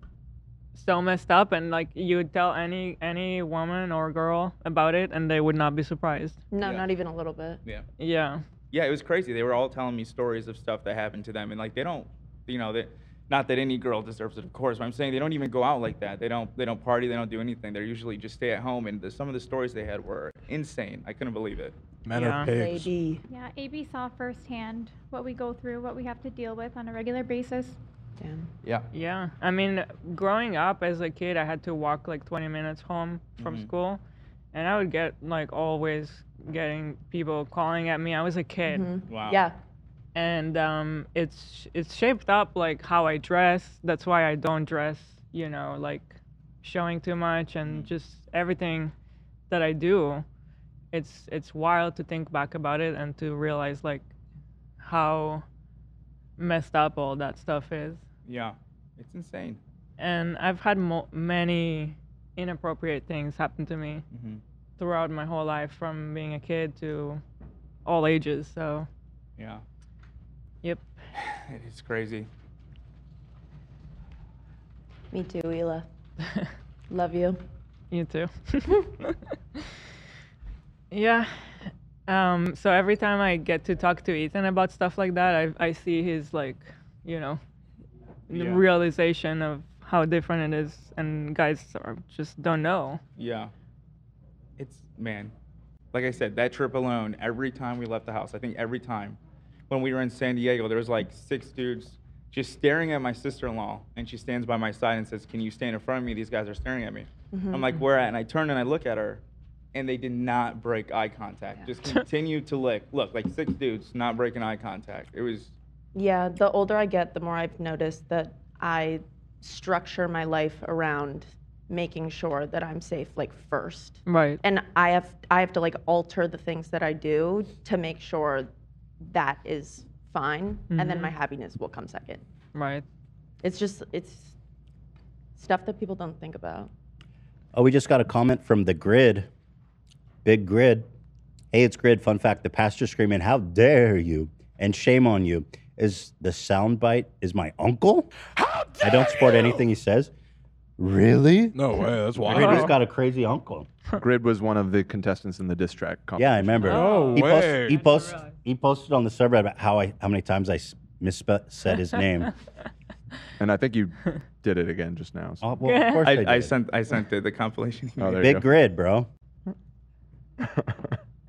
B: so messed up, and like you would tell any any woman or girl about it, and they would not be surprised.
Q: No, not even a little bit.
I: Yeah.
B: Yeah.
I: Yeah, it was crazy. They were all telling me stories of stuff that happened to them, and like they don't, you know, that not that any girl deserves it, of course. But I'm saying they don't even go out like that. They don't, they don't party. They don't do anything. They usually just stay at home. And the, some of the stories they had were insane. I couldn't believe it.
C: Men are Yeah. pigs.
B: AB.
H: Yeah, AB saw firsthand what we go through, what we have to deal with on a regular basis.
Q: Damn.
I: Yeah.
B: Yeah. I mean, growing up as a kid, I had to walk like 20 minutes home from
I: Mhm.
B: school, and I would get like always getting people calling at me. I was a kid.
Q: Mhm. Wow. Yeah.
B: And um, it's it's shaped up like how I dress. That's why I don't dress, you know, like showing too much
I: Mm.
B: and just everything that I do. It's it's wild to think back about it and to realize like how messed up all that stuff is
I: Yeah, it's insane.
B: and I've had mo- many inappropriate things happen to me
I: Mhm.
B: throughout my whole life, from being a kid to all ages. So,
I: Yeah,
B: yep.
I: it is crazy.
Q: Me too, Hila. Love you.
B: You too. yeah. Um, so every time I get to talk to Ethan about stuff like that, I I see his like, you know, the
I: Yeah.
B: realization of how different it is, and guys are, just don't know.
I: Yeah. It's man. Like I said, that trip alone, every time we left the house, I think every time when we were in San Diego, there was like six dudes just staring at my sister-in-law and she stands by my side and says, "Can you stand in front of me? These guys are staring at me."
L: Mhm.
I: I'm like, "Where at?" And I turn and I look at her and they did not break eye contact. Just continued to lick. Look, like six dudes not breaking eye contact. It was
Q: Yeah, the older I get, the more I've noticed that I structure my life around making sure that I'm safe like first.
B: Right.
Q: And I have I have to like alter the things that I do to make sure that is fine and then
B: Mhm.
Q: my happiness will come second.
B: Right.
Q: It's just it's stuff that people don't think about.
A: Oh, we just got a comment from the grid. Big grid. Hey, it's grid. Fun fact the pastor screaming, How dare you? And shame on you. Is the soundbite is my uncle? How dare I don't support anything he says. Really?
C: No way, that's wild.
A: Grid has got a crazy uncle.
E: Grid was one of the contestants in the diss track.
A: Yeah, I
E: competition.
A: remember. he Post, he, post, he posted on the subreddit about how, I, how many times I s- misspe- said his name.
E: And I think you did it again just now. so-
A: Oh, well, of course I,
I: I
A: did.
I: sent I sent the, the compilation.
E: Oh, there you
A: Big
E: go.
A: grid, bro.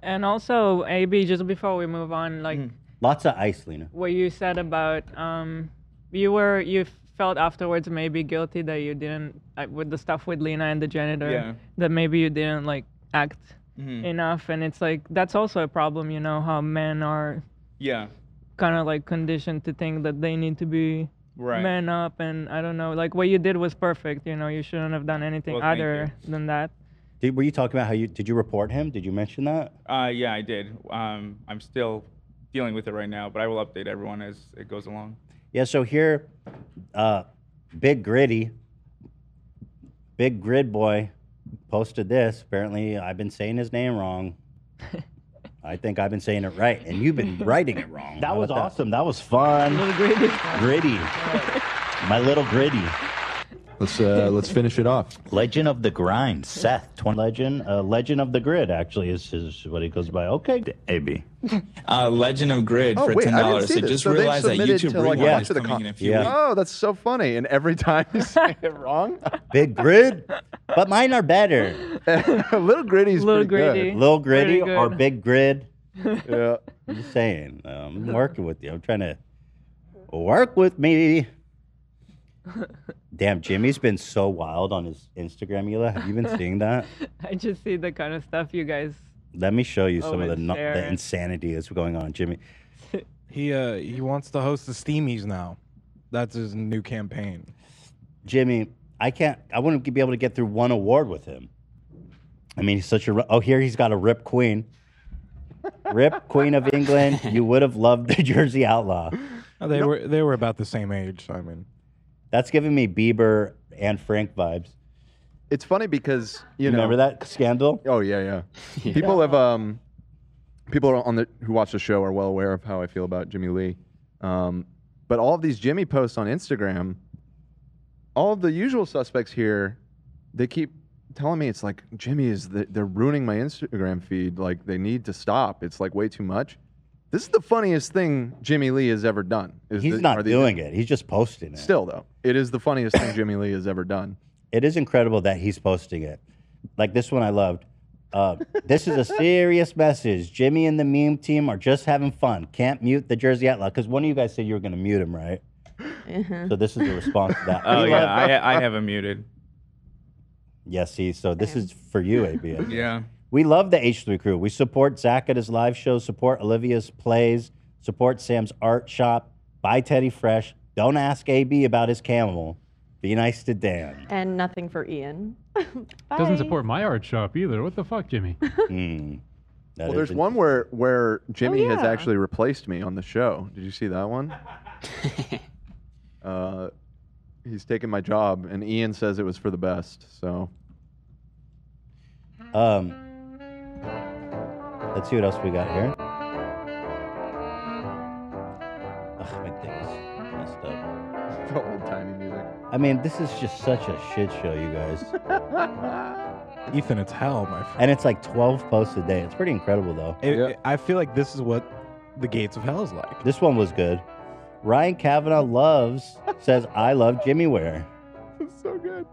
B: And also, AB, just before we move on, like
A: Lots of ice, Lena.
B: what you said about um, you were you felt afterwards maybe guilty that you didn't uh, with the stuff with Lena and the janitor
I: Yeah.
B: that maybe you didn't like act
I: Mhm.
B: enough, and it's like that's also a problem, you know, how men are
I: Yeah.
B: kind of like conditioned to think that they need to be
I: Right.
B: men up, and I don't know, like what you did was perfect, you know, you shouldn't have done anything
I: Well, thank you.
B: other than that.
A: Did, were you talking about how you did you report him? Did you mention that?
I: Uh, yeah, I did. Um, I'm still dealing with it right now, but I will update everyone as it goes along.
A: Yeah, so here, uh, Big Gritty, Big Grid Boy posted this. Apparently, I've been saying his name wrong. I think I've been saying it right, and you've been writing it wrong. That
T: How
A: was
T: about that?
A: awesome. That? was fun.
B: Little gritty.
A: Gritty. My little gritty.
U: Let's uh, let's finish it off.
A: Legend of the Grind, Seth, 20 Legend, uh, Legend of the Grid actually is his what he goes by. Okay, AB.
W: Uh, Legend of
E: Oh,
W: Grid for ten dollars. So just realize that YouTube Rewind is coming in a few weeks.
E: Oh, that's so funny. And every time you say it wrong,
A: Big grid, but mine are better.
E: little gritty's
A: little
E: pretty good.
A: Little gritty
E: Pretty
A: or
E: good.
A: big grid.
E: Yeah.
A: I'm just saying. um, I'm working with you. I'm trying to work with me. Damn, Jimmy's been so wild on his Instagram, Hila. Have you been seeing that?
B: I just see the kind of stuff you guys.
A: Let me show you
B: Oh,
A: some of the,
B: it's
A: nu- the
B: there.
A: insanity that's going on, Jimmy.
C: He uh he wants to host the Steamies now. That's his new campaign.
A: Jimmy, I can't. I wouldn't be able to get through one award with him. I mean, he's such a. ri- Oh, here he's got a Rip Queen. Rip Queen of England. You would have loved the Jersey Outlaw.
C: Uh, They were they were about the same age, I mean.
A: That's giving me Bieber and Frank vibes.
E: It's funny because you, know
A: remember that scandal.
E: Oh yeah, yeah. People have um, people on the who watch the show are well aware of how I feel about Jimmy Lee, um, but all of these Jimmy posts on Instagram all of the usual suspects here, they keep telling me it's like Jimmy is the, they're ruining my Instagram feed. Like they need to stop. It's like way too much. This is the funniest thing Jimmy Lee has ever done. Is
A: He's
E: the-
A: not
E: are the-
A: doing it. He's just posting it.
E: Still though, it is the funniest thing Jimmy Lee has ever done.
A: It is incredible that he's posting it. Like this one I loved. Uh, this is a serious message. Jimmy and the meme team are just having fun. Can't mute the Jersey Outlaw because one of you guys said you were going to mute him, right?
Q: Mm-hmm.
A: So this is the response to that.
I: Oh
A: We
I: yeah,
A: love-
I: I, ha- I have him muted.
A: Yeah, see, so this is for you, ABM.
I: Yeah.
A: We love the H3 crew. We support Zach at his live show, support Olivia's plays, support Sam's art shop, buy Teddy Fresh. Don't ask AB about his camel. Be nice to Dan.
Q: And nothing for Ian.
R: Doesn't support my art shop either. What the fuck, Jimmy?
A: Hmm. Mm.
E: well, there's one where where Jimmy has
R: yeah.
E: actually replaced me on the show. Did you see that one? uh, he's taken my job, and Ian says it was for the best. So,
A: um, Let's see what else we got here. Ugh, my thing is messed up.
E: The old timey music.
A: I mean, this is just such a shit show, you guys.
C: Ethan, it's hell, my friend.
A: And it's like 12 posts a day. It's pretty incredible, though.
C: It- it- I feel like this is what the gates of hell is like.
A: This one was good. Ryan Kavanaugh loves, says, I love Jimmy Ware.
E: it's so good.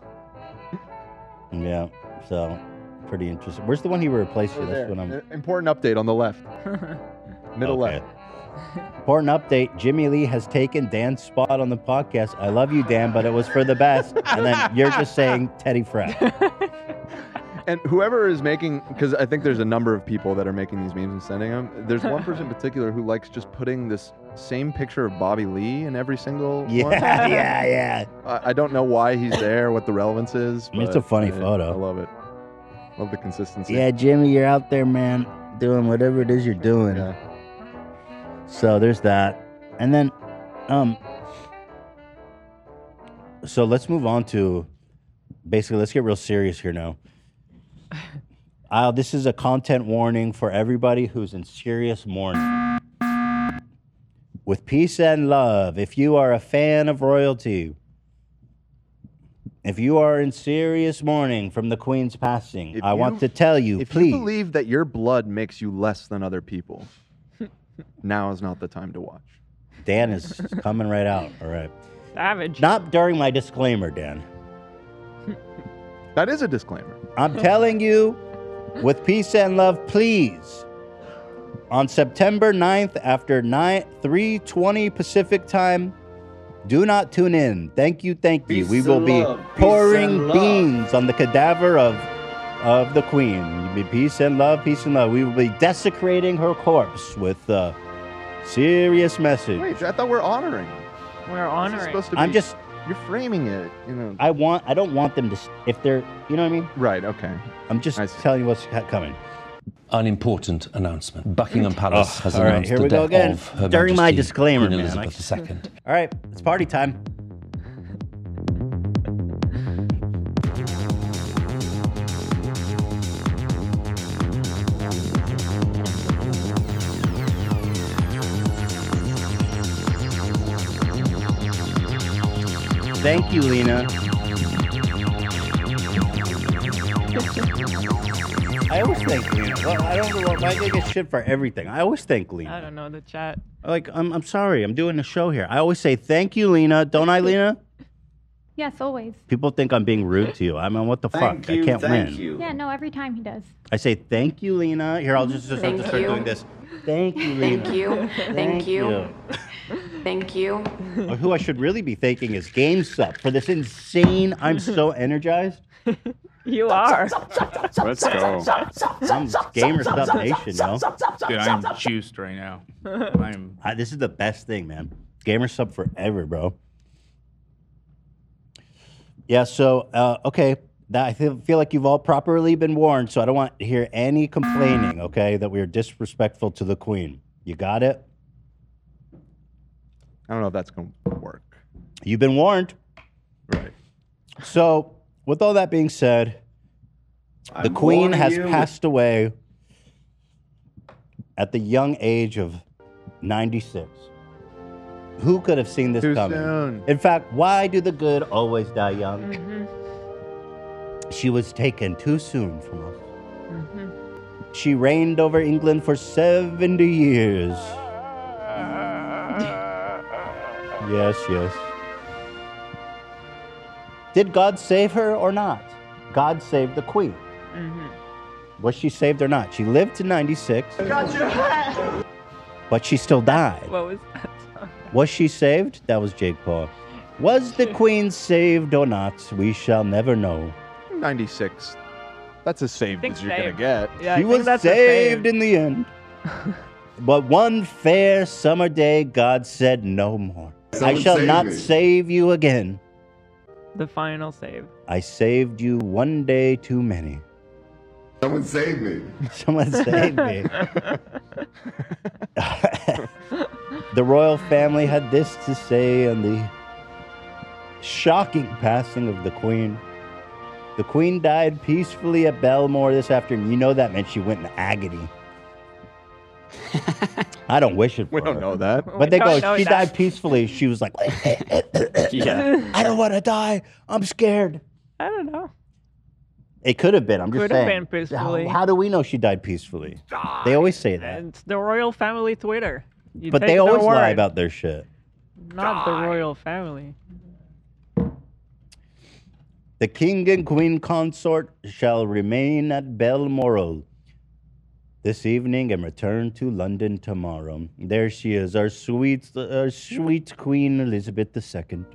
A: Yeah, so pretty interesting. Where's the one he replaced you? That's what I'm.
E: Uh, Important update on the left, Eh, middle
A: Okay.
E: left.
A: Important update Jimmy Lee has taken Dan's spot on the podcast. I love you, Dan, but it was for the best. And then you're just saying Teddy Fresh.
E: And whoever is making, because I think there's a number of people that are making these memes and sending them. There's one person in particular who likes just putting this same picture of Bobby Lee in every single
A: Yeah,
E: one.
A: yeah, yeah.
E: I, I don't know why he's there, what the relevance is.
A: I mean, it's a
E: but
A: funny
E: I-
A: photo.
E: I love it. Love the consistency.
A: Yeah, Jimmy, you're out there, man, doing whatever it is you're doing. So there's that. And then um so let's move on to basically let's get real serious here now. Uh, this is a content warning for everybody who's in serious mourning. With peace and love, if you are a fan of royalty, if you are in serious mourning from the Queen's passing, I want to
E: you-
A: tell you,
E: if
A: please.
E: you believe that your blood makes you less than other people, now is not the time to watch.
A: Dan is coming right out. All right.
B: Savage.
A: Not during my disclaimer, Dan.
E: That is a disclaimer.
A: I'm telling you, with peace and love, please. On September 9th, after 9, 3.20 Pacific time, do not tune in. Thank you, thank you.
F: Peace
A: we will
F: and
A: be
F: love, peace and
A: pouring
F: love.
A: beans on the cadaver of, of the queen. Be Peace and love, peace and love. We will be desecrating her corpse with a serious message.
E: Wait, I thought we're honoring.
B: We're
E: This is
B: honoring.
E: supposed to
A: I'm
E: be-
A: just-
E: You're framing it. You know.
A: I want. I don't want them to. s- If they're, you know what I mean.
E: Right. Okay.
A: I'm just telling you what's ha- coming.
D: An important announcement. Buckingham Palace
A: Oh,
D: has
A: all right,
D: announced
A: here
D: the
A: we go
D: death
A: again.
D: of Her
A: During my
D: Majesty,
A: disclaimer,
D: Queen
A: man, I-
D: Elizabeth II.
A: All right, it's party time. Thank you, Lena. I always thank Lena. Well, I don't know why I get shit for everything. I always thank Lena.
B: I don't know the chat.
A: Like, I'm, I'm sorry, I'm doing a show here. I always say thank you, Lena. Don't I, Lena?
H: Yes, always.
A: People think I'm being rude to you. I mean, what the
H: Thank
A: fuck? I can't win.
H: Yeah, no, every time he does.
A: I say thank you, Lena. Here, I'll just, just have to
H: Thank
A: start
H: you.
A: doing this. Thank you, Lena.
V: Thank you. Thank you. Thank you.
A: Or who I should really be thanking is GameStop for this insane. I'm
V: Mm-hmm.
A: so energized.
B: You are.
A: Let's go. I'm gamer stuff nation, yo.
I: Dude, I am juiced right now. I'm.
A: I, this is the best thing, man. Gamer sub forever, bro. Yeah. So uh, okay, that, I feel, feel like you've all properly been warned. So I don't want to hear any complaining. Okay, that we are disrespectful to the queen. You got it.
E: I don't know if that's going to work.
A: You've been warned.
E: Right.
A: So with all that being said, the queen
F: warning
A: has
F: you.
A: passed away at the young age of 96. Who could have seen this
E: Too
A: coming?
E: soon.
A: In fact, why do the good always die young? She was taken too soon from us. She reigned over England for 70 years. yes, yes. Did God save her or not? God saved the queen. Was she saved or not? She lived to 96,
T: Gotcha.
A: but she still died.
B: What was that song?
A: Was she saved? That was Jake Paul. Was the queen saved or not? We shall never know.
E: 96. That's as saved
A: think
E: as you're going
A: saved.
E: to get.
A: Yeah, I She think was that's a saved save. in the end. But one fair summer day, God said no more. I
B: Someone
A: shall
B: save
A: not
B: me."
A: save you again.
B: The final save.
A: I saved you one day too many.
F: Someone save me.
A: Someone save me. the royal family had this to say on the shocking passing of the queen. The queen died peacefully at Belmore this afternoon. You know that meant she went in agony. I don't wish it. For we don't know
E: that.
A: But they
E: We
A: go.
E: don't know
A: She
E: that."
A: died peacefully. She was like,
E: Yeah.
A: I don't want to die. I'm scared.
B: I don't know.
A: It could have been. I'm just
B: Could have been
A: saying.
B: peacefully.
A: How, how do we know she died peacefully? They always say that,
B: It's the royal family Twitter. You
A: but
B: take
A: they
B: their
A: always lie
B: word,
A: about their shit.
B: Not the royal family.
A: The king and queen consort shall remain at Balmoral this evening and return to London tomorrow. There she is, our sweet, our sweet Queen Elizabeth II.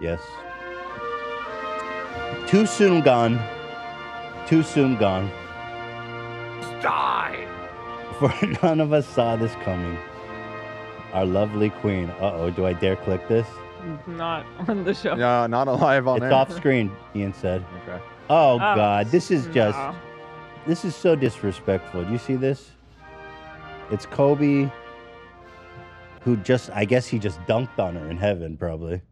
A: Yes. Too soon gone. Too soon gone.
T: Die.
A: For none of us saw this coming. Our lovely queen. Uh oh, do I dare click this?
B: Not on the show.
E: No, not alive on
A: It's
E: air.
A: off screen, Ian said.
E: Okay.
A: Oh,
B: Oh,
A: God, this is just,
B: no.
A: this is so disrespectful. Do you see this? It's Kobe, who just, I guess he just dunked on her in heaven, probably.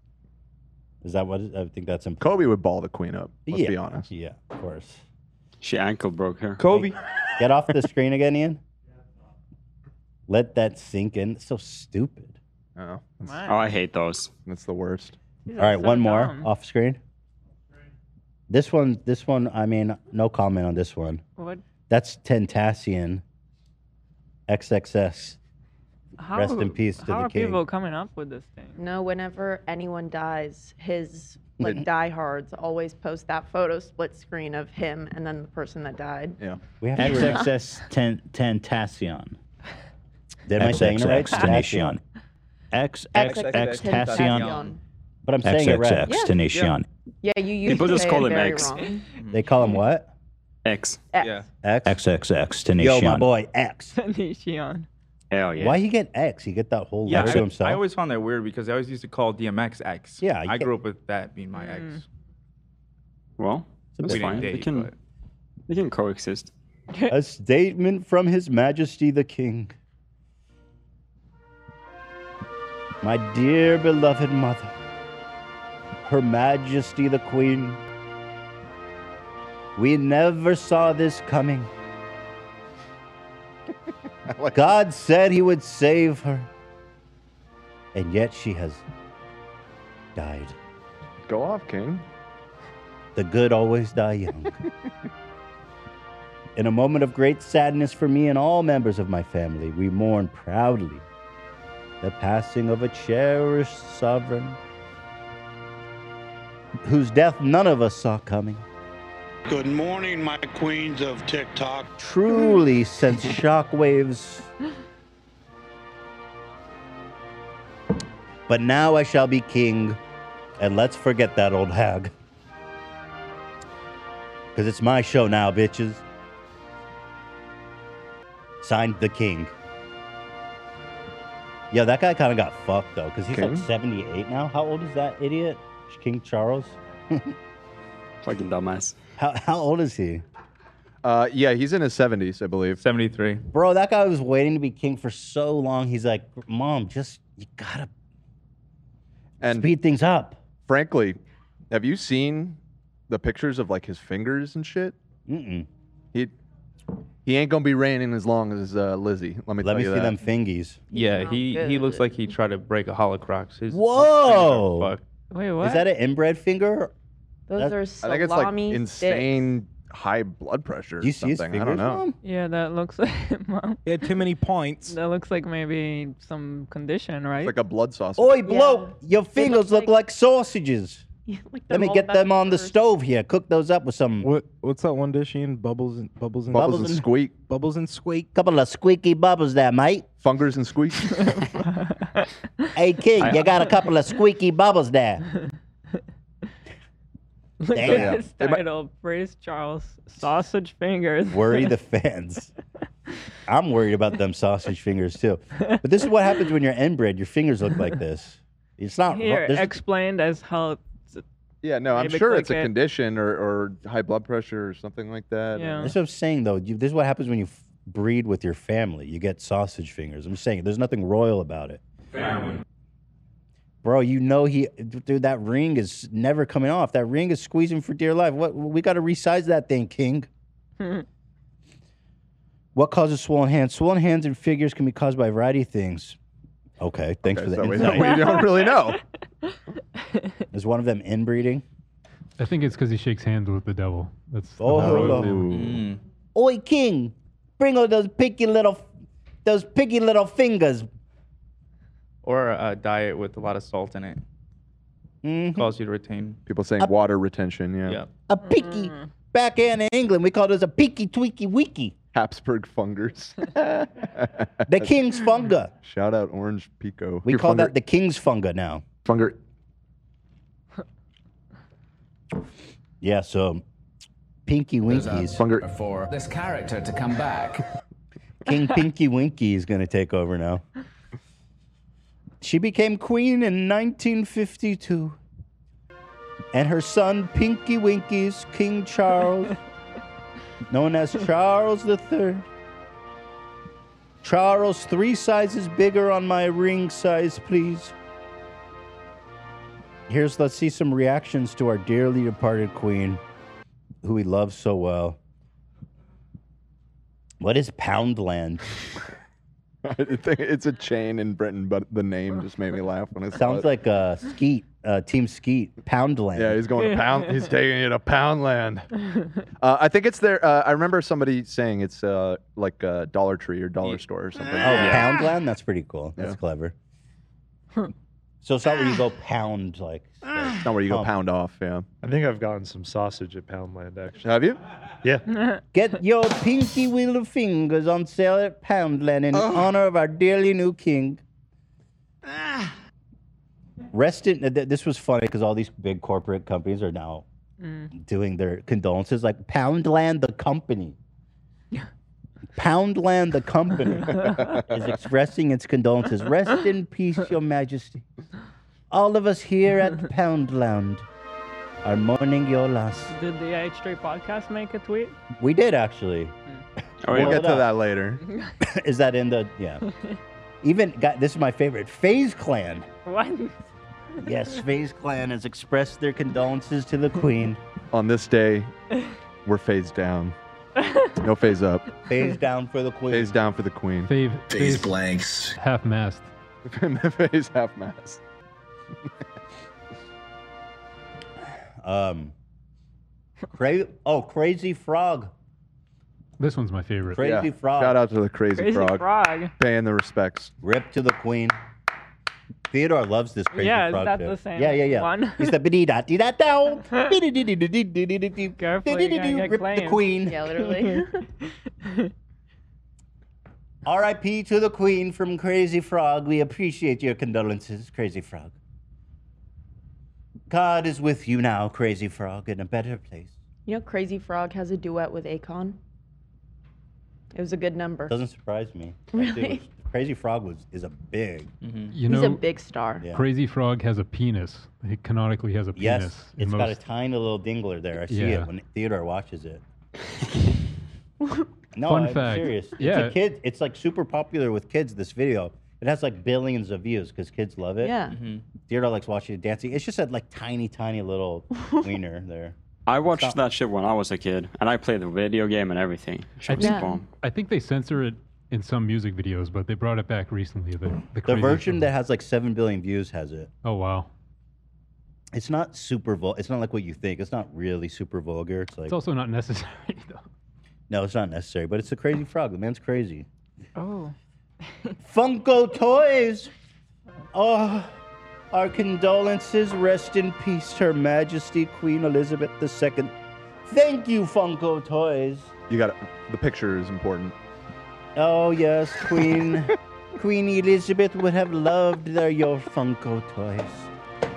A: Is that what? it- I think that's important.
E: Kobe would ball the queen up. Let's
A: yeah,
E: be honest.
A: Yeah, of course.
K: She ankle broke her.
A: Kobe, get off the screen again, Ian. Let that sink in. It's so stupid.
E: Oh,
K: Oh, I hate those.
E: That's the worst.
A: All right, one more off screen. This one, this one. I mean, no comment on this one.
B: What?
A: That's Tentacion. XXS.
B: How,
A: Rest in peace to
B: how
A: the
B: are
A: king.
B: people coming up with this thing?
Q: No, whenever anyone dies, his like
A: Mm.
Q: diehards always post that photo split screen of him and then the person that died.
E: Yeah.
A: We have to-
J: XXS ten, Tentacion.
A: Am I saying it right?
J: XXX Tentacion. XXX Tentacion.
A: But I'm saying it right.
J: XXX Tentacion.
Q: Yeah, you used
J: People
Q: to
J: just
Q: say
J: call
Q: it
J: him
Q: very
J: X.
Q: wrong.
A: They call him what?
K: X.
Q: X.
A: X.
J: XXX Tentacion.
A: Yo, my boy X.
B: Nishion.
K: Hell
A: Why he get X? He get that whole
I: Yeah,
A: letter
I: I,
A: to himself.
I: I always found that weird because I always used to call DMX X.
A: Yeah, you
I: I
A: get-
I: grew up with that being my ex.
K: Well, that's
I: We didn't
K: fine. They
I: date,
K: can, they can coexist.
A: a statement from His Majesty the King. My dear beloved mother, Her Majesty the Queen, we never saw this coming. God said he would save her, and yet she has died.
E: Go off, King.
A: The good always die young. In a moment of great sadness for me and all members of my family, we mourn proudly the passing of a cherished sovereign whose death none of us saw coming.
N: Good morning, my queens of TikTok.
A: Truly sends shockwaves. But now I shall be king, and let's forget that old hag. Because it's my show now, bitches. Signed the king. Yo, that guy kind of got fucked, though, because he's
K: King?
A: like 78 now. How old is that idiot? King Charles?
K: Fucking dumbass.
A: How, how old is he?
E: Uh, yeah, he's in his 70s, I believe.
I: 73.
A: Bro, that guy was waiting to be king for so long. He's like, Mom, just, you gotta
E: And
A: speed things up.
E: Frankly, have you seen the pictures of like his fingers and shit?
A: Mm-mm.
E: He He ain't gonna be reigning as long as uh, Lizzie. Let me
A: Let
E: tell
A: me
E: you
A: see
E: that.
A: them fingies.
I: Yeah, he, he looks like he tried to break a holocrox. His,
A: Whoa!
B: Wait,
A: Is that an inbred finger?
Q: Those
A: That-
Q: are
E: I think
Q: salami
E: it's like
Q: sticks.
E: insane high blood pressure or
A: You see his
E: something. I don't
A: fingers,
E: know.
B: Yeah, that looks like mom.
C: He had too many points.
B: That looks like maybe some condition, right?
E: Like a blood sausage.
A: Oi, bloke! Your fingers look like sausages. Let me get them on the stove here. Cook those up with some
C: What what's that one dish in bubbles and bubbles and
A: Bubbles Bubbles and and-
E: squeak.
C: Bubbles and squeak.
A: couple of squeaky bubbles there, mate.
E: Fungers and squeak.
A: hey, King, you got a couple of squeaky bubbles there.
B: Look
A: Damn.
B: at his
A: It might-
B: title, Praise Charles, Sausage Fingers.
A: Worry the fans. I'm worried about them sausage fingers too. But this is what happens when you're inbred. Your fingers look like this. It's not. ro-
B: Here,
A: there's-
B: explained as how.
E: Yeah, no, I'm
B: Maybe
E: sure
B: click
E: it's a
B: it.
E: condition or, or high blood pressure or something like that.
B: Yeah.
A: That's what I'm saying, though. You, this is what happens when you f- breed with your family. You get sausage fingers. I'm saying there's nothing royal about it. Bro, you know he, dude. That ring is never coming off. That ring is squeezing for dear life. What we got to resize that thing, King. What causes swollen hands? Swollen hands and figures can be caused by a variety of things. Okay, thanks
E: Okay,
A: for the
E: so we-
A: insight.
E: we don't really know.
A: Is one of them inbreeding?
R: I think it's because he shakes hands with the devil. That's the
A: Oh,
R: whole
A: hello.
R: family.
Q: Mm.
A: Oi, King, bring all those picky little, those picky little fingers.
I: Or a diet with a lot of salt in it.
A: Mhm.
I: Cause you to retain.
E: People saying water retention. Yeah.
I: Yeah.
A: A picky. Back in England, we call those a picky tweaky weaky.
E: Habsburg fungers.
A: The king's funga.
E: Shout out Orange Pico.
A: We
E: Your
A: call
E: funger-
A: that the king's funga now.
E: funger.
A: Yeah, so Pinky Winkies.
E: Funger.
T: For this character to come back.
A: King Pinky Winky is going to take over now. She became queen in 1952. And her son, Pinky Winkies, King Charles, known as Charles III. Charles, three sizes bigger on my ring size, please. Here's, let's see some reactions to our dearly departed queen, who we love so well. What is Poundland?
E: I think it's a chain in Britain, but the name just made me laugh when it
A: Sounds like uh, Skeet, uh, Team Skeet, Poundland.
E: Yeah, he's going to pound. He's taking it to Poundland. Uh, I think it's their. Uh, I remember somebody saying it's uh, like a Dollar Tree or Dollar Store or something.
A: Oh, Poundland? That's pretty cool. That's clever. So it's not where you go pound, like.
E: Ah. It's not where you go
A: Oh.
E: pound off. Yeah.
O: I think I've gotten some sausage at Poundland, actually.
E: Have you?
O: Yeah.
A: Get your pinky little fingers on sale at Poundland in honor of our dearly new king. Rest in. th- th- This was funny because all these big corporate companies are now doing their condolences, like Poundland the company. Poundland the company is expressing its condolences. Rest in peace, Your Majesty. All of us here at Poundland are mourning your loss.
B: Did the IH Straight podcast make a tweet?
A: We did actually.
E: Oh, yeah. We'll get to that later.
A: is that in the yeah? Even got this is my favorite. Phase Clan.
B: What?
A: Yes, Phase Clan has expressed their condolences to the Queen.
E: On this day, we're phased down. No phase up.
A: Phase down for the Queen.
E: Phase down for the Queen.
R: Fave,
E: Face
R: fave- Half mast.
E: phase half mass.
A: Um. Cra- oh, Crazy Frog.
R: This one's my favorite.
A: Crazy
E: Yeah.
A: Frog.
E: Shout out to the crazy,
B: Crazy
E: frog.
B: Frog.
E: Paying the respects.
A: Rip to the Queen. Theodore loves this crazy
B: Yeah, is
A: frog.
B: that
A: bit.
B: the same
A: yeah, yeah, yeah.
B: one?
A: He's the biddy da dee da dow. Biddy dee dee dee dee dee dee dee.
B: Careful, you're gonna get
A: Rip the
B: claimed.
A: Queen.
Q: Yeah, literally.
A: R.I.P. to the Queen from Crazy Frog. We appreciate your condolences, Crazy Frog. God is with you now, Crazy Frog, in a better place.
Q: You know, Crazy Frog has a duet with Akon. It was a good number.
A: Doesn't surprise me. That dude
Q: Really?
A: was- Crazy Frog was is a big.
R: You
Q: He's
R: know,
Q: a big star.
A: Yeah.
R: Crazy Frog has a penis. He canonically has a
A: Yes,
R: penis. in
A: it's got a
R: most-
A: tiny little dingler there. I see
R: Yeah.
A: it when Theodore watches it. no,
R: Fun
A: I'm
R: fact.
A: serious.
R: Yeah.
A: It's a kid. It's like super popular with kids. This video. It has like billions of views because kids love it.
Q: Yeah.
A: Theodore likes watching it dancing. It's just a like tiny, tiny little wiener there.
K: I watched that shit when I was a kid, and I played the video game and everything.
R: I
K: Shit was
R: think,
K: bomb.
R: I think they censor it in some music videos, but they brought it back recently. The, the,
A: The
R: crazy
A: version that has like seven billion views has it.
R: Oh wow!
A: It's not super vul. It's not like what you think. It's not really super vulgar. It's like
R: It's also not necessary.
A: no, it's not necessary. But it's a crazy frog. The man's crazy.
B: Oh.
A: Funko Toys. Oh, our condolences. Rest in peace, Her Majesty Queen Elizabeth II. Thank you, Funko Toys.
E: You got the picture is important.
A: Oh yes, Queen Queen Elizabeth would have loved their your Funko toys.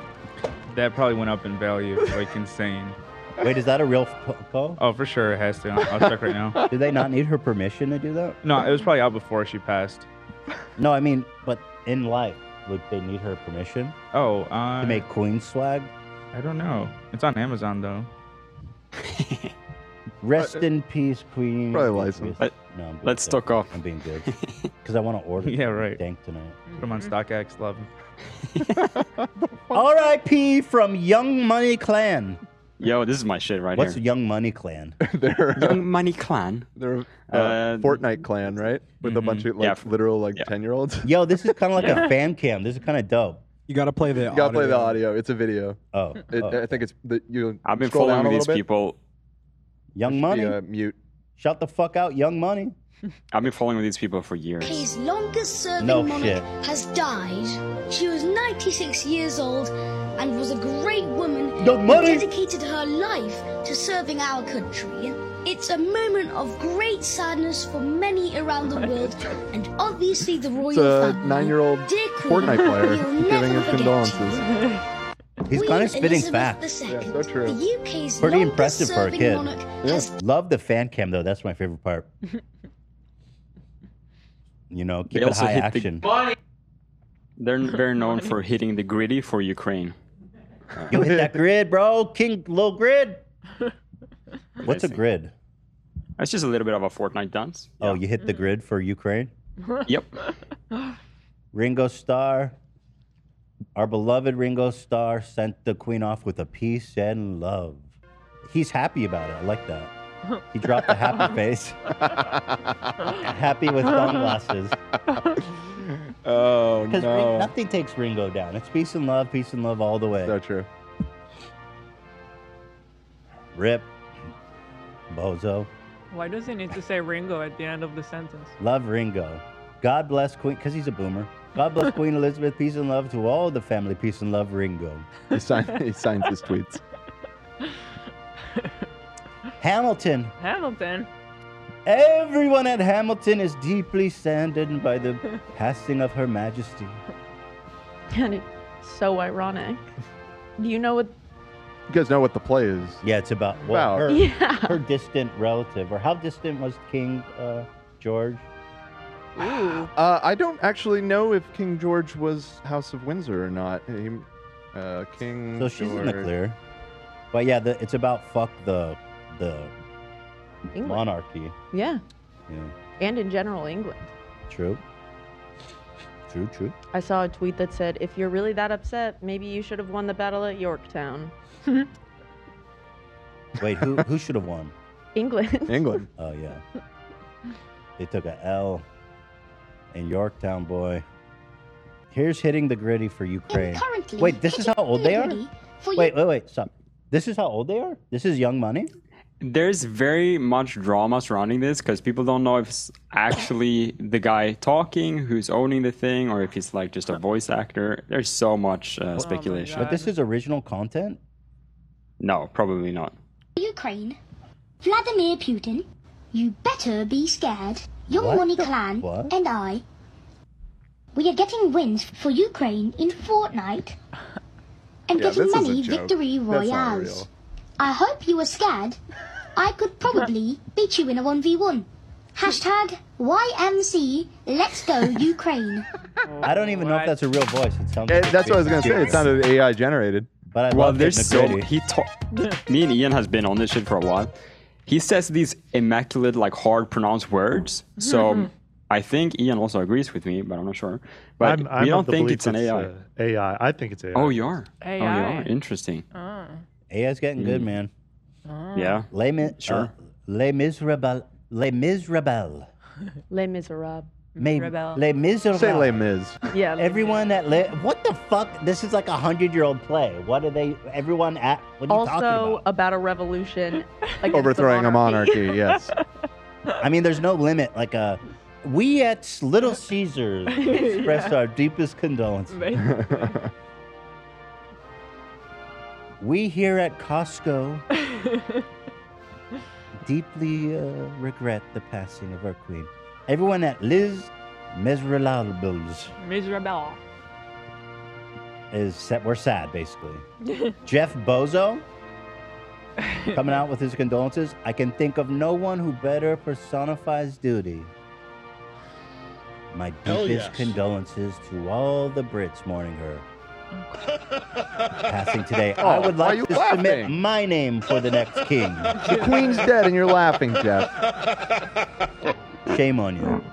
I: That probably went up in value like insane.
A: Wait, is that a real Funko?
I: Oh, for sure it has to. I'll I'll check right now.
A: Do they not need her permission to do that?
I: No, it was probably out before she passed.
A: No, I mean, but in life, would they need her permission?
I: Oh, uh,
A: to make Queen swag?
I: I don't know. It's on Amazon though.
C: Uh,
A: Rest in peace, Queen.
E: Probably license.
A: Elizabeth.
E: Let-
A: No, I'm being
K: let's
A: sick.
K: stock off.
A: I'm being good because I want to order.
I: Yeah,
A: some
I: right.
A: Dank tonight.
I: Put them on
K: Mm-hmm.
I: StockX, love 'em.
A: R.I.P. from Young Money Clan.
K: Yo, this is my shit right
A: What's
K: here.
A: Young Money Clan?
K: Young Money Clan.
E: They're a
K: Uh,
E: Fortnite clan, right? With a bunch of like literal like ten year olds.
A: Yo, this is kind of like
E: Yeah.
A: a fan cam. This is kind of dope.
C: You gotta play the.
E: You gotta play the audio. It's a video.
A: Oh,
E: It,
A: oh.
E: I think it's the you.
K: I've been
E: scroll down
K: following
E: a
K: these
E: little bit.
K: people.
A: Young
E: Should be,
A: Money.
E: uh, mute.
A: Shut the fuck out, Young Money.
K: I've been following these people for years.
M: His longest serving
A: No
M: monarch
A: shit.
M: has died. She was 96 years old and was a great woman
A: The
M: who
A: money.
M: dedicated her life to serving our country. It's a moment of great sadness for many around the world, and obviously the royal
E: It's a
M: family.
E: nine-year-old
M: Dear Queen,
E: Fortnite player
M: we'll never
E: giving his
M: forget
E: condolences.
M: you.
A: He's
M: Queen
A: kind of spitting
M: Elizabeth
A: facts.
M: II,
E: Yeah, so true.
M: The UK's
A: Pretty
M: longest
A: impressive for a
M: serving
A: kid.
M: monarch
A: Love the fan cam though. That's my favorite part. you know,
K: They
A: keep it
K: also
A: high
K: hit the-
A: action.
K: They're very known for hitting the gritty for Ukraine.
A: Yo, hit that grid, bro. King, little grid. What's a
K: Amazing.
A: grid?
K: That's just a little bit of a Fortnite dance.
A: Oh, you hit the grid for Ukraine.
K: Yep.
A: Ringo Starr, our beloved Ringo Starr, sent the Queen off with a peace and love. He's happy about it. I like that. He dropped the happy face. happy with sunglasses.
E: Oh
A: Because
E: no.
A: nothing takes Ringo down. It's peace and love, peace and love all the way.
E: So true.
A: Rip, bozo.
B: Why does he need to say Ringo at the end of the sentence?
A: Love Ringo. God bless Queen, because he's a boomer. God bless Queen Elizabeth. Peace and love to all the family. Peace and love, Ringo.
E: He, sign, he signs his tweets.
A: Hamilton.
B: Hamilton.
A: Everyone at Hamilton is deeply saddened by the passing of Her Majesty.
Q: And it's so ironic. Do you know what?
E: You guys know what the play is.
A: Yeah, it's about well,
E: Wow.
A: her,
Q: Yeah.
A: her distant relative, or how distant was King uh, George?
B: Ooh.
E: Uh, I don't actually know if King George was House of Windsor or not. He, uh, King.
A: So she's
E: George.
A: in the clear. But yeah, the, it's about fuck the the
Q: England.
A: monarchy.
Q: Yeah.
A: Yeah,
Q: And in general, England.
A: true. True, true.
Q: I saw a tweet that said, if you're really that upset, maybe you should have won the battle at Yorktown.
A: Wait, who who should have won?
Q: England.
E: England.
A: Oh yeah. They took a L in Yorktown, boy. Here's hitting the gritty for Ukraine.
M: currently
A: Wait, this is how old they are?
M: hitting the gritty for
A: Wait, wait, wait, stop. This is how old they are? This is Young Money?
K: There's very much drama surrounding this because people don't know if it's actually the guy talking who's owning the thing or if he's like just a voice actor. There's so much
O: oh
K: uh, speculation.
A: But this is original content?
K: No, probably not.
M: Ukraine. Vladimir Putin, you better be scared. Young
K: What
M: Money Clan
K: what?
M: and I. We are getting wins for Ukraine in Fortnite and
E: Yeah,
M: getting
E: this is a
M: many
E: joke.
M: victory
E: That's not
M: royales.
E: real.
M: I hope you are scared. I could probably beat you in a 1v1. Hashtag YMC, let's go Ukraine.
A: I don't even know if that's a real voice. It sounds
E: Eh, that's what I was gonna say. It sounded AI generated.
A: But I
K: well,
A: love
K: there's
A: there's
K: so he taught me and Ian has been on this shit for a while. He says these immaculate, like hard pronounced words.
O: Mm-hmm.
K: So I think Ian also agrees with me, but I'm not sure. But
O: I'm, I'm
K: we
O: of
K: don't
O: the
K: think
O: belief
K: it's an AI.
O: uh, AI. I think it's AI.
K: oh, you are. Oh, you
B: AI.
K: are. Interesting. Hmm.
B: Ah.
A: AI's getting good, man.
K: Yeah.
A: Les Mi-
K: Sure.
A: uh, Les Miserables. Les Miserables.
Q: Les Miserables.
A: May- Les Miserables.
E: Say Les Mis.
Q: Yeah.
A: Everyone at Le- what the fuck? This is like a hundred-year-old play. What are they? Everyone at what are you talking about?
Q: Also about a revolution. against the
E: Overthrowing a monarchy,
Q: monarchy.
E: yes.
A: I mean, there's no limit. Like uh, we at Little Caesars express
B: Yeah.
A: our deepest condolences.
B: Basically.
A: we here at Costco deeply uh, regret the passing of our queen. Everyone at Liz Miserables
B: Miserable.
A: is set. We're sad, basically. Jeff Bozo coming out with his condolences. I can think of no one who better personifies duty. My
N: Hell
A: deepest
N: yes.
A: condolences to all the Brits mourning her. Passing today.
E: Oh,
A: I would
E: why
A: like
E: you
A: to submit
E: laughing?
A: my name for the next king.
E: The queen's dead, and you're laughing, Jeff.
A: Shame on you.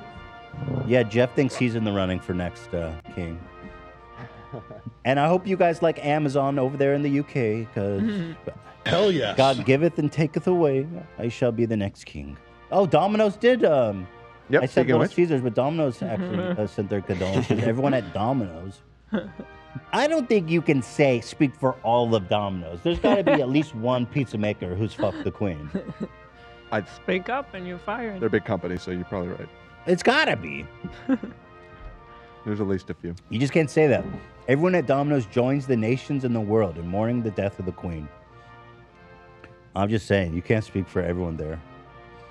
A: Yeah, Jeff thinks he's in the running for next uh, king. And I hope you guys like Amazon over there in the UK, because
N: Hell yes.
A: God giveth and taketh away. I shall be the next king. Oh, Domino's did. Um,
E: Yep,
A: I said
E: speaking
A: Little
E: of which.
A: Caesars, but Domino's actually uh, sent their condolences. Everyone at Domino's. I don't think you can say speak for all of Domino's. There's got to be at least one pizza maker who's fucked the queen.
E: I,
B: Wake up and you're fired.
E: they're a big company, so you're probably right.
A: It's got to be.
E: There's at least a few.
A: You just can't say that. Everyone at Domino's joins the nations in the world in mourning the death of the queen. I'm just saying, you can't speak for everyone there.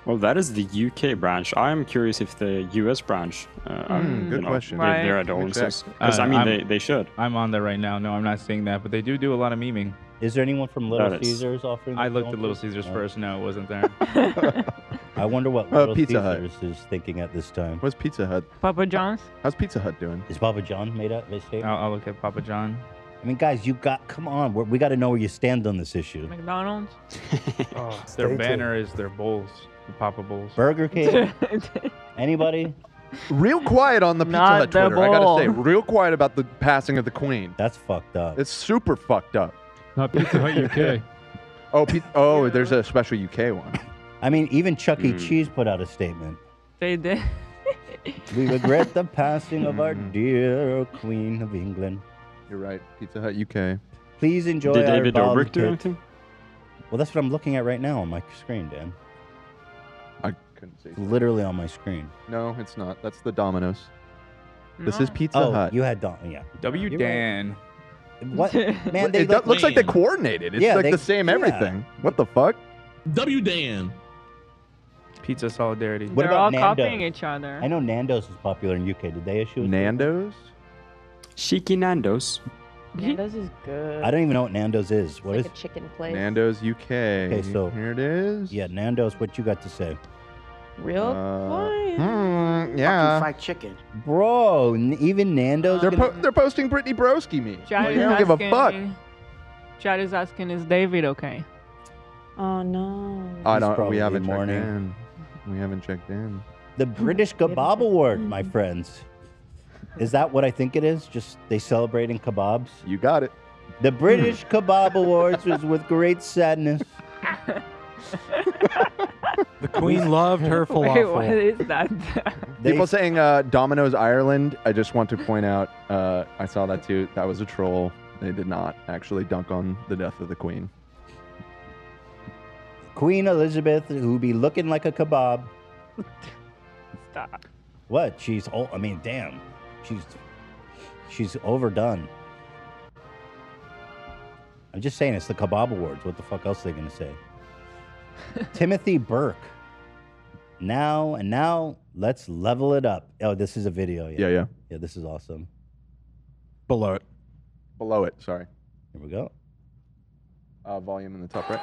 K: Well, that is the UK branch. I am curious if the US branch. Uh, are,
E: Hmm, good
K: you know,
E: question.
K: Their, their
E: Right.
K: condolences.
E: Good check.
K: Because
I: Uh,
K: I mean,
I: I'm-
K: they, they should.
I: I'm on there right now. No, I'm not seeing that, but they do do a lot of memeing.
A: Is there anyone from Little
K: That is-
A: Caesars offering?
I: I
A: their
I: looked at Little
A: condolences?
I: Caesars
A: No.
I: first. No, it wasn't there.
A: I wonder what
E: Uh,
A: Little
E: Pizza Hut.
A: Caesars is thinking at this time.
E: What's Pizza Hut?
B: Papa John's.
E: How's Pizza Hut doing?
A: Is Papa John made up this statement?
I: I'll, I'll look at Papa John.
A: I mean, guys, you got come on. We're, we got to know where you stand on this issue.
B: McDonald's.
E: Oh,
I: Their banner is their bowls, the Papa Bowls.
A: Burger King. Anybody?
E: Real quiet on the Pizza
B: Not
E: Hut
B: the
E: Twitter. I gotta say,
B: bowl.
E: real quiet about the passing of the queen.
A: That's fucked up.
E: It's super fucked up.
R: Not Pizza Hut UK.
E: Oh, pi- oh, there's a special UK one.
A: I mean, even Chuck
K: Hmm.
A: E. Cheese put out a statement.
B: They did.
A: We regret the passing of
K: Hmm.
A: our dear Queen of England.
E: You're right. Pizza Hut UK.
A: Please enjoy
K: Did
A: our
K: David
A: bald
K: Dobrik do
A: kid-
K: anything?
A: Well, that's what I'm looking at right now on my screen, Dan.
E: I couldn't see.
A: Literally on my screen.
E: No, it's not. That's the Domino's.
K: Hmm.
E: This is Pizza
A: oh,
E: Hut.
A: you had Don. Yeah.
I: W
A: You're right.
I: Dan.
A: What? Man, they
E: it do-
A: look,
E: looks like they
W: Damn.
E: coordinated. It's
A: Yeah,
E: like
A: they-
E: the same
A: yeah.
E: everything. What the fuck?
W: W Dan.
I: Pizza Solidarity.
A: What
B: They're
A: about
B: all
A: Nando's?
B: copying each other.
A: I know Nando's is popular in UK. Did they issue? a-
E: Nando's?
K: Shiki Nando's.
Q: Nando's is good.
A: I don't even know what Nando's is. What
Q: it's
A: is?
Q: like a chicken place.
E: Nando's UK. Okay,
A: so-
E: here it is.
A: Yeah, Nando's. What you got to say,
Q: Real
E: Uh,
Q: quiet.
E: mm, yeah.
P: fried chicken.
A: bro? n- Even Nando's.
E: They're
A: gonna-
E: po- they're posting Britney Broski me.
B: Chad
E: Like,
B: is
E: I don't give a
B: asking-
E: fuck.
B: Chad is asking, is David okay?
Q: Oh no.
E: I
A: He's
E: don't.
A: probably
E: We haven't
A: mourning.
E: checked in. We haven't checked in.
A: the British Kebab Award, my friends. Is that what I think it is? Just they celebrating kebabs?
E: You got it.
A: The British Kebab Awards was with great sadness.
C: The queen loved her
B: Wait, what
C: falafel.
B: is that?
A: They-
E: People saying uh, Domino's Ireland. I just want to point out. Uh, I saw that too. That was a troll. They did not actually dunk on the death of the queen.
A: Queen Elizabeth, who be looking like a kebab.
B: Stop.
A: What? She's oh, I mean, damn, she's she's overdone. I'm just saying, it's the Kebab Awards. What the fuck else are they gonna say? Timothy Burke. Now and now, let's level it up. Oh, this is a video. Yeah,
E: Yeah, yeah.
A: yeah this is awesome.
C: Below it.
E: Below it. Sorry.
A: Here we go.
E: Uh, volume in the top right.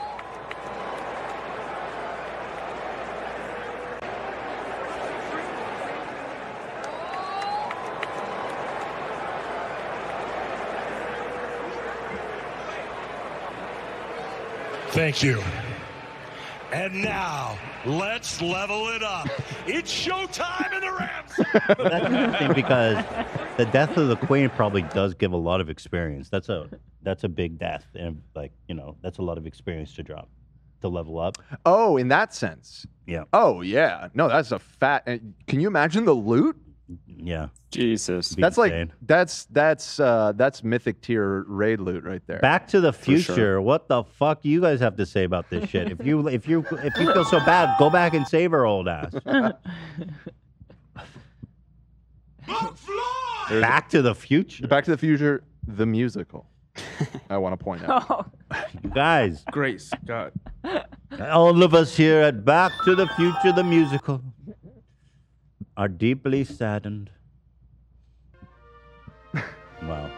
W: Thank you. And now, let's level it up. It's showtime in the Rams.
A: That's interesting because the death of the queen probably does give a lot of experience. That's a that's a big death, and like you know, that's a lot of experience to drop. to level up.
E: Oh, in that sense.
A: Yeah.
E: Oh yeah. No, that's a fat. and Can you imagine the loot?
A: Yeah.
K: Jesus.
E: That's like that's that's uh that's mythic tier raid loot right there.
A: Back to the
E: For
A: future.
E: sure.
A: What the fuck you guys have to say about this shit? If you if you if you feel so bad, go back and save her old ass. Back to the future.
E: Back to the future, the musical. I want to point out.
A: You guys. Oh
I: Great Scott.
A: All of us here at Back to the Future the Musical are deeply saddened. Wow.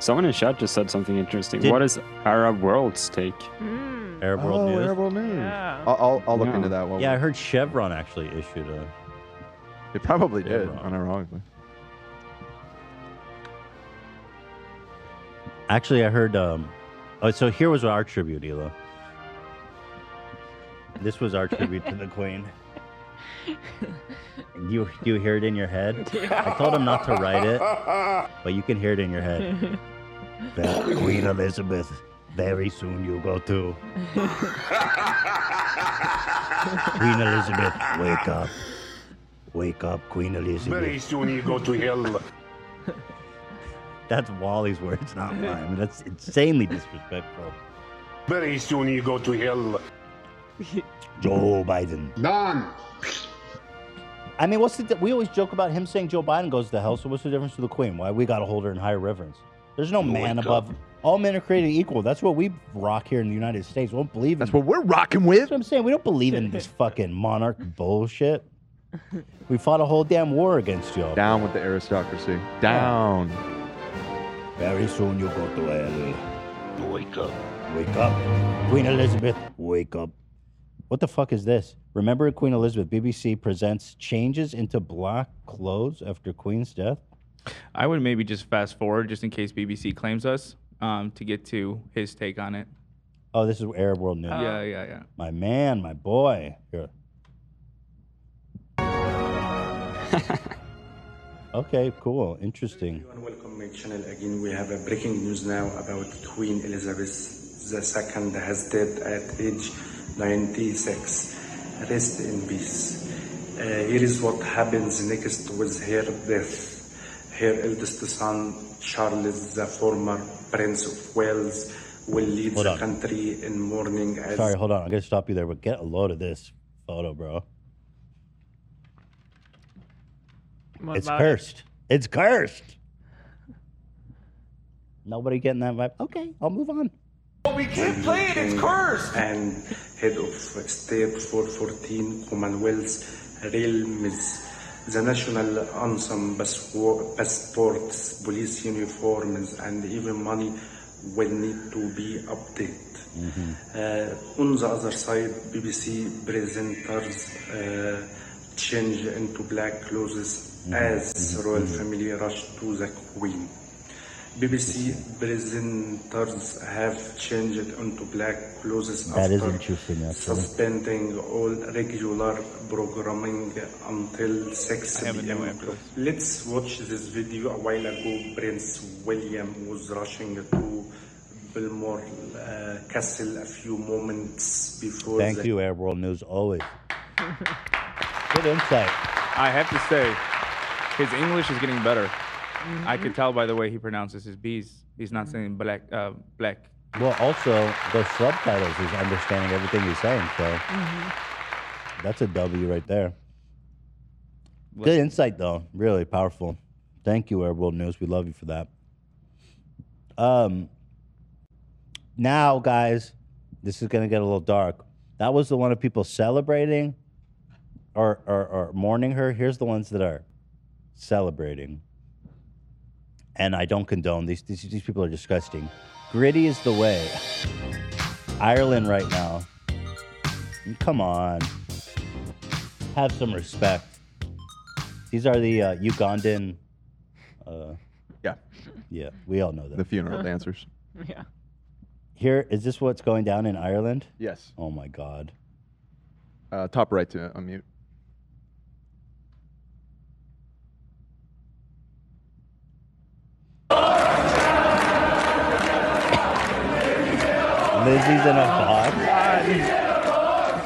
K: Someone in chat just said something interesting.
A: Did-
K: what is Arab World's take? Mm.
A: Oh, Arab World
G: Oh,
A: News.
E: Yeah. I'll, I'll, I'll look
K: Yeah.
E: into that one.
A: Yeah, I heard Chevron actually issued a.
E: It probably did,
A: Chevron.
E: unironically.
A: Actually, I heard. Um, oh, so here was our tribute, Ela. This was our tribute to the Queen. You do you hear it in your head? I told him not to write it, but you can hear it in your head. That Queen Elizabeth. Very soon you go too. Queen Elizabeth, wake up. Wake up, Queen
W: Very
A: Elizabeth.
W: soon you go to hell.
A: That's Wally's words, not mine. That's insanely disrespectful.
W: Very soon you go to hell.
A: Joe Biden.
W: None.
A: I mean, what's the? di- we always joke about him saying Joe Biden goes to hell. So what's the difference to the Queen? Why we got to hold her in high reverence? There's no man above. All men are created equal. That's what we rock here in the United States. We don't believe. That's
E: what we're rocking with.
A: That's what I'm saying. We don't believe in this fucking monarch bullshit. We fought a whole damn war against y'all.
E: Down with the aristocracy. Down.
A: Very soon you go to hell.
W: Wake up.
A: Wake up, Queen Elizabeth. Wake up. What the fuck is this? Remember Queen Elizabeth? BBC presents changes into black clothes after Queen's death.
I: I would maybe just fast forward just in case BBC claims us um, to get to his take on it.
A: Oh, this is Arab World News.
I: yeah, yeah, yeah.
A: My man, my boy. Here. okay, cool. Interesting.
P: Welcome my channel again. We have a breaking news now about Queen Elizabeth II has died at age 96. Rest in peace. Uh, here is what happens next with her death. Her eldest son, Charles, the former Prince of Wales, will lead
A: Hold
P: the
A: on.
P: country in mourning as
A: Sorry, hold on. I'm gonna stop you there, but get a load of this photo, bro.
B: What
A: it's
B: about it?
A: cursed. It's cursed. Nobody getting that vibe. Okay, I'll move on.
P: We can't play it, it's cursed! And head of state for 14 Commonwealth realms, the national anthem, passpor- passports, police uniforms, and even money will need to be updated. Uh, on the other side, BBC presenters uh, change into black clothes
A: Mm-hmm.
P: as royal family rush to the Queen. BBC presenters have changed into black clothes
A: That is
P: after
A: interesting, actually.
P: suspending all regular programming until 6 p.m. Let's watch this video. A while ago, Prince William was rushing to Belmore uh, Castle a few moments before
A: Thank
P: the
A: you, Air World News, always. Good insight.
I: I have to say, his English is getting better. I
B: Mm-hmm.
I: could tell by the way he pronounces his B's. He's not saying black, uh, black.
A: Well, also the subtitles is understanding everything he's saying, so that's a W right there. Good insight, though. Really powerful. Thank you, Arab World News. We love you for that. Um, now, guys, this is going to get a little dark. That was the one of people celebrating or, or, or mourning her. Here's the ones that are celebrating. And I don't condone these. These, these people are disgusting. Gritty is the way. Ireland right now. Come on. Have some respect. These are the uh, Ugandan. Uh,
E: yeah.
A: Yeah, we all know that.
E: The funeral dancers.
B: Yeah.
A: Here, is this what's going down in Ireland?
E: Yes.
A: Oh my God.
E: Uh, top right to unmute.
A: Lizzie's in a box.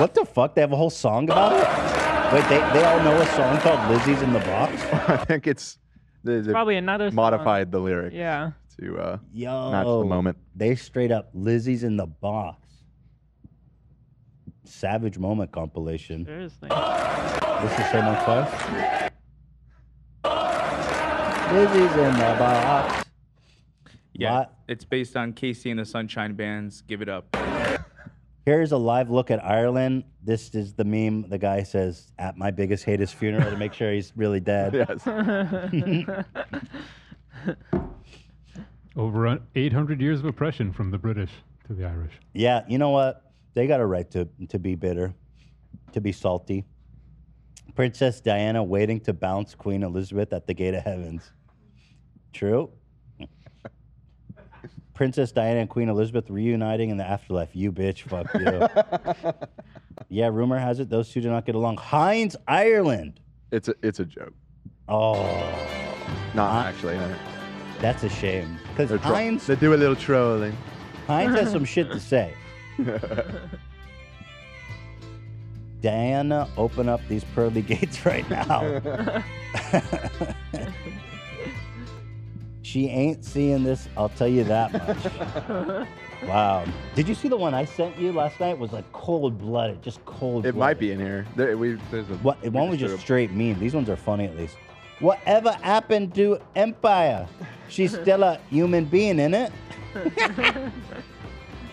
A: What the fuck? They have a whole song about it? Wait, they, they all know a song called Lizzie's in the Box?
E: I think it's they, they
B: Probably another song.
E: modified the lyric
B: Yeah.
E: to uh,
A: Yo,
E: match the moment.
A: They straight up Lizzie's in the Box. Savage Moment compilation.
B: Seriously.
A: This is so much fun. Lizzie's in the Box.
I: Yeah, it's based on Casey and the Sunshine Band's "Give It Up."
A: Here's a live look at Ireland. This is the meme. The guy says, "At my biggest hate is funeral" to make sure he's really dead.
R: Over 800 years of oppression from the British to the Irish.
A: Yeah, you know what? They got a right to, to be bitter, to be salty. Princess Diana waiting to bounce Queen Elizabeth at the gate of heavens. True. Princess Diana and Queen Elizabeth reuniting in the afterlife. You bitch, fuck you. yeah, rumor has it those two do not get along. Heinz, Ireland.
E: It's a it's a joke.
A: Oh,
E: Not actually. No.
A: that's a shame. Because
E: They're tro-
A: Heinz,
E: they do a little trolling.
A: Heinz has some shit to say. Diana, open up these pearly gates right now. she ain't seeing this, I'll tell you that much. wow. Did you see the one I sent you last night? It was like cold blooded, just cold
E: It might be in here. There, we, there's a,
A: What,
E: we
A: one was
E: just
A: just straight meme. These ones are funny at least. Whatever happened to Empire? She's still a human being, in it?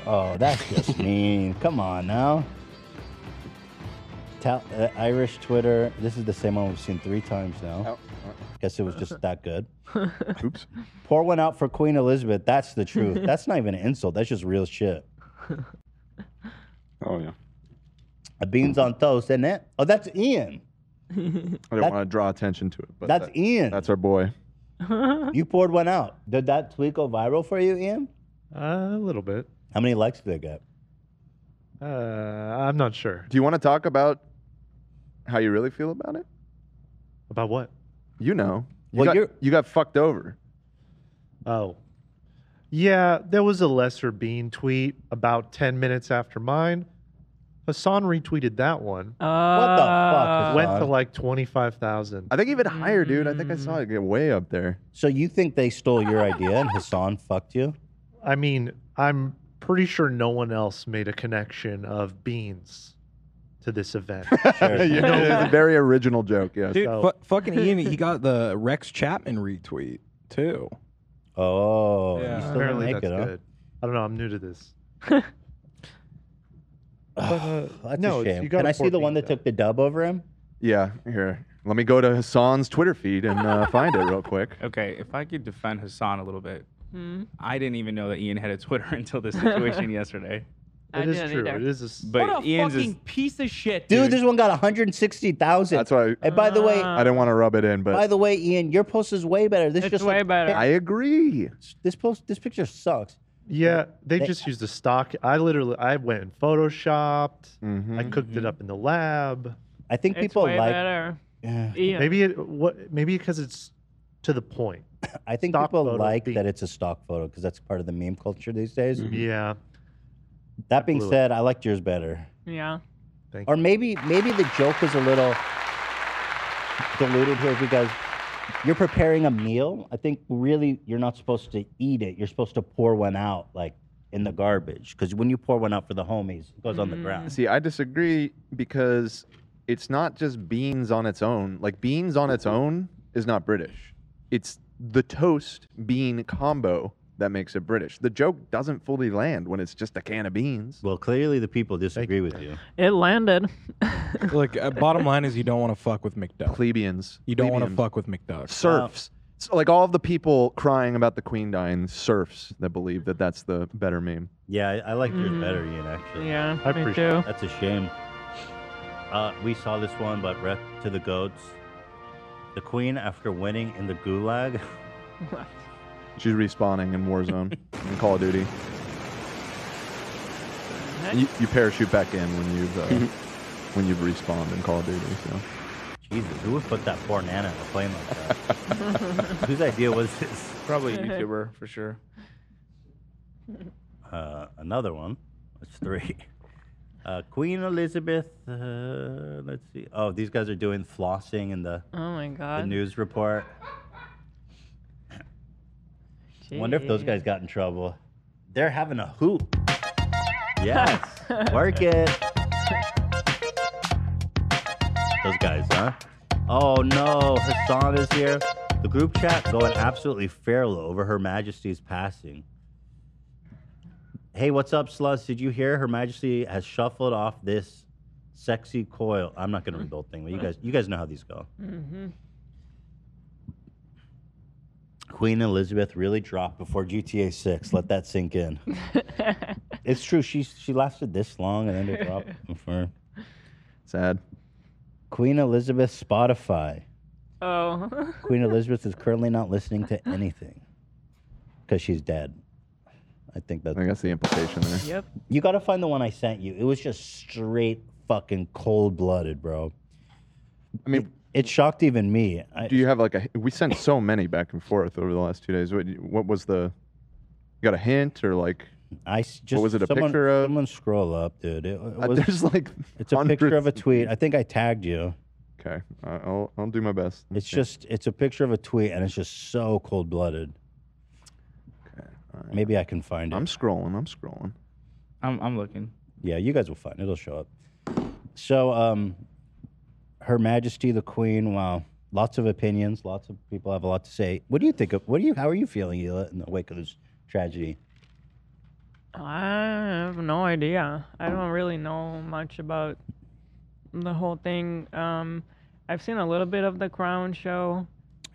A: Oh, that's just mean. Come on now. Ta- uh, Irish Twitter. This is the same one we've seen three times now. Guess it was just that good.
E: Oh. Oops.
A: Pour one out for Queen Elizabeth. That's the truth. That's not even an insult. That's just real shit.
K: Oh yeah.
A: A beans on toast, isn't it? Oh, that's Ian.
E: I don't
A: That-
E: want to draw attention to it, but
A: That's
E: that-
A: Ian.
E: That's our boy.
A: you poured one out. Did that tweet go viral for you, Ian?
O: a little bit.
A: How many likes did it get?
O: Uh, I'm not sure.
E: Do you want to talk about how you really feel about it?
O: About what?
E: You know. You
O: Well,
E: got,
O: you're-
E: you got fucked over.
O: Oh. Yeah, there was a lesser bean tweet about 10 minutes after mine. Hassan retweeted that one.
R: Uh,
B: what the fuck?
O: Went to like 25,000.
E: I think even higher, dude. I think I
A: Mm.
E: saw it get way up there.
A: So you think they stole your idea and Hassan fucked you?
O: I mean, I'm pretty sure no one else made a connection of beans to this event.
E: You know, it's a very original joke. Yes.
C: Dude, fu- fucking Ian, he got the Rex Chapman retweet too.
A: Oh,
C: Yeah.
A: you still didn't
O: Apparently
A: make
O: that's
A: it, huh?
O: good. I don't know. I'm new to this.
A: That's
O: uh, no,
A: a
O: it's-
A: shame.
O: you
A: Can
O: gotta
A: I see
O: pour
A: the one that took the dub over him?
E: Yeah, here. Let me go to Hassan's Twitter feed and uh, find it real quick.
I: Okay, if I could defend Hassan a little bit,
B: Hmm?
I: I didn't even know that Ian had a Twitter until this situation yesterday.
B: I
O: It is
B: didn't
O: true.
B: either.
O: It is a,
I: But Ian's is,
B: piece of shit,
A: Dude, this one got 160,000. That's
E: why.
A: And by the way,
E: I didn't want to rub it in, but
A: by the way, Ian, your post is way better. This
B: It's
A: just
B: way
A: like,
B: better.
E: I agree.
A: This post, this picture sucks.
O: yeah, they,
A: They-
O: just used the stock. I literally, I went and photoshopped. I cooked it up in the lab.
A: Mm-hmm. I think
B: It's
A: people
B: way
A: like.
B: better.
A: Yeah.
B: Ian.
O: Maybe it what? Maybe because it's to the point.
A: I think
O: stock
A: people
O: photo
A: like
O: beat.
A: that it's a stock photo because that's part of the meme culture these days.
O: Mm-hmm. Yeah,
A: That being
O: blew it.
A: said, I liked yours better.
B: Yeah.
O: thank
A: Or
O: you.
A: maybe maybe the joke is a little diluted here because you're preparing a meal. I think really you're not supposed to eat it. You're supposed to pour one out like in the garbage because when you pour one out for the homies, it goes on
C: Mm-hmm.
B: Mm-hmm.
A: the ground.
E: See, I disagree because it's not just beans on its own. Like beans on its own is not British. It's the toast bean combo that makes it British. The joke doesn't fully land when it's just a can of beans.
A: Well, clearly the people disagree with you.
B: It landed.
C: Look, uh, bottom line is you don't want to fuck with McDuck.
E: Plebeians.
C: You don't want to
E: Plebeian.
C: fuck with McDuck.
E: Serfs. So, like all of the people crying about the queen dying, serfs that believe that that's the better meme.
A: Yeah, I, I like yours
B: Mm.
A: better, Ian. Actually,
B: yeah.
O: I
B: me
O: appreciate
B: too.
A: that's a shame. Uh, we saw this one, but rep to the goats. The queen, after winning in the gulag,
E: She's respawning in Warzone in Call of Duty. And You, you parachute back in when you've uh,
A: Mm-hmm.
E: when you've respawned in Call of Duty. So.
A: Jesus, who would put that poor Nana in a plane like that? Whose idea was this?
I: probably a YouTuber for sure.
A: uh, another one. That's three. Uh, Queen Elizabeth. Uh, let's see. Oh, these guys are doing flossing in the
B: Oh my
A: the
B: god.
A: news report. Wonder if those
B: Jeez.
A: guys got in trouble. They're having a hoop. Yes, work it. Those guys, huh? Oh no, Hassan is here. The group chat going absolutely feral over Her Majesty's passing. Hey, what's up, Sluss? Did you hear Her Majesty has shuffled off this sexy coil? I'm not gonna read the whole thing, but you guys, you guys know how these go.
B: Mm-hmm.
A: Queen Elizabeth really dropped before GTA 6. Let that sink in. it's true. She she lasted this long and then they dropped before.
E: Sad.
A: Queen Elizabeth Spotify.
B: Oh.
A: Queen Elizabeth is currently not listening to anything because she's dead. I think that's.
E: I guess the implication there.
B: Yep.
A: You got to find the one I sent you. It was just straight fucking cold blooded, bro.
E: I mean,
A: it, shocked even me. I,
E: Do you have like a? We sent so many back and forth over the last two days. What, what was the? You got a hint or like?
A: I just
E: what was it a
A: someone-
E: picture of?
A: Someone scroll up, dude. It, it
E: Uh,
A: was,
E: there's, like,
A: it's a picture of
E: hundreds
A: a
E: of
A: tweet. I think I tagged you.
E: Okay, I- I'll I'll do my best.
A: It's just it's a picture of a tweet, and it's just so cold blooded. Maybe I can find it. I'm
E: scrolling. I'm scrolling.
I: I'm, I'm looking.
A: Yeah, you guys will find it. It'll show up. So, um, Her Majesty the Queen. Wow, lots of opinions. Lots of people have a lot to say. What do you think of? What do you? How are you feeling, Hila, in the wake of this tragedy?
B: I have no idea. I don't really know much about the whole thing. Um, I've seen a little bit of the Crown show.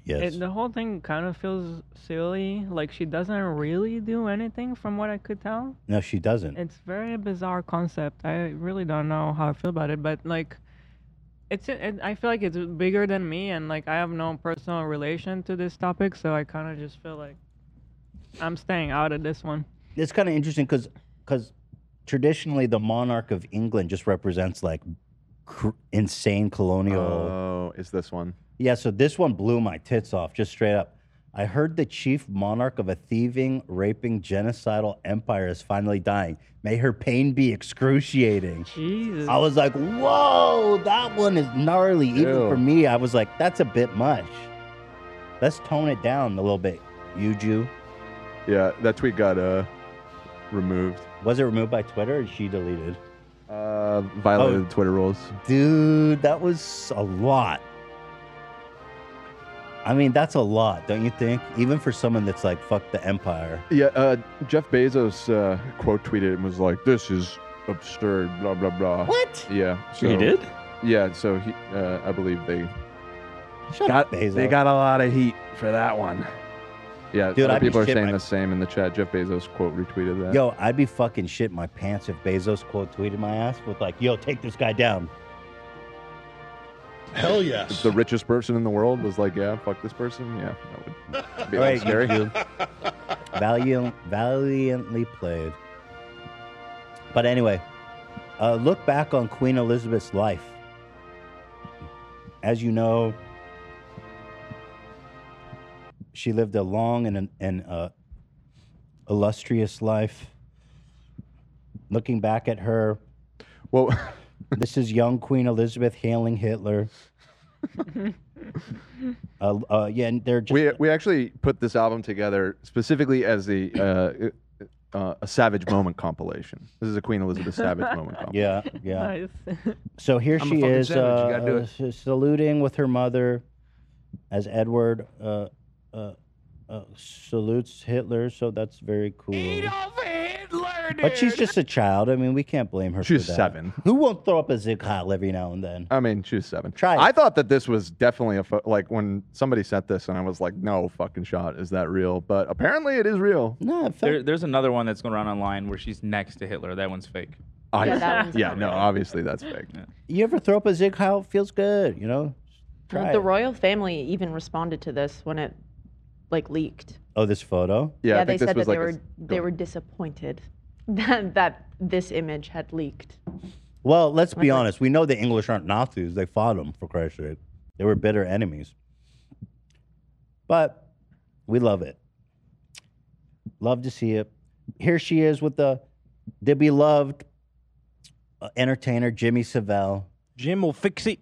A: Yes.
B: It, the whole thing kind of feels silly. Like she doesn't really do anything, from what I could tell.
A: No, she doesn't.
B: It's very bizarre concept. I really don't know how I feel about it, but like, it's. It, I feel like it's bigger than me, and like I have no personal relation to this topic, so I kind of just feel like I'm staying out of this one.
A: It's kind of interesting because traditionally the monarch of England just represents like cr- insane colonial.
E: Oh, is this one?
A: Yeah, so this one blew my tits off, just straight up. I heard the chief monarch of a thieving, raping, genocidal empire is finally dying. May her pain be excruciating.
B: Jesus.
A: I was like, whoa, that one is gnarly. Even
E: Ew.
A: for me, I was like, that's a bit much. Let's tone it down a little bit, you Jew.
E: Yeah, that tweet got uh removed.
A: Was it removed by Twitter or she deleted?
E: Uh, violated
A: Oh.
E: Twitter rules.
A: Dude, that was a lot. I mean, that's a lot, don't you think? Even for someone that's like, fuck the empire.
E: Yeah, uh, Jeff Bezos uh, quote tweeted and was like, "This is absurd." Blah blah blah.
A: What?
E: Yeah.
A: He did?
E: Yeah. So he, uh, I believe they got they
A: Bezos.
E: got a lot of heat for that one. Yeah,
A: Dude,
E: other
A: I'd be
E: people are
A: shit
E: saying
A: my-
E: the same in the chat. Jeff Bezos quote retweeted that.
A: Yo, I'd be fucking shit my pants if Bezos quote tweeted my ass with like, "Yo, take this guy down."
E: hell yes. The richest person in the world was like, "Yeah, fuck this person." Yeah, that would be
A: All right, you
E: scary.
A: two. Valiant, valiantly played. But anyway, uh, look back on Queen Elizabeth's life. As you know, she lived a long and an and, uh, illustrious life. Looking back at her,
E: well,
A: this is young Queen Elizabeth hailing Hitler. uh, uh, yeah, and they're just
E: we we actually put this album together specifically as the uh, uh, a Savage Moment compilation. This is a Queen Elizabeth Savage Moment compilation.
A: Yeah, yeah. So here
E: I'm a
A: she
E: fucking
A: is,
E: savage, you gotta do
A: uh, s- saluting with her mother, as Edward uh, uh, uh, salutes Hitler. So that's very cool. But she's just a child. I mean, we can't blame her.
E: She's
A: for that.
E: seven.
A: Who won't throw up a zig Heil every now and then?
E: I mean, she was seven.
A: Try.
E: I thought that this was definitely a fo- like when somebody sent this, and I was like, "No fucking shot, is that real?" But apparently, it is real.
A: No,
I: There, there's another one that's going around online where she's next to Hitler. That one's fake.
E: I, yeah, no, obviously that's fake.
A: You ever throw up a zig Heil? Feels good, you know.
Q: Well,
A: Try
Q: the
A: it.
Q: royal family even responded to this when it like leaked.
A: Oh, this photo.
Q: they said that they were they were disappointed that that this image had leaked.
A: Well, let's be honest. We know the English aren't Nazis. They fought them, for Christ's sake. They were bitter enemies. But we love it. Love to see it. here she is with the the beloved uh, entertainer Jimmy Savile.
C: Jim will fix it.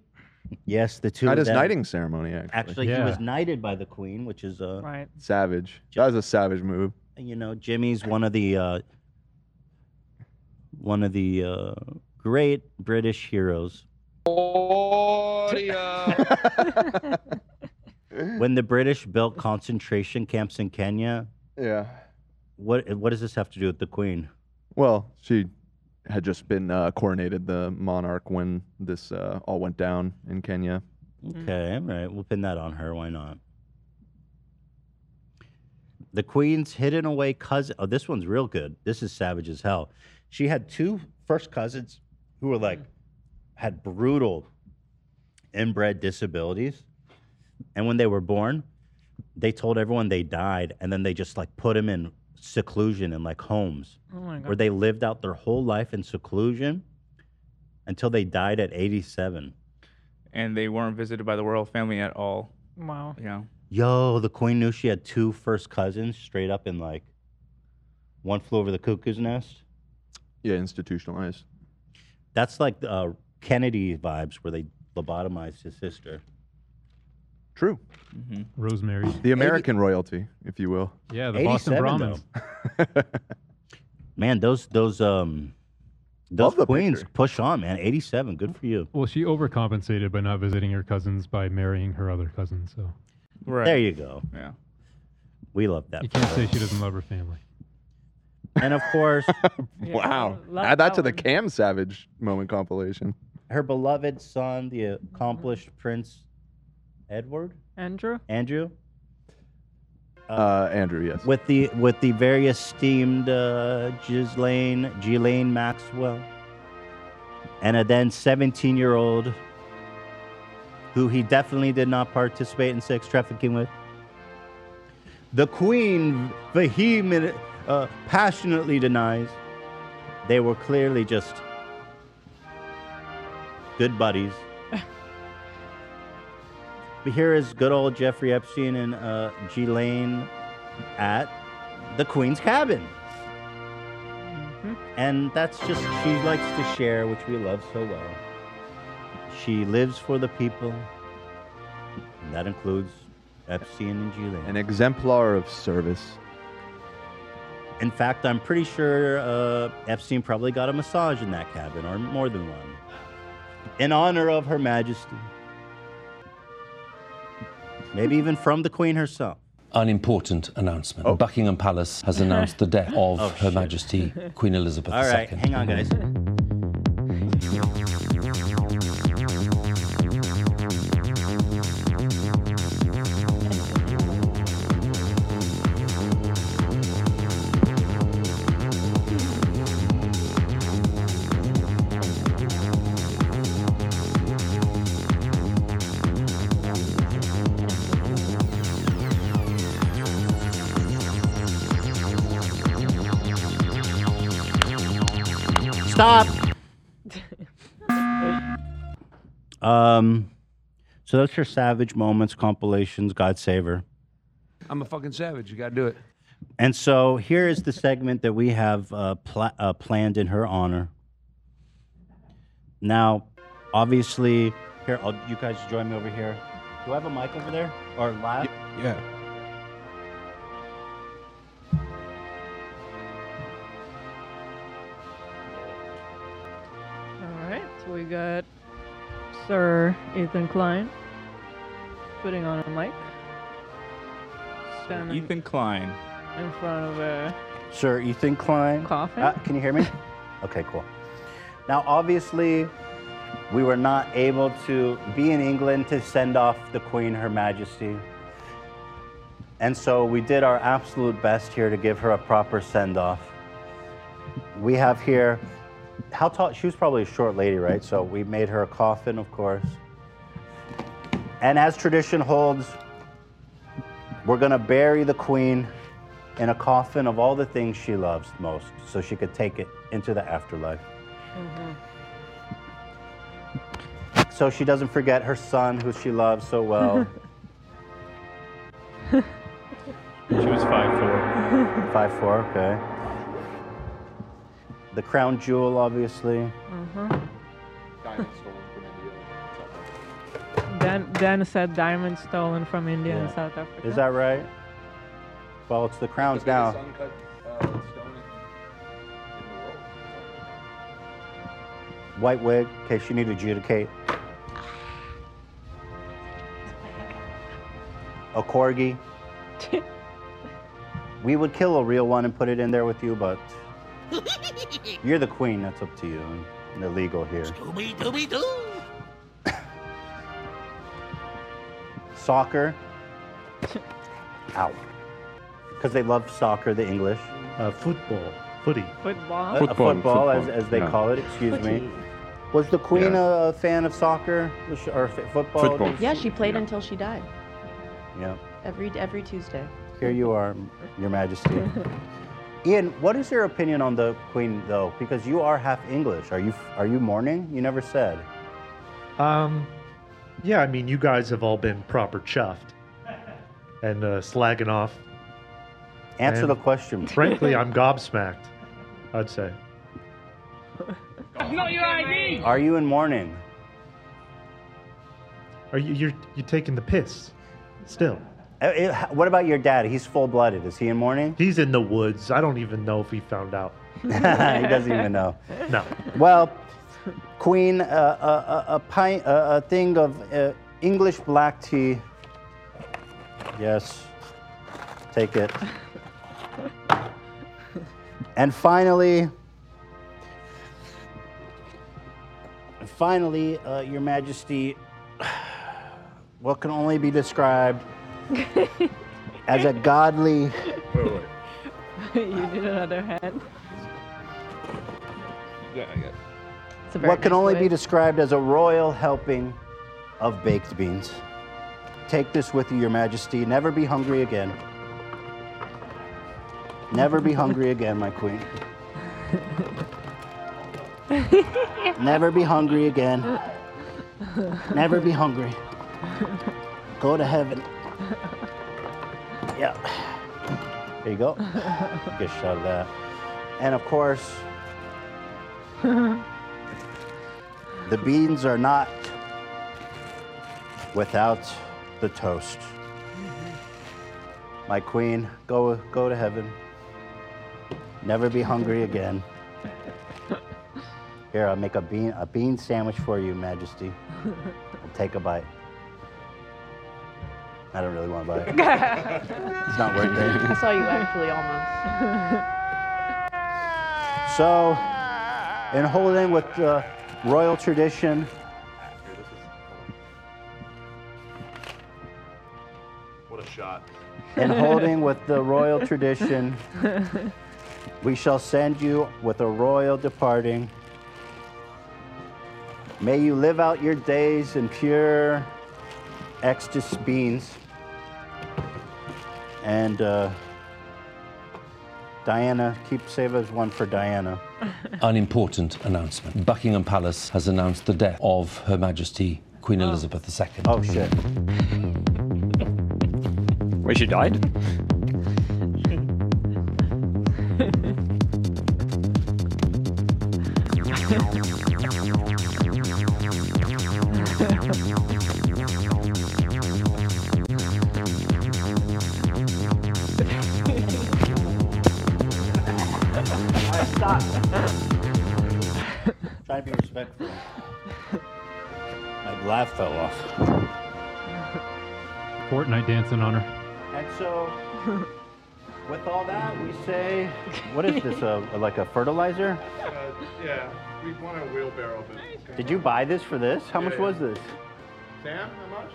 A: Yes, the two.
E: At
A: of
E: his
A: them.
E: knighting ceremony, actually.
A: Actually, he was knighted by the queen, which is uh,
B: right.
E: savage. That was a savage move.
A: You know, Jimmy's one of the uh, one of the uh, great British heroes. when the British built concentration camps in Kenya,
E: Yeah.
A: what what does this have to do with the queen?
E: Well, she had just been uh, coronated the monarch when this uh, all went down in Kenya.
A: Okay, all right. We'll pin that on her. Why not? The Queen's hidden away cousin. Oh, this one's real good. This is savage as hell. She had two first cousins who were like, had brutal inbred disabilities. And when they were born, they told everyone they died. And then they just like put them in seclusion in like homes
B: Oh my
A: where
B: god.
A: they lived out their whole life in seclusion until they died at 87.
I: and they weren't visited by the royal family at all.
B: Wow.
I: You know,
A: Yo, the queen knew she had two first cousins straight up in like one flew over the cuckoo's nest.
E: Yeah, institutionalized.
A: That's like uh, Kennedy vibes where they lobotomized his sister.
E: True.
A: Mm-hmm.
R: Rosemary.
E: The American royalty, if you will.
R: Yeah, the Boston
A: 87
R: Brahmins.
A: though. man, those those um those queens push on, man. 87, good for you.
R: Well, she overcompensated by not visiting her cousins by marrying her other cousin. So
I: Right.
A: There you go.
I: Yeah.
A: We love that.
R: you can't
A: for her.
R: say she doesn't love her family.
A: And of course,
E: wow.
B: love
E: Add that,
B: that
E: to the
B: one.
E: Cam Savage moment compilation.
A: her beloved son, the accomplished Prince Edward,
B: Andrew.
A: Andrew,
E: Uh, Andrew, yes.
A: with the with the very esteemed uh, Ghislaine Ghislaine Maxwell, and a then 17 year old who he definitely did not participate in sex trafficking with. The Queen vehement, uh, passionately denies they were clearly just good buddies. But here is good old Jeffrey Epstein and uh, Ghislaine at the Queen's cabin. And that's just, she likes to share, which we love so well. She lives for the people. And that includes Epstein and Ghislaine.
E: An exemplar of service.
A: In fact, I'm pretty sure uh, Epstein probably got a massage in that cabin, or more than one, in honor of Her Majesty. Maybe even from the Queen herself.
D: An important announcement. Buckingham Palace has announced the death of
A: Oh,
D: Her
A: shit.
D: Majesty Queen Elizabeth
A: All
D: II.
A: right, hang on, guys. Stop. Um, so that's your Savage Moments compilations, God Save Her.
L: I'm a fucking savage. You got to do it.
A: And so here is the segment that we have uh, pla- uh, planned in her honor. Now, obviously, here, I'll, you guys join me over here. Do I have a mic over there or live?
C: Yeah.
B: All right. So we got Sir Ethan Klein putting on a mic. Standing
I: Ethan Klein.
B: in front of a.
A: Sir Ethan Klein.
B: Coffin?
A: Uh, can you hear me? okay, cool. Now, obviously, we were not able to be in England to send off the Queen, Her Majesty. And so we did our absolute best here to give her a proper send off. We have here, how tall? She was probably a short lady, right? So we made her a coffin, of course. And as tradition holds, we're going to bury the queen in a coffin of all the things she loves most so she could take it into the afterlife. So she doesn't forget her son, who she loves so well.
I: She was five four.
A: Five four, okay. The crown jewel, obviously.
B: Uh-huh. Dan, Dan said diamonds stolen from India and
A: Yeah.
B: South Africa.
A: Is that right? Well, it's the crowns now.
G: uh,
A: White wig, in case you need to adjudicate. A corgi. we would kill a real one and put it in there with you, but you're the queen. That's up to you. And illegal here. Soccer. Ow. Because they love soccer, the English.
O: Uh, football. Footy.
B: Football.
A: Uh,
O: Football,
A: football, as,
O: football,
A: as they
O: yeah.
A: call it. Excuse me.
Q: Footy.
A: Was the Queen a fan of soccer Was she- or f- football? Did
Q: Yeah, she played until she died.
A: Yeah.
Q: Every every Tuesday.
A: Here you are, Your Majesty. Ian, what is your opinion on the Queen, though? Because you are half English. Are you are you mourning? You never said.
O: Um, yeah, I mean, you guys have all been proper chuffed and uh, slagging off.
A: Answer the question.
O: Frankly, I'm gobsmacked. I'd say.
G: Not your ID.
A: Are you in mourning?
O: Are you you're you're taking the piss? Still.
A: Eh, what about your dad? He's full-blooded. Is he in mourning?
O: He's in the woods. I don't even know if he found out.
A: he doesn't even know.
O: No.
A: Well, Queen, uh, a, a, a pint, a, a thing of uh, English black tea. Yes, take it. and finally, finally, uh, Your Majesty, what can only be described as a godly.
B: you did another hand.
A: what can only be described as a royal helping of baked beans. Take this with you, Your Majesty. Never be hungry again. Never be hungry again, my queen. Never be hungry again. Never be hungry. Go to heaven. Yeah. There you go. Get shot of that. And of course, the beans are not without the toast. My queen, go go to heaven. Never be hungry again. Here, I'll make a bean a bean sandwich for you, Majesty. I'll take a bite. I don't really want to bite. It's not worth
Q: I
A: it.
Q: saw you actually almost.
A: So, in holding with uh, royal tradition,
S: What a shot.
A: in holding with the royal tradition, we shall send you with a royal departing. May you live out your days in pure ecstasy beans. And uh, Diana, keep save as one for Diana.
D: An important announcement. Buckingham Palace has announced the death of Her Majesty Queen Elizabeth II.
A: Oh, shit.
K: Wait, she died?
A: Stop. Try to be respectful. My laugh fell off.
R: Fortnite dance in honor.
A: And so, with all that, we say, what is this? A, like a fertilizer?
S: Uh, yeah, we want a wheelbarrow. But
A: Did you buy this for this? How much
S: Yeah, yeah.
A: was this?
S: Sam, how much?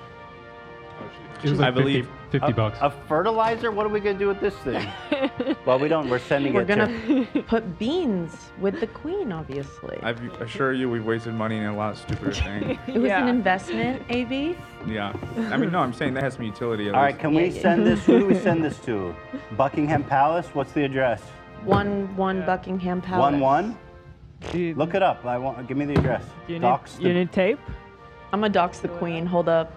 R: It was
A: I
R: like 50
A: believe-
R: 50 bucks.
A: A fertilizer? What are we gonna do with this thing? well, we don't. We're sending
Q: We're
A: it to.
Q: gonna put beans with the queen, obviously.
I: I assure you, we've wasted money in a lot of stupider things.
Q: It was an investment, AB.
I: Yeah. I mean, no, I'm saying that has some utility. at
A: All right,
I: least.
A: can we send this? Who do we send this to? Buckingham Palace. What's the address?
Q: One one Buckingham Palace.
A: One one. Look it up. I want. Give me the address.
Q: You need-
A: Dox the-
Q: you need tape? I'm gonna dox the queen. Hold up.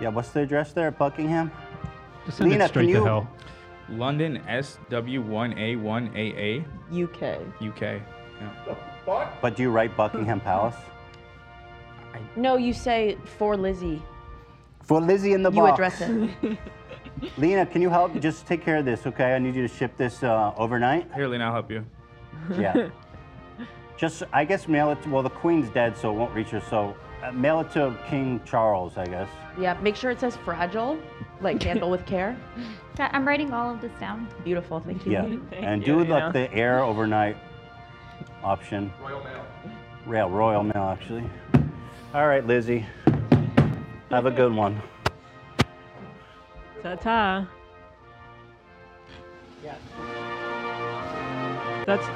A: Yeah. What's the address there at Buckingham?
Q: send it Lena, straight can to you- hell.
I: London SW1A1AA
Q: UK.
I: UK.
A: But do you write Buckingham Palace?
Q: No, you say for Lizzie.
A: For Lizzie in the
Q: you
A: box.
Q: address it.
A: Lena, can you help? Just take care of this, okay? I need you to ship this uh, overnight.
I: Here, Lena, I'll help you.
A: Yeah. Just, I guess, mail it. To, well, the Queen's dead, so it won't reach her. So, uh, mail it to King Charles, I guess.
Q: yeah, make sure it says fragile, like handle with care.
H: God, I'm writing all of this down.
Q: Beautiful, thank you.
A: Yeah. and do like the air overnight option.
S: Royal mail.
A: Rail, Royal Mail, actually. All right, Lizzie. Have a good one.
B: Ta ta.
Q: Yeah.
B: That's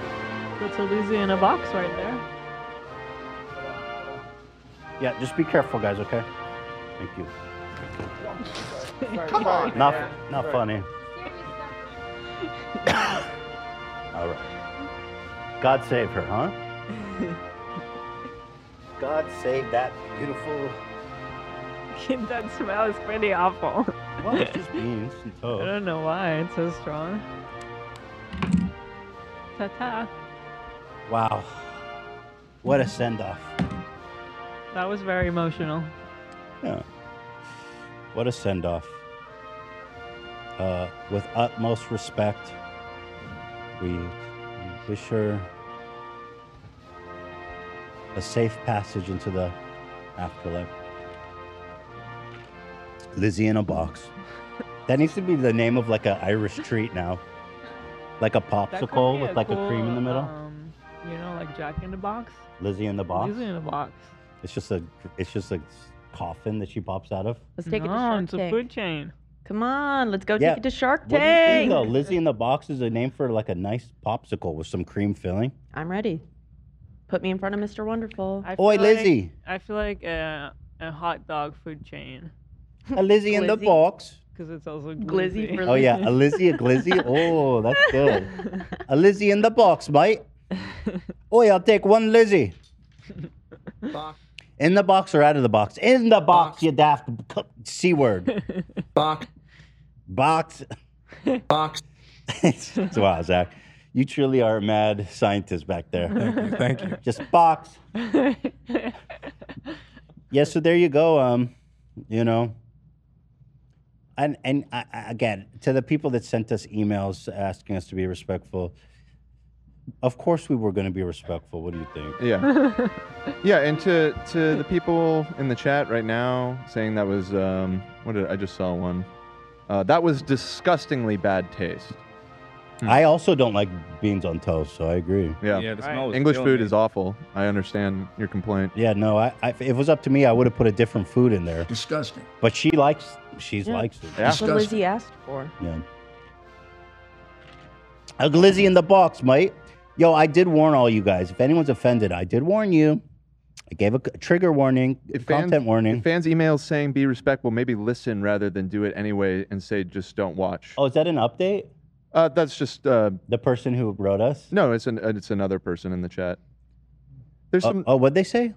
B: that's Elysia in a box right there.
A: Yeah, just be careful, guys, okay? Thank you.
S: Come on.
A: Not, not funny. All right. God save her, huh? God save that beautiful.
B: that smell is pretty awful.
A: Well, it's just beans and
B: I
A: toast.
B: don't know why it's so strong. Ta ta.
A: Wow. What a send off.
B: That was very emotional.
A: Yeah. What a send off. Uh, with utmost respect, we wish her a safe passage into the afterlife. Lizzie in a box. That needs to be the name of like an Irish treat now. Like a
B: That could
A: popsicle
B: be
A: with like a cream in the
B: cool,
A: middle.
B: Um, you know, like Jack in the Box.
A: Lizzie in the box.
B: Lizzie in a box.
A: It's just a it's just a coffin that she pops out of.
Q: Let's take it to
B: No,
Q: Shark
B: it's a
Q: Tank.
B: food chain.
Q: Come on, let's go
A: Yeah.
Q: take it to Shark
A: What do you think,
Q: Tank.
A: though? Lizzie in the box is a name for like a nice popsicle with some cream filling.
Q: I'm ready. Put me in front of Mr. Wonderful.
B: I
A: Oi,
B: feel like-
A: Lizzie.
B: I feel like a, a hot dog food chain.
A: A Lizzie in the box.
B: Because it's also
Q: Glizzy
B: glizzy.
Q: for
A: Oh yeah, a Lizzie, a glizzy. Oh, that's good. A Lizzie in the box, mate. Oi, I'll take one Lizzie. In the box or out of the box? In the box, you daft c- c word. Box. Box. Box. wow, Zach, you truly are a mad scientist back there. Thank you. Thank you. Just box. Yeah, so there you go. Um, you know, and and I, I- again, to the people that sent us emails asking us to be respectful, of course we were going to be respectful. What do you think?
E: Yeah. yeah, and to to the people in the chat right now saying that was um what did I just saw one. Uh, that was disgustingly bad taste.
A: I also don't like beans on toast, so I agree.
E: Yeah.
I: Yeah, the smell was
E: English
I: killing
E: food
I: me.
E: is awful. I understand your complaint.
A: Yeah, no, I, I if it was up to me, I would have put a different food in there. Disgusting. But she likes, she
Q: Yeah.
A: likes it.
Q: That's what Lizzie asked for.
A: Yeah. A glizzy in the box, mate. Yo, I did warn all you guys. If anyone's offended, I did warn you. I gave a c- trigger warning, content warning.
E: If fans emails saying be respectful, maybe listen rather than do it anyway and say just don't watch.
A: Oh, is that an update?
E: Uh, that's just uh,
A: the person who wrote us.
E: No, it's an uh, it's another person in the chat. There's
A: Oh,
E: some.
A: Oh, what'd they say?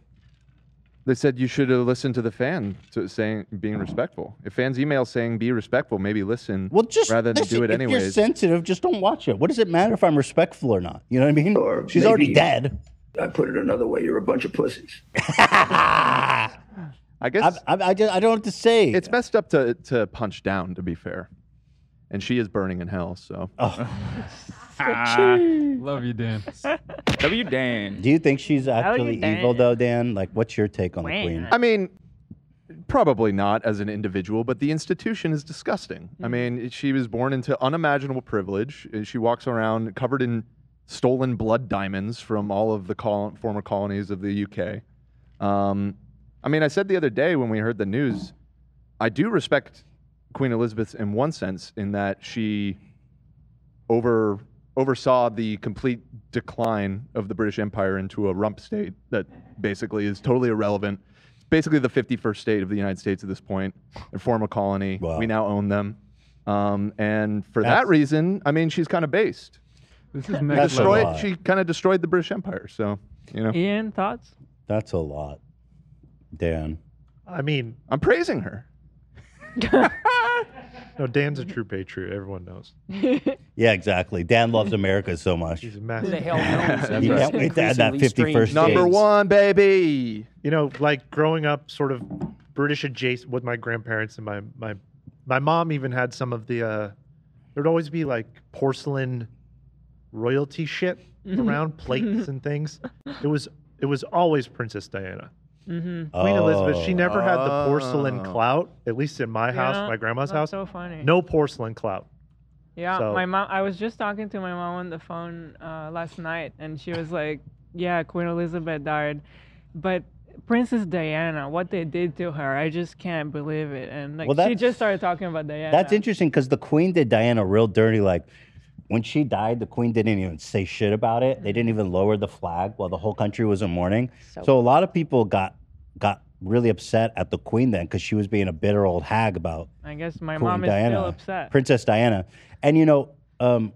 E: They said you should have listened to the fan to saying
A: Oh.
E: being respectful. If fans email saying be respectful, maybe listen.
A: Well, just
E: rather than
A: listen,
E: do it
A: If you're
E: anyways.
A: sensitive, just don't watch it. What does it matter if I'm respectful or not? You know what I mean? She's
G: maybe-
A: already dead.
G: I put it another way. You're a bunch of pussies.
E: I guess
A: I, I, just, I don't have to say.
E: It's messed up to to punch down. To be fair, and she is burning in hell. So.
A: Oh.
I: Ah,
R: Love you, Dan.
I: W Dan.
A: Do you think she's
I: How do you
A: actually
I: think?
A: evil though, Dan? Like, what's your take on the queen?
E: I mean, probably not as an individual, but the institution is disgusting. I mean, she was born into unimaginable privilege. Uh, She walks around covered in stolen blood diamonds from all of the col- former colonies of the UK. Um, I mean, I said the other day when we heard the news, I do respect Queen Elizabeth in one sense, in that she over oversaw the complete decline of the British Empire into a rump state that basically is totally irrelevant. It's basically the 51st state of the United States at this point. Their former colony. We now own them. Um, and for that
R: That's-
E: reason, I mean, she's kind of based.
R: This is
E: She
R: next
E: destroyed-
R: level.
E: she kind of destroyed the British Empire. So, you know,
B: Ian, thoughts?
A: That's a lot, Dan.
E: I mean, I'm praising her.
O: No, Dan's a true patriot. Everyone knows.
A: Yeah, exactly. Dan loves America so much. He's
O: a massive.
A: He can't wait to add that 51st
E: Number
A: shades.
E: one, baby.
O: You know, like growing up, sort of British adjacent with my grandparents and my my my mom even had some of the. uh There'd always be like porcelain royalty shit
B: Mm-hmm.
O: around plates and things. It was it was always Princess Diana.
B: Mm-hmm.
O: Queen Elizabeth, she never had the porcelain
B: Oh.
O: clout, at least in my house,
B: Yeah,
O: my grandma's
B: that's
O: house.
B: so funny.
O: No porcelain clout.
B: Yeah,
O: So-
B: my mom. I was just talking to my mom on the phone uh, last night, and she was like, "Yeah, Queen Elizabeth died, but Princess Diana, what they did to her, I just can't believe it." And like,
A: Well,
B: she
A: that's-
B: just started talking about Diana.
A: That's interesting because the Queen did Diana real dirty. Like when she died, the Queen didn't even say shit about it. They didn't even lower the flag while the whole country was in mourning.
Q: So-
A: So, a lot of people got got really upset at the Queen then because she was being a bitter old hag about
B: I guess my
A: Queen
B: mom is
A: Diana,
B: still upset.
A: Princess Diana, and you know, um,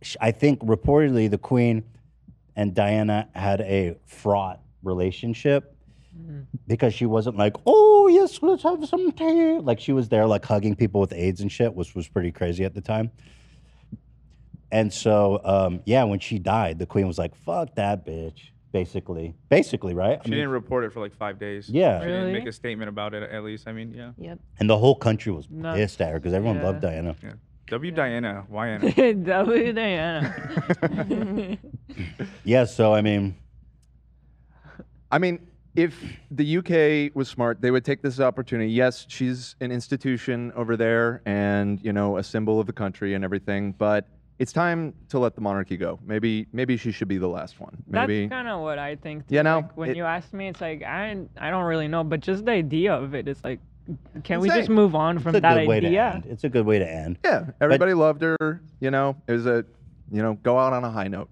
A: sh- I think reportedly the Queen and Diana had a fraught relationship
B: Mm-hmm.
A: because she wasn't like, oh yes, let's have some tea. Like she was there, like hugging people with AIDS and shit, which was pretty crazy at the time. And so, um, yeah, when she died, the Queen was like, fuck that bitch, basically, basically, right? I
I: She
A: mean,
I: didn't report it for like five days.
A: Yeah.
I: She didn't
A: Really?
I: make a statement about it, at least. I mean, yeah.
Q: Yep.
A: and the whole country was
I: Nuts.
A: pissed at her because everyone loved
I: Yeah.
A: Diana.
I: Yeah. W. Diana. Diana. YN.
B: w Diana.
A: Yeah, so I mean,
E: I mean, if the UK was smart, they would take this opportunity. Yes, she's an institution over there and, you know, a symbol of the country and everything, but it's time to let the monarchy go. Maybe maybe she should be the last one. Maybe
B: That's kind of what I think.
E: You know,
B: like, when
E: it-
B: you ask me, it's like I I don't really know, but just the idea of it, it's like, can we just
E: Insane.
B: move on from
A: it's a
B: that
A: good way to
B: idea?
A: end. It's a good way to end.
E: Yeah, everybody loved her, you know. It was a, you know, go out on a high note.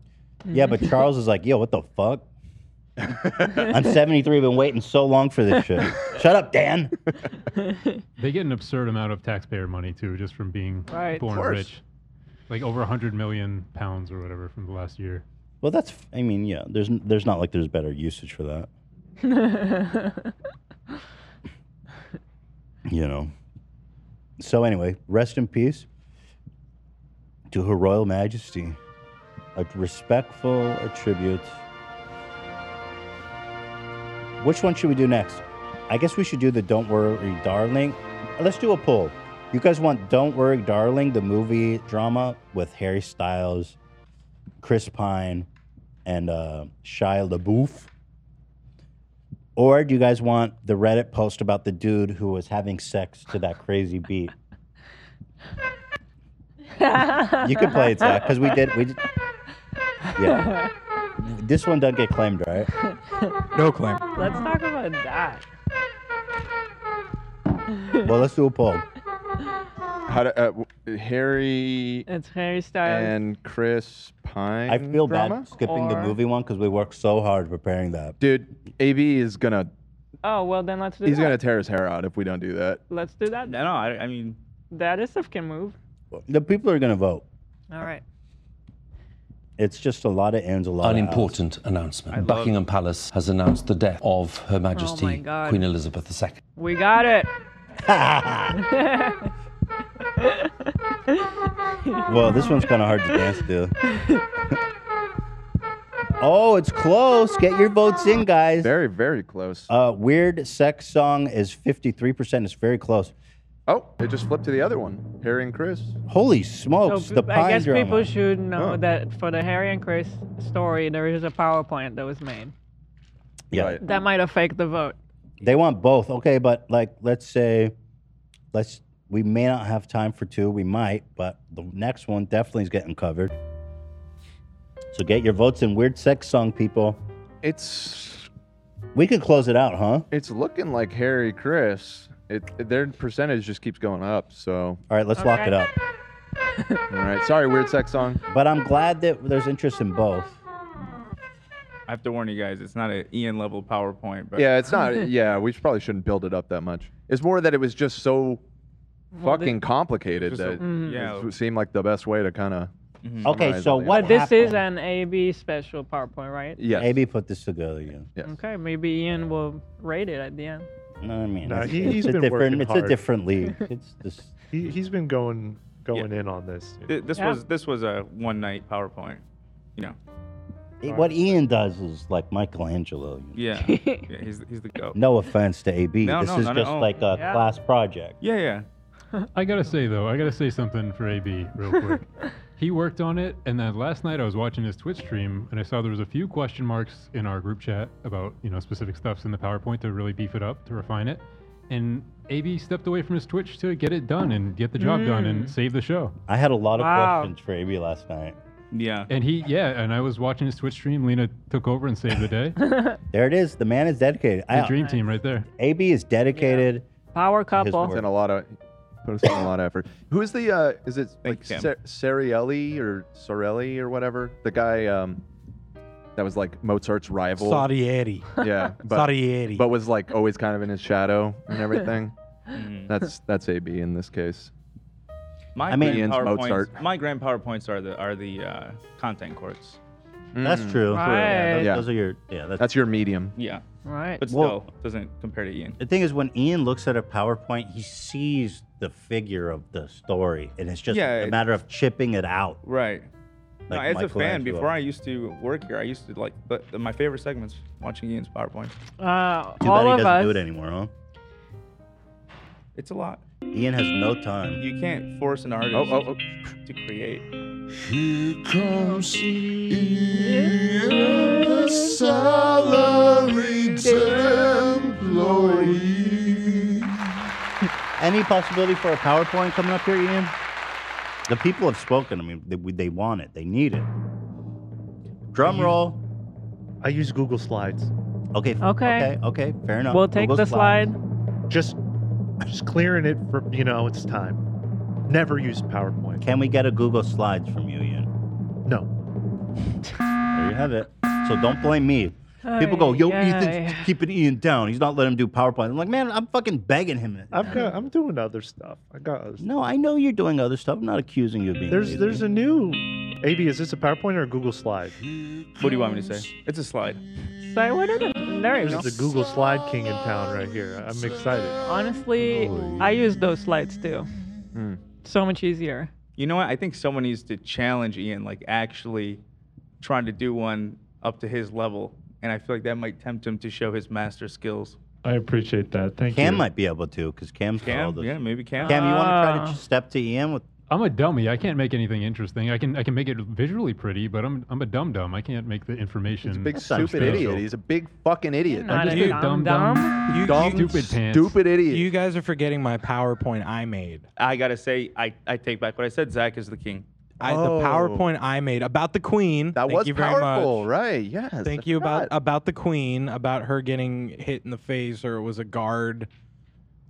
A: Yeah, but Charles is like, yo, what the fuck? I'm 73. I've been waiting so long for this shit. Shut up, Dan.
R: They get an absurd amount of taxpayer money too, just from being
B: Right.
R: born
B: Of course.
R: rich, like over 100 million pounds or whatever from the last year.
A: Well, that's. I mean, yeah. There's there's not like there's better usage for that. You know. So anyway, rest in peace to Her Royal Majesty. A respectful tribute. Which one should we do next? I guess we should do the Don't Worry Darling. Let's do a poll. You guys want Don't Worry Darling, the movie drama with Harry Styles, Chris Pine, and uh, Shia LaBeouf? Or do you guys want the Reddit post about the dude who was having sex to that crazy beat? You can play it, Zach, because we did. We did. Yeah. This one doesn't get claimed, right?
C: No claim.
B: Let's talk about that.
A: Well, let's do a poll.
E: How do, uh, w- Harry
B: It's Harry Styles.
E: and Chris Pine.
A: I feel
E: drama?
A: bad skipping the
B: Or-
A: movie one because we worked so hard preparing that.
E: Dude, AB is gonna
B: oh well, then let's do
E: he's
B: that.
E: gonna tear his hair out if we don't do that.
B: Let's do that.
I: No, I, I mean,
B: That is stuff can move.
A: The people are gonna vote.
B: All right.
A: It's just a lot of ends, a lot
D: An
A: of outs.
D: important announcement. Buckingham Palace has announced the death of
A: Oh,
D: Her Majesty
B: God.
D: Queen Elizabeth II.
B: We got it.
A: Well, this one's kind of hard to dance to. oh, it's close. Get your votes in, guys.
E: Very, very close.
A: Uh, weird sex song is 53%. It's very close.
E: Oh, it just flipped to the other one. Harry and Chris.
A: Holy
E: Oh,
A: smokes.
B: So
A: the
B: peop- I
A: pine
B: guess
A: drama.
B: people should know that for the Harry and Chris story, there is a PowerPoint that was made.
A: yeah.
B: That might affect the vote.
A: They want both. Okay, but like let's say let's we may not have time for two. We might, but the next one definitely is getting covered. So get your votes in weird sex song people.
E: It's
A: we could close it out, huh?
E: It's looking like Harry Chris. It their percentage just keeps going up. So
A: all right, let's lock it up.
E: All right, sorry, weird sex song.
A: But I'm glad that there's interest in both.
I: I have to warn you guys, it's not an Ian level PowerPoint. But
E: Yeah, it's not. yeah, we probably shouldn't build it up that much. It's more that it was just so
I: Well,
E: fucking
I: the-
E: complicated
I: Just a-
E: that
I: Mhm.
E: it
I: yeah. Mm-hmm.
E: seemed like the best way to kind of.
A: Okay, so what
B: But this is
A: happened?
B: an AB special PowerPoint, right?
E: Yes.
A: AB put this together, yeah.
E: Yes.
B: Okay, maybe Ian will rate it at the end.
A: No, I mean,
O: Nah,
A: it's,
O: he-
A: it's
O: he's
A: a
O: been
A: different.
O: working
A: It's a
O: hard.
A: different league. It's this.
O: He, he's been going going in on this.
I: Th- This
O: Yeah.
I: was this was a one night PowerPoint. You know.
A: What Ian does is like Michelangelo. you know.
I: Yeah. yeah he's he's the goat.
A: No offense to AB.
I: No,
A: this
I: no,
A: is
I: not at
A: just
I: all.
A: like a
I: Yeah.
A: class project.
I: Yeah, yeah.
R: I gotta say though, I gotta say something for AB real quick. he worked on it, and then last night I was watching his Twitch stream, and I saw there was a few question marks in our group chat about you know specific stuffs in the PowerPoint to really beef it up to refine it, and AB stepped away from his Twitch to get it done and get the job done and
A: Mm.
R: save the show.
A: I had a lot of
R: Wow.
A: questions for AB last night.
I: Yeah.
R: And he, yeah, and I was watching his Twitch stream. Lena took over and saved the day. the
A: There it is. The man is dedicated. I-
R: dream team right there.
A: AB is dedicated.
B: Power couple.
E: Put in a lot of put us in a lot of effort. Who is the uh is it like
I: Kim.
E: Ser- Sarielli or Sorelli or whatever? The guy um that was like Mozart's rival.
C: Sarieri.
E: Yeah. But,
C: Sarieri.
E: But was like always kind of in his shadow and everything.
I: Mhm.
E: that's that's A B in this case.
I: My
E: I mean-
I: grand
E: Ian's
I: PowerPoints.
E: Mozart.
I: My grand PowerPoints are the are the uh, content courts.
A: That's
E: Mm.
A: true. Yeah,
I: Right.
A: those- Those are your. Yeah. That's,
E: That's your medium.
I: Yeah.
B: Right.
I: But still,
A: Well-
I: doesn't compare to Ian.
A: The thing is, when Ian looks at a PowerPoint, he sees the figure of the story, and it's just
I: Yeah,
A: a matter of chipping it out.
I: Right. No,
A: Like
I: as a fan,
A: Michelangelo.
I: before I used to work here, I used to like, but the, my favorite segments watching Ian's PowerPoint.
B: Uh,
A: Too
B: all
A: bad
B: of
A: he doesn't
B: us.
A: do it anymore, huh?
I: It's a lot.
A: Ian has no time.
I: You can't force an artist
A: Oh, oh,
I: to create.
W: Here comes the salaried employee.
A: Any possibility for a PowerPoint coming up here, Ian? The people have spoken. I mean, they, we- they want it. They need it. Drum roll.
O: I use Google Slides.
A: Okay. f-
B: Okay.
A: Okay. Okay. Fair enough.
B: We'll take
A: Google
B: the slide.
O: Just just clearing it for you know it's time. Never use PowerPoint.
A: Can we get a Google Slides from you, Ian?
O: No.
A: There you have it. So don't blame me. People go, yo,
B: Ay,
A: Ethan's
B: ay.
A: keeping Ian down. He's not letting him do PowerPoint. I'm like, man, I'm fucking begging him.
O: I've got I'm doing other stuff. I got other stuff.
A: No, I know you're doing other stuff. I'm not accusing you of being.
O: There's
A: lazy.
O: there's a new AB, is this a PowerPoint or a Google Slide?
I: What do you want me to say? It's a slide.
B: So what is it? There you go.
O: There's the Google Slide King in town right here. I'm excited.
B: Honestly, I use those slides too.
E: Oh, Hmm.
B: So much easier.
I: You know what? I think someone needs to challenge Ian, like actually trying to do one up to his level. And I feel like that might tempt him to show his master skills.
A: I appreciate that. Thank Cam you. Cam might be able to because
C: Oh,
A: Cam's got all
I: Cam?
A: those.
I: Yeah, maybe Cam.
A: Cam, you want to try
R: Ah.
A: to ch- step to Ian with?
R: I'm a dummy. I can't make anything interesting. I can I can make it visually pretty, but I'm I'm a dumb dumb. I can't make the information.
E: He's a big stupid idiot. He's a big fucking idiot.
R: not just a a dumb dumb. dumb.
C: You-
E: dumb,
C: you- Stupid pants.
E: Stupid idiot.
C: You guys are forgetting my PowerPoint I made.
I: I got to say, I, I take back what I said. Zach is the king.
C: I,
I: Oh.
C: The PowerPoint I made about the Queen. That
E: was
C: you very
E: powerful,
C: much.
E: right, yes, I
C: Thank you about about the Queen, about her getting hit in the face, or it was a guard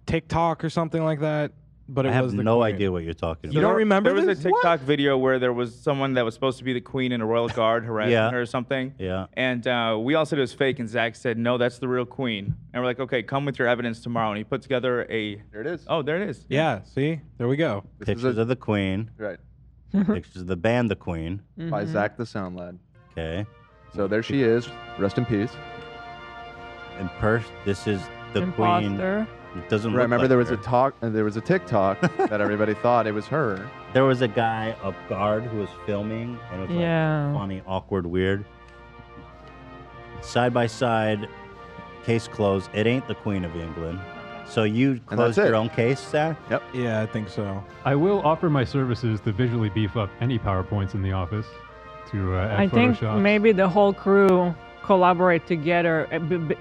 C: TikTok or something like that. But it
A: I have
C: was the
A: no
C: Queen.
A: idea what you're talking
C: You
A: about.
C: don't
I: There-
C: remember
I: There was
C: this?
I: a TikTok video where there was someone that was supposed to be the queen in a royal guard harassing
A: Yeah.
I: her or something.
A: Yeah.
I: And uh, we all said it was fake, and Zach said, "No, that's the real queen." And we're like, "Okay, come with your evidence tomorrow." And he put together a.
E: There it is.
I: Oh, there it is.
C: Yeah. See, there we go.
A: Pictures of the Queen.
E: Right.
A: Pictures of the band, the Queen.
C: Mm-hmm.
E: By Zach the Sound Lad.
A: Okay.
E: So there she is. Rest in peace.
A: And Perth, this is the
B: Imposter.
A: Queen. It doesn't
E: I
A: look
E: remember
A: like
E: there was
A: her.
E: a talk uh, there was a TikTok that everybody thought it was her.
A: There was a guy up guard who was filming, and it was
B: Yeah.
A: like funny, awkward, weird. Side by side, case closed. It ain't the Queen of England. So you closed
R: it.
A: your own case, Zach?
E: Yep.
C: Yeah, I think so.
R: I will offer my services to visually beef up any PowerPoints in the office to uh, add
B: I think
R: Photoshop.
B: maybe the whole crew collaborate together. uh, b- b-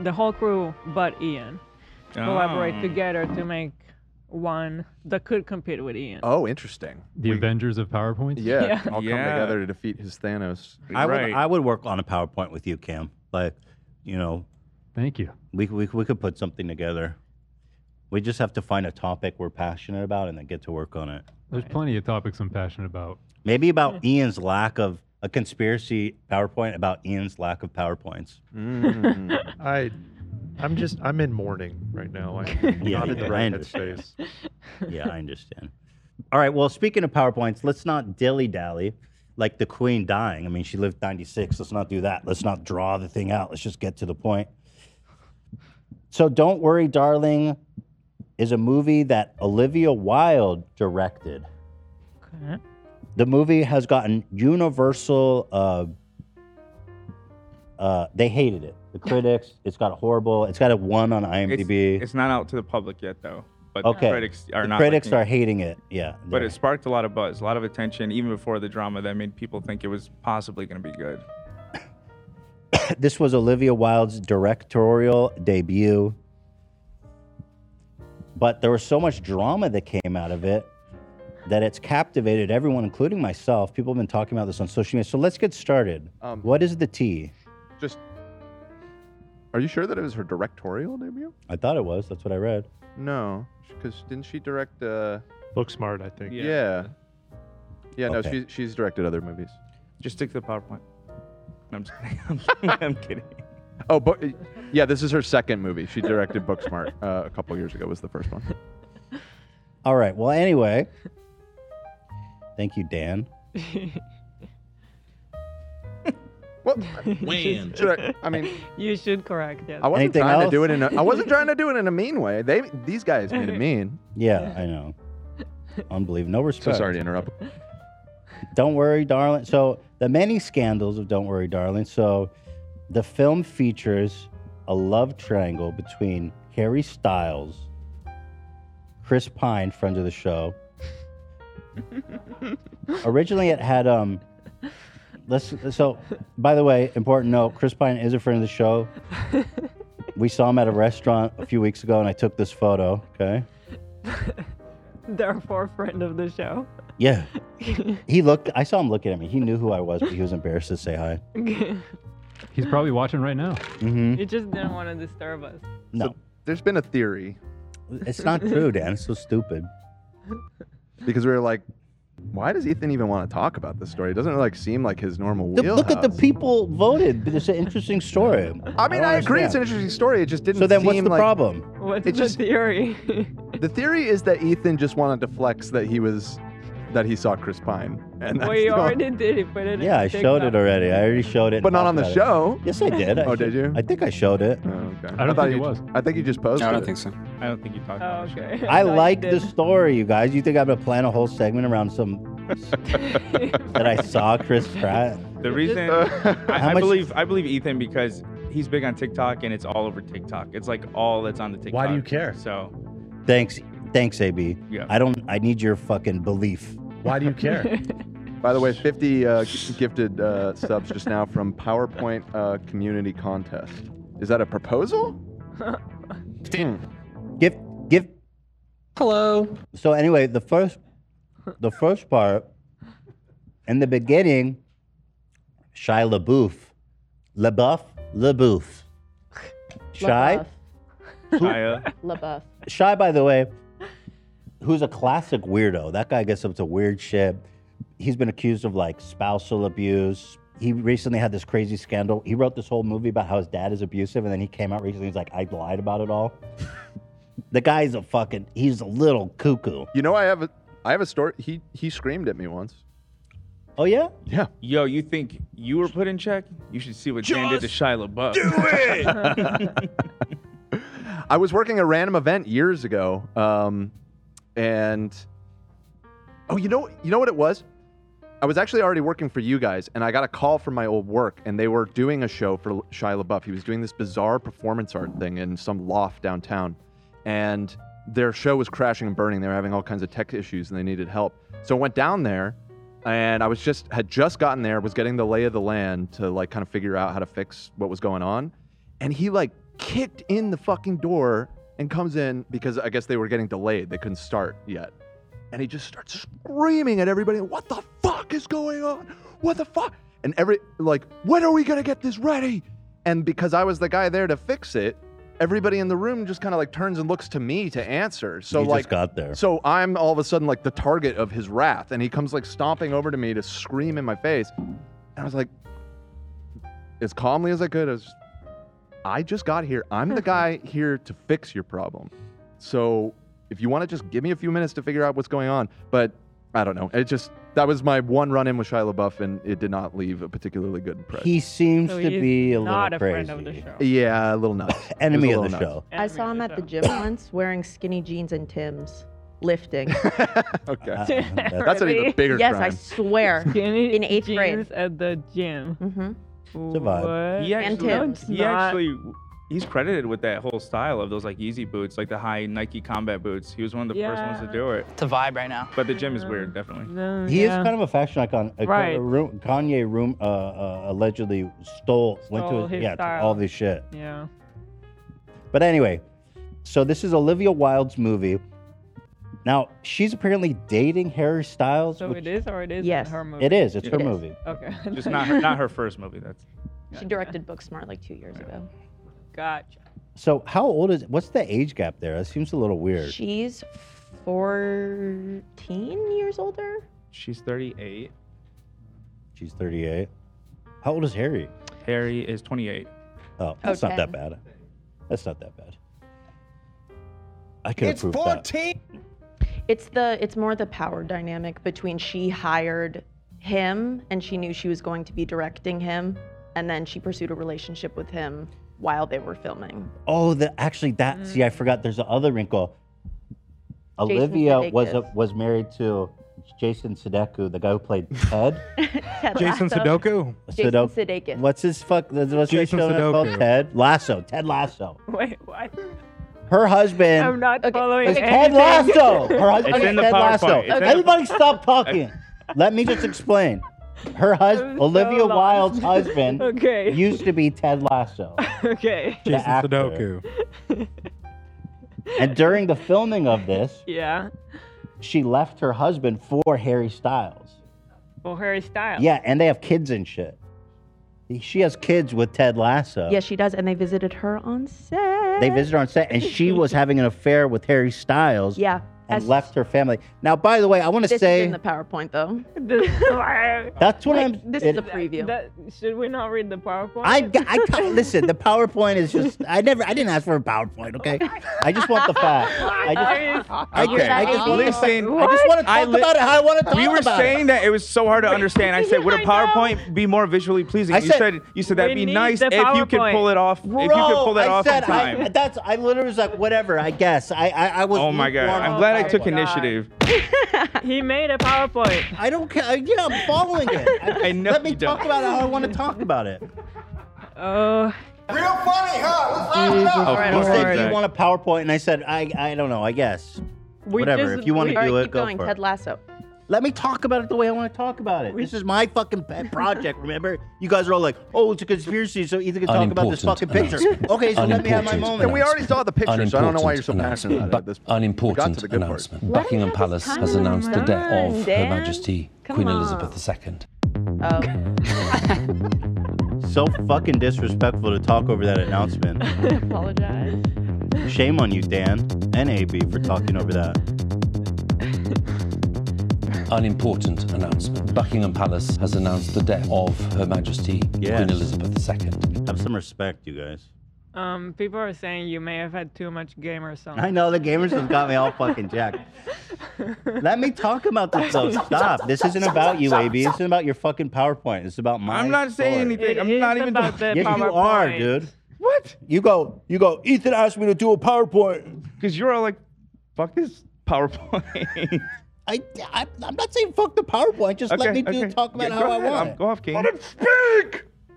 B: The whole crew, but Ian, collaborate
R: Oh.
B: together to make one that could compete with Ian.
E: Oh, interesting.
R: the Avengers of PowerPoints.
E: Yeah,
B: Yeah.
E: all come
A: Yeah.
E: together to defeat his Thanos.
A: I would, I would work on a PowerPoint with you, Cam. Like, you know.
R: Thank you.
A: We, we, we could put something together. We just have to find a topic we're passionate about and then get to work on it.
R: There's plenty of topics I'm passionate about.
A: Maybe about Ian's lack of a conspiracy PowerPoint about Ian's lack of PowerPoints.
O: I I'm just I'm in mourning right now. I'm
A: Yeah,
O: not in
A: yeah,
O: the
A: I
O: right
A: understand.
O: headspace.
A: yeah, I understand. All right. Well, speaking of PowerPoints, let's not dilly dally like the queen dying. I mean, she lived 96. Let's not do that. Let's not draw the thing out. Let's just get to the point. So Don't Worry, Darling is a movie that Olivia Wilde directed.
B: Okay.
A: The movie has gotten universal. Uh, uh, they hated it. The critics. It's got a horrible. It's got a one on IMDb.
I: It's not out to the public yet, though. But
A: okay.
I: the critics are
A: The
I: not.
A: critics
I: liking
A: are hating it. Yeah.
I: But it sparked a lot of buzz, a lot of attention, even before the drama that made people think it was possibly going to be good.
A: this was Olivia Wilde's directorial debut. But there was so much drama that came out of it that it's captivated everyone, including myself. People have been talking about this on social media. So let's get started.
E: Um,
A: what is the T?
E: Just. Are you sure that it was her directorial debut?
A: I thought it was. That's what I read.
E: No, because didn't she direct? Uh...
O: Book Smart, I think.
E: Yeah. Yeah, no,
A: Okay.
E: she's she's directed other movies.
I: Just stick to the PowerPoint. No, I'm just kidding. I'm kidding.
E: Oh, but yeah, this is her second movie. She directed Booksmart uh, a couple years ago. Was the first one.
A: All right. Well, anyway, thank you, Dan.
E: What?
B: Just-
E: Should I, I mean,
B: you should correct. Yes.
E: I wasn't trying to do it in a, I wasn't trying to do it in a mean way. They these guys made it mean.
A: Yeah, I know. Unbelievable. No respect.
E: sorry to interrupt.
A: Don't worry, darling. So the many scandals of Don't Worry, Darling. So the film features a love triangle between Harry Styles, Chris Pine, friend of the show. Originally, it had um. Let's so. By the way, important note: Chris Pine is a friend of the show. We saw him at a restaurant a few weeks ago, and I took this photo. Okay.
B: Therefore, friend of the show.
A: Yeah. He looked. I saw him looking at me. He knew who I was, but he was embarrassed to say hi.
R: He's probably watching right now.
A: Mm-hmm.
B: You just didn't want to disturb us.
A: No.
E: there's been a theory.
A: It's not true, Dan. It's so stupid.
E: Because we were like, why does Ethan even want to talk about this story? It doesn't like seem like his normal
A: The-
E: wheelhouse.
A: look at the people voted. It's an interesting story.
E: I mean, I, agree. It's an interesting story. It just didn't.
A: So then what's
E: seem
A: the
E: like-
A: problem?
B: What's
E: It's
B: the
E: just-
B: theory?
E: The theory is that Ethan just wanted to flex that he was, that he saw Chris Pine, and that's
B: well, you
E: the-
B: already did it. Put it.
A: Yeah, I showed it already. I already showed it.
E: But
A: and
E: not
A: talked
E: on the
A: about it.
E: show.
A: Yes, I did. I
E: Oh, did you? Oh,
A: I think I showed it.
E: okay.
R: I don't
E: thought
R: think it
E: you-
R: was.
E: I think you just posted.
K: I don't
E: it.
K: think so.
I: I don't think you talked about it.
B: Okay.
A: I
B: No, you
A: like the
B: didn't.
A: story, you guys. You think I'm gonna plan a whole segment around some that I saw Chris Pratt?
I: The reason
A: How
I: I, I
A: much-
I: believe I believe Ethan because he's big on TikTok and it's all over TikTok. It's like all that's on the TikTok.
A: Why do you care?
I: So
A: Thanks, thanks, AB.
I: Yeah.
A: I don't. I need your fucking belief.
O: Why do you care?
E: By the way, 50 uh, g- gifted uh, subs just now from PowerPoint uh, Community Contest. Is that a proposal? Hmm.
A: Gift, gift. Hello. So anyway, the first, the first part, in the beginning, Shia LaBeouf, LaBeouf, LaBeouf, Shia,
I: Shia.
Q: LaBeouf.
A: Shy, by the way, who's a classic weirdo. That guy gets up to weird shit. He's been accused of like spousal abuse. He recently had this crazy scandal. He wrote this whole movie about how his dad is abusive, and then he came out recently. He's like, I lied about it all. the guy's a fucking. He's a little cuckoo.
E: You know, I have a, I have a story. He he screamed at me once.
A: Oh yeah.
E: Yeah.
I: Yo, you think you were put in check? You should see what Dan did to Shia LaBeouf. Do
E: I was working a random event years ago, um, and oh, you know, you know what it was? I was actually already working for you guys, and I got a call from my old work, and they were doing a show for Shia LaBeouf. He was doing this bizarre performance art thing in some loft downtown, and their show was crashing and burning. They were having all kinds of tech issues, and they needed help. So I went down there, and I was just had just gotten there, was getting the lay of the land to like kind of figure out how to fix what was going on, and he like kicked in the fucking door and comes in because I guess they were getting delayed. They couldn't start yet. And he just starts screaming at everybody, What the fuck is going on? What the fuck? And every, like, when are we gonna get this ready? And because I was the guy there to fix it, everybody in the room just kind of like turns and looks to me to answer. So,
A: He just
E: like,
A: got there.
E: So I'm all of a sudden like the target of his wrath. And he comes like stomping over to me to scream in my face. And I was like, as calmly as I could, I was just, I just got here. I'm the
Q: Mm-hmm.
E: guy here to fix your problem. So if you want to just give me a few minutes to figure out what's going on, but I don't know. It just That was my one run in with Shia LaBeouf, and it did not leave a particularly good impression.
A: He seems
Q: So
A: to
Q: he's
A: be a
Q: not
A: little
Q: a friend of
A: crazy.
E: Yeah, a little nuts. He was a
A: Enemy of
E: little
A: the
E: nuts.
A: show.
Q: I saw him at the gym once wearing skinny jeans and Tim's, lifting.
E: okay.
B: That's
A: an even bigger
Q: Yes, I
A: crime.
Q: swear.
B: Skinny
Q: in eighth grade.
B: jeans at the gym.
Q: Mm-hmm.
A: a vibe.
I: He
Q: And
I: actually,
Q: Tim's.
I: he
Q: Not-
I: actually, he's credited with that whole style of those like Yeezy boots, like the high Nike combat boots. He was one of the first ones to
B: Yeah.
I: do it.
F: It's a vibe right now.
I: But the gym is weird, definitely.
B: No,
A: He
B: Mm, yeah.
A: is kind of a fashion icon. Uh, Ka-
B: Right.
A: Ru- Kanye room, uh, uh, allegedly stole, went to
B: Stole
A: his,
B: his
A: yeah,
B: style.
A: all this shit.
B: Yeah.
A: But anyway, so this is Olivia Wilde's movie. Now she's apparently dating Harry Styles.
B: So
A: which-
B: it is or it isn't
Q: Yes.
B: her movie?
A: It is. It's her movie.
B: Okay.
I: Just not her, not her first movie. That's
Q: She directed Booksmart like two years ago.
B: Gotcha.
A: So how old is? What's the age gap there? That seems a little weird.
Q: She's 14 years older.
I: she's 38.
A: She's 38. How old is Harry?
I: Harry is 28.
A: Oh, that's not that bad. That's not that bad. I could
Q: It's
A: approve that.
Q: It's the it's more the power dynamic between she hired him and she knew she was going to be directing him and then she pursued a relationship with him while they were filming.
A: Oh, the, actually, that. See, I forgot. There's the other wrinkle.
Q: Jason
A: Olivia was a,
Q: Sudeikis.
A: was married to Jason Sudeku, the guy who played Ted.
Q: Ted
A: Jason
Q: Lasso.
A: Sudoku?
Q: Jason
A: Sudoku.
Q: Sudeikis.
A: What's his fuck? What's that
Q: Jason
A: show that's called?
Q: Sudoku.
A: Ted Lasso. Ted Lasso.
B: Wait, what?
A: Her husband.
B: I'm not following
A: It's Ted
B: anything.
A: Lasso. Her husband
B: Okay.
A: is Ted Lasso.
B: Okay.
A: Everybody stop talking. Let me just explain. Her husband, Olivia
B: lost.
A: Wilde's husband,
B: Okay.
A: used to be Ted Lasso,
B: Okay.
A: the actor. and during the filming of this,
B: Yeah.
A: she left her husband for Harry Styles.
B: Well, Harry
Q: Oh.
B: Styles.
A: Yeah, and they have kids and shit. She has kids with Ted Lasso.
Q: Yes, she does and they visited her on set.
A: They visited her on set, and she was having an affair with Harry Styles.
Q: Yeah.
A: And
Q: as-
A: left her family. Now, by the way, I want to
Q: This is
A: say
Q: in the PowerPoint though.
A: that's what
Q: Like,
A: I'm.
Q: this
A: is
Q: is a preview.
B: That, should we not read the PowerPoint?
A: I, I ca- listen. The PowerPoint is just. I never. I didn't ask for a PowerPoint. Okay. I just want the facts. I just. I just, I just want the facts.
I: listen.
A: I just want to talk
I: li-
A: about it. How I want to talk
I: We were
A: about
I: saying
A: it.
I: that it was so hard to understand. I said, would a PowerPoint be more visually pleasing?
A: I
I: you
A: said-
I: said you said
A: We
I: that'd be
A: need
I: nice
A: the
I: if you could pull
A: PowerPoint.
I: it off. if you could
A: Bro,
I: pull that
A: I
I: off
A: said,
I: in time.
A: I, that's. I literally was like, whatever. I guess. I. I, I was.
I: oh my god!
A: lukewarm
I: I'm
A: on
I: glad I took
A: PowerPoint.
I: initiative.
B: he made a PowerPoint.
A: I don't care. Uh, Yeah, I'm following it. I, just,
I: know
A: Let me
I: you
A: talk
I: don't.
A: about it how I want to talk about it.
B: Oh.
F: Real funny, huh?
A: Of
B: Right, right,
A: course, said, "Do
B: right.
A: you want a PowerPoint?" And I said, "I, I don't know. I guess. Whatever. if you want to
Q: All right,
A: do it,
Q: keep
A: go
Q: going.
A: for
Q: Ted
A: it."
Q: Lasso.
A: Let me talk about it the way I want to talk about it. this is my fucking pet project. Remember, you guys are all like, "Oh, it's a conspiracy, so Ethan can talk about this fucking
D: Unimportant
A: picture."
D: Uh, announcement.
A: Okay, so let me have my
D: Unimportant
A: moment.
E: And we already saw the picture, so I don't know why
D: Unimportant
E: you're so passionate
D: announcement.
E: about it at this
D: But unimportant
E: good part.
D: announcement. Buckingham Palace has announced the death of Her Majesty Queen Elizabeth II.
Q: Oh.
A: So fucking disrespectful to talk over that announcement.
Q: Apologize.
A: Shame on you, Dan and AB, for talking over that.
D: Unimportant announcement. Buckingham Palace has announced the death of Her Majesty Queen Elizabeth II.
A: Have some respect, you guys.
B: Um, people are saying you may have had too much game or something.
A: I know the gamers have got me all fucking jacked. Let me talk about this though. Stop. This isn't about you, AB. This isn't about your fucking PowerPoint. It's about my.
I: I'm not saying
A: story.
I: anything. I'm not even.
A: Yes, you are, dude.
I: What?
A: You go. You go. Ethan asked me to do a PowerPoint.
I: Because you're all like, fuck this PowerPoint.
A: I, I I'm not saying fuck the PowerPoint. Just let
I: Okay,
A: me do
I: okay.
A: talk about
I: Yeah,
A: how
I: go
A: I
I: ahead.
A: want.
I: Um,
A: it.
I: go off, King.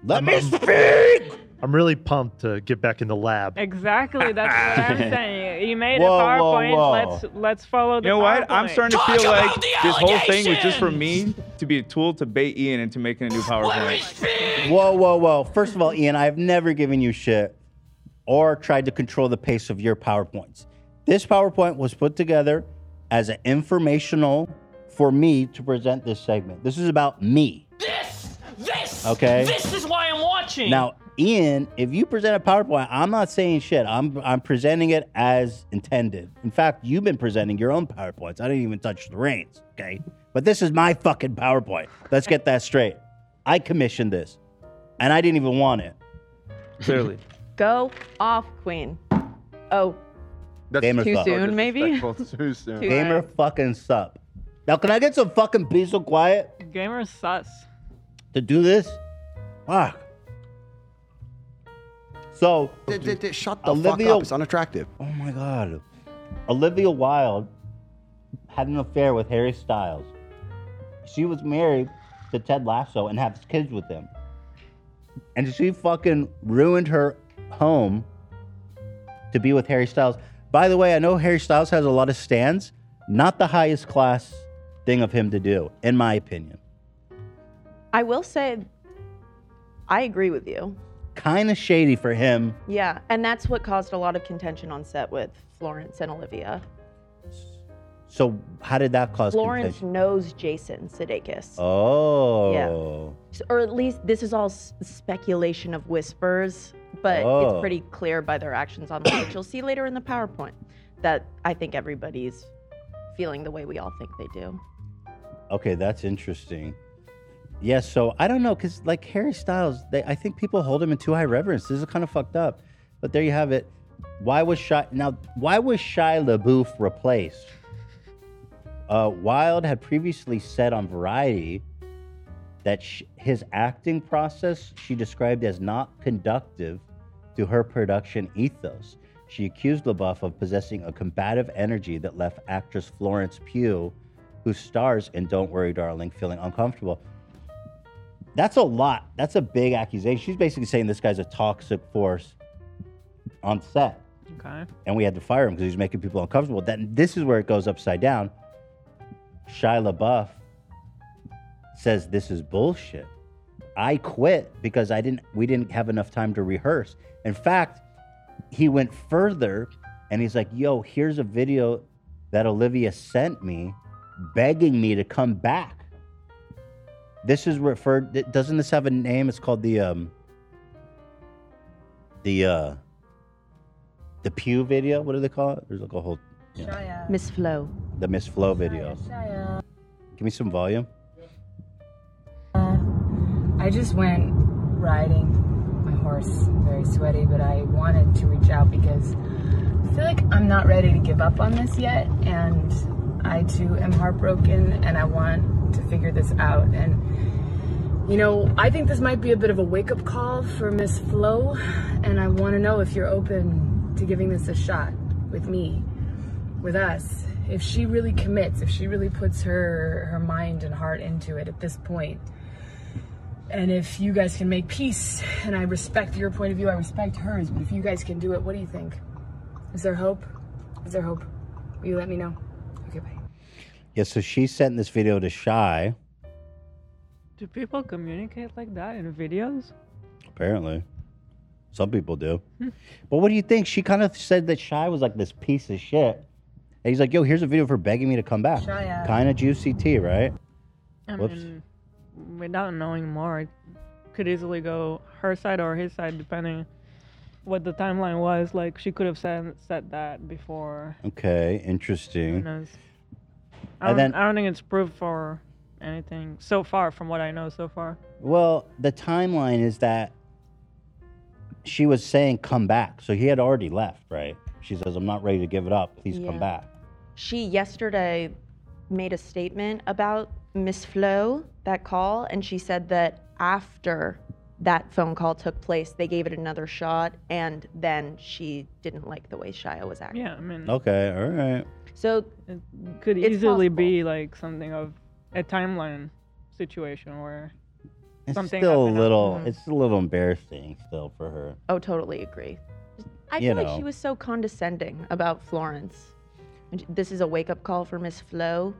A: Let me speak.
O: I'm really pumped to get back in the lab.
B: Exactly, that's what I'm saying. You made a
O: Whoa, whoa,
B: PowerPoint.
O: whoa.
B: Let's let's follow the.
I: You know what? I'm
B: PowerPoint.
I: starting to feel like this whole thing was just for me to be a tool to bait Ian into making a new PowerPoint.
A: Whoa, whoa, whoa. First of all, Ian, I've never given you shit or tried to control the pace of your PowerPoints. This PowerPoint was put together as an informational for me to present this segment. This is about me.
U: This, this,
A: Okay.
U: This is why I'm watching.
A: Now, Ian, if you present a PowerPoint, I'm not saying shit. I'm I'm presenting it as intended. In fact, you've been presenting your own PowerPoints. I didn't even touch the reins, okay? But this is my fucking PowerPoint. Let's get that straight. I commissioned this. And I didn't even want it.
I: Clearly.
Q: Go off, Queen. Oh,
A: Gamer
Q: too
A: sup.
Q: soon, maybe.
E: Too soon.
Q: Too
A: Gamer fucking sup. Now, can I get some fucking peace and quiet
B: Gamers sus.
A: to do this? Fuck. So,
J: D- d- d- shut the
A: Olivia-
J: fuck up. It's unattractive.
A: Oh my god. Olivia Wilde had an affair with Harry Styles. She was married to Ted Lasso and has kids with him. And she fucking ruined her home to be with Harry Styles. By the way, I know Harry Styles has a lot of stands. Not the highest class thing of him to do, in my opinion.
Q: I will say, I agree with you.
A: Kind of shady for him.
Q: Yeah, and that's what caused a lot of contention on set with Florence and Olivia.
A: So how did that cause
Q: Florence
A: contention?
Q: knows Jason Sudeikis,
A: Oh.
Q: S- or at least this is all s- speculation of whispers, but
A: Oh.
Q: it's pretty clear by their actions online, which you'll see later in the PowerPoint, that I think everybody's feeling the way we all think they do.
A: Okay, that's interesting. Yeah, so I don't know, cause like Harry Styles, they, I think people hold him in too high reverence. This is kind of fucked up. But there you have it. Why was Shy now? Why was Shia LaBeouf replaced? Uh, Wild had previously said on Variety that sh- his acting process she described as not conductive to her production ethos. She accused LaBeouf of possessing a combative energy that left actress Florence Pugh, who stars in Don't Worry, Darling, feeling uncomfortable. That's a lot. That's a big accusation. She's basically saying this guy's a toxic force on set
B: Okay.
A: and we had to fire him because he was making people uncomfortable. Then this is where it goes upside down. Shia LaBeouf says this is bullshit. I quit because I didn't. We didn't have enough time to rehearse. In fact, he went further and he's like, "Yo, here's a video that Olivia sent me, begging me to come back." This is referred. th- Doesn't this have a name? It's called the um, the uh, the Pew video. What do they call it? There's like a whole
Q: Miss Flo.
A: the Miss Flow video. Give me some volume.
T: I just went riding my horse, very sweaty, but I wanted to reach out because I feel like I'm not ready to give up on this yet. And I too am heartbroken and I want to figure this out. And, you know, I think this might be a bit of a wake up call for Miss Flo. And I want to know if you're open to giving this a shot with me, with us. If she really commits, if she really puts her, her mind and heart into it at this point, and if you guys can make peace, and I respect your point of view, I respect hers, but if you guys can do it, what do you think? Is there hope? Is there hope? Will you let me know? Okay, bye.
A: Yeah, so she sent this video to Shy,
B: Do people communicate like that in videos?
A: apparently. Some people do.
B: Hmm.
A: but what do you think? She kind of said that Shy was like this piece of shit. And he's like, yo, here's a video for begging me to come back.
B: Shia.
A: Kind of juicy tea, right?
B: I
A: Whoops.
B: mean, without knowing more, it could easily go her side or his side, depending what the timeline was. Like she could have said said that before.
A: Okay,
B: Who
A: interesting.
B: knows? I don't,
A: And then-
B: I don't think it's proof for anything so far, from what I know so far.
A: Well, the timeline is that she was saying come back. So he had already left, right? She says, I'm not ready to give it up. Please
Q: Yeah.
A: come back.
Q: She yesterday made a statement about Miss Flo, that call, and she said that after that phone call took place, they gave it another shot, and then she didn't like the way Shia was acting.
B: Yeah, I mean,
A: Okay, all right.
Q: So
B: it could
Q: it's
B: easily be like something of a timeline situation where
A: It's
B: something
A: still a
B: happened. Mm-hmm.
A: little
Q: Mhm.
A: it's a little embarrassing still for her.
Q: Oh, totally agree. I
A: You
Q: feel like
A: know.
Q: she was so condescending about Florence. And This is a wake up call for Miss Flo,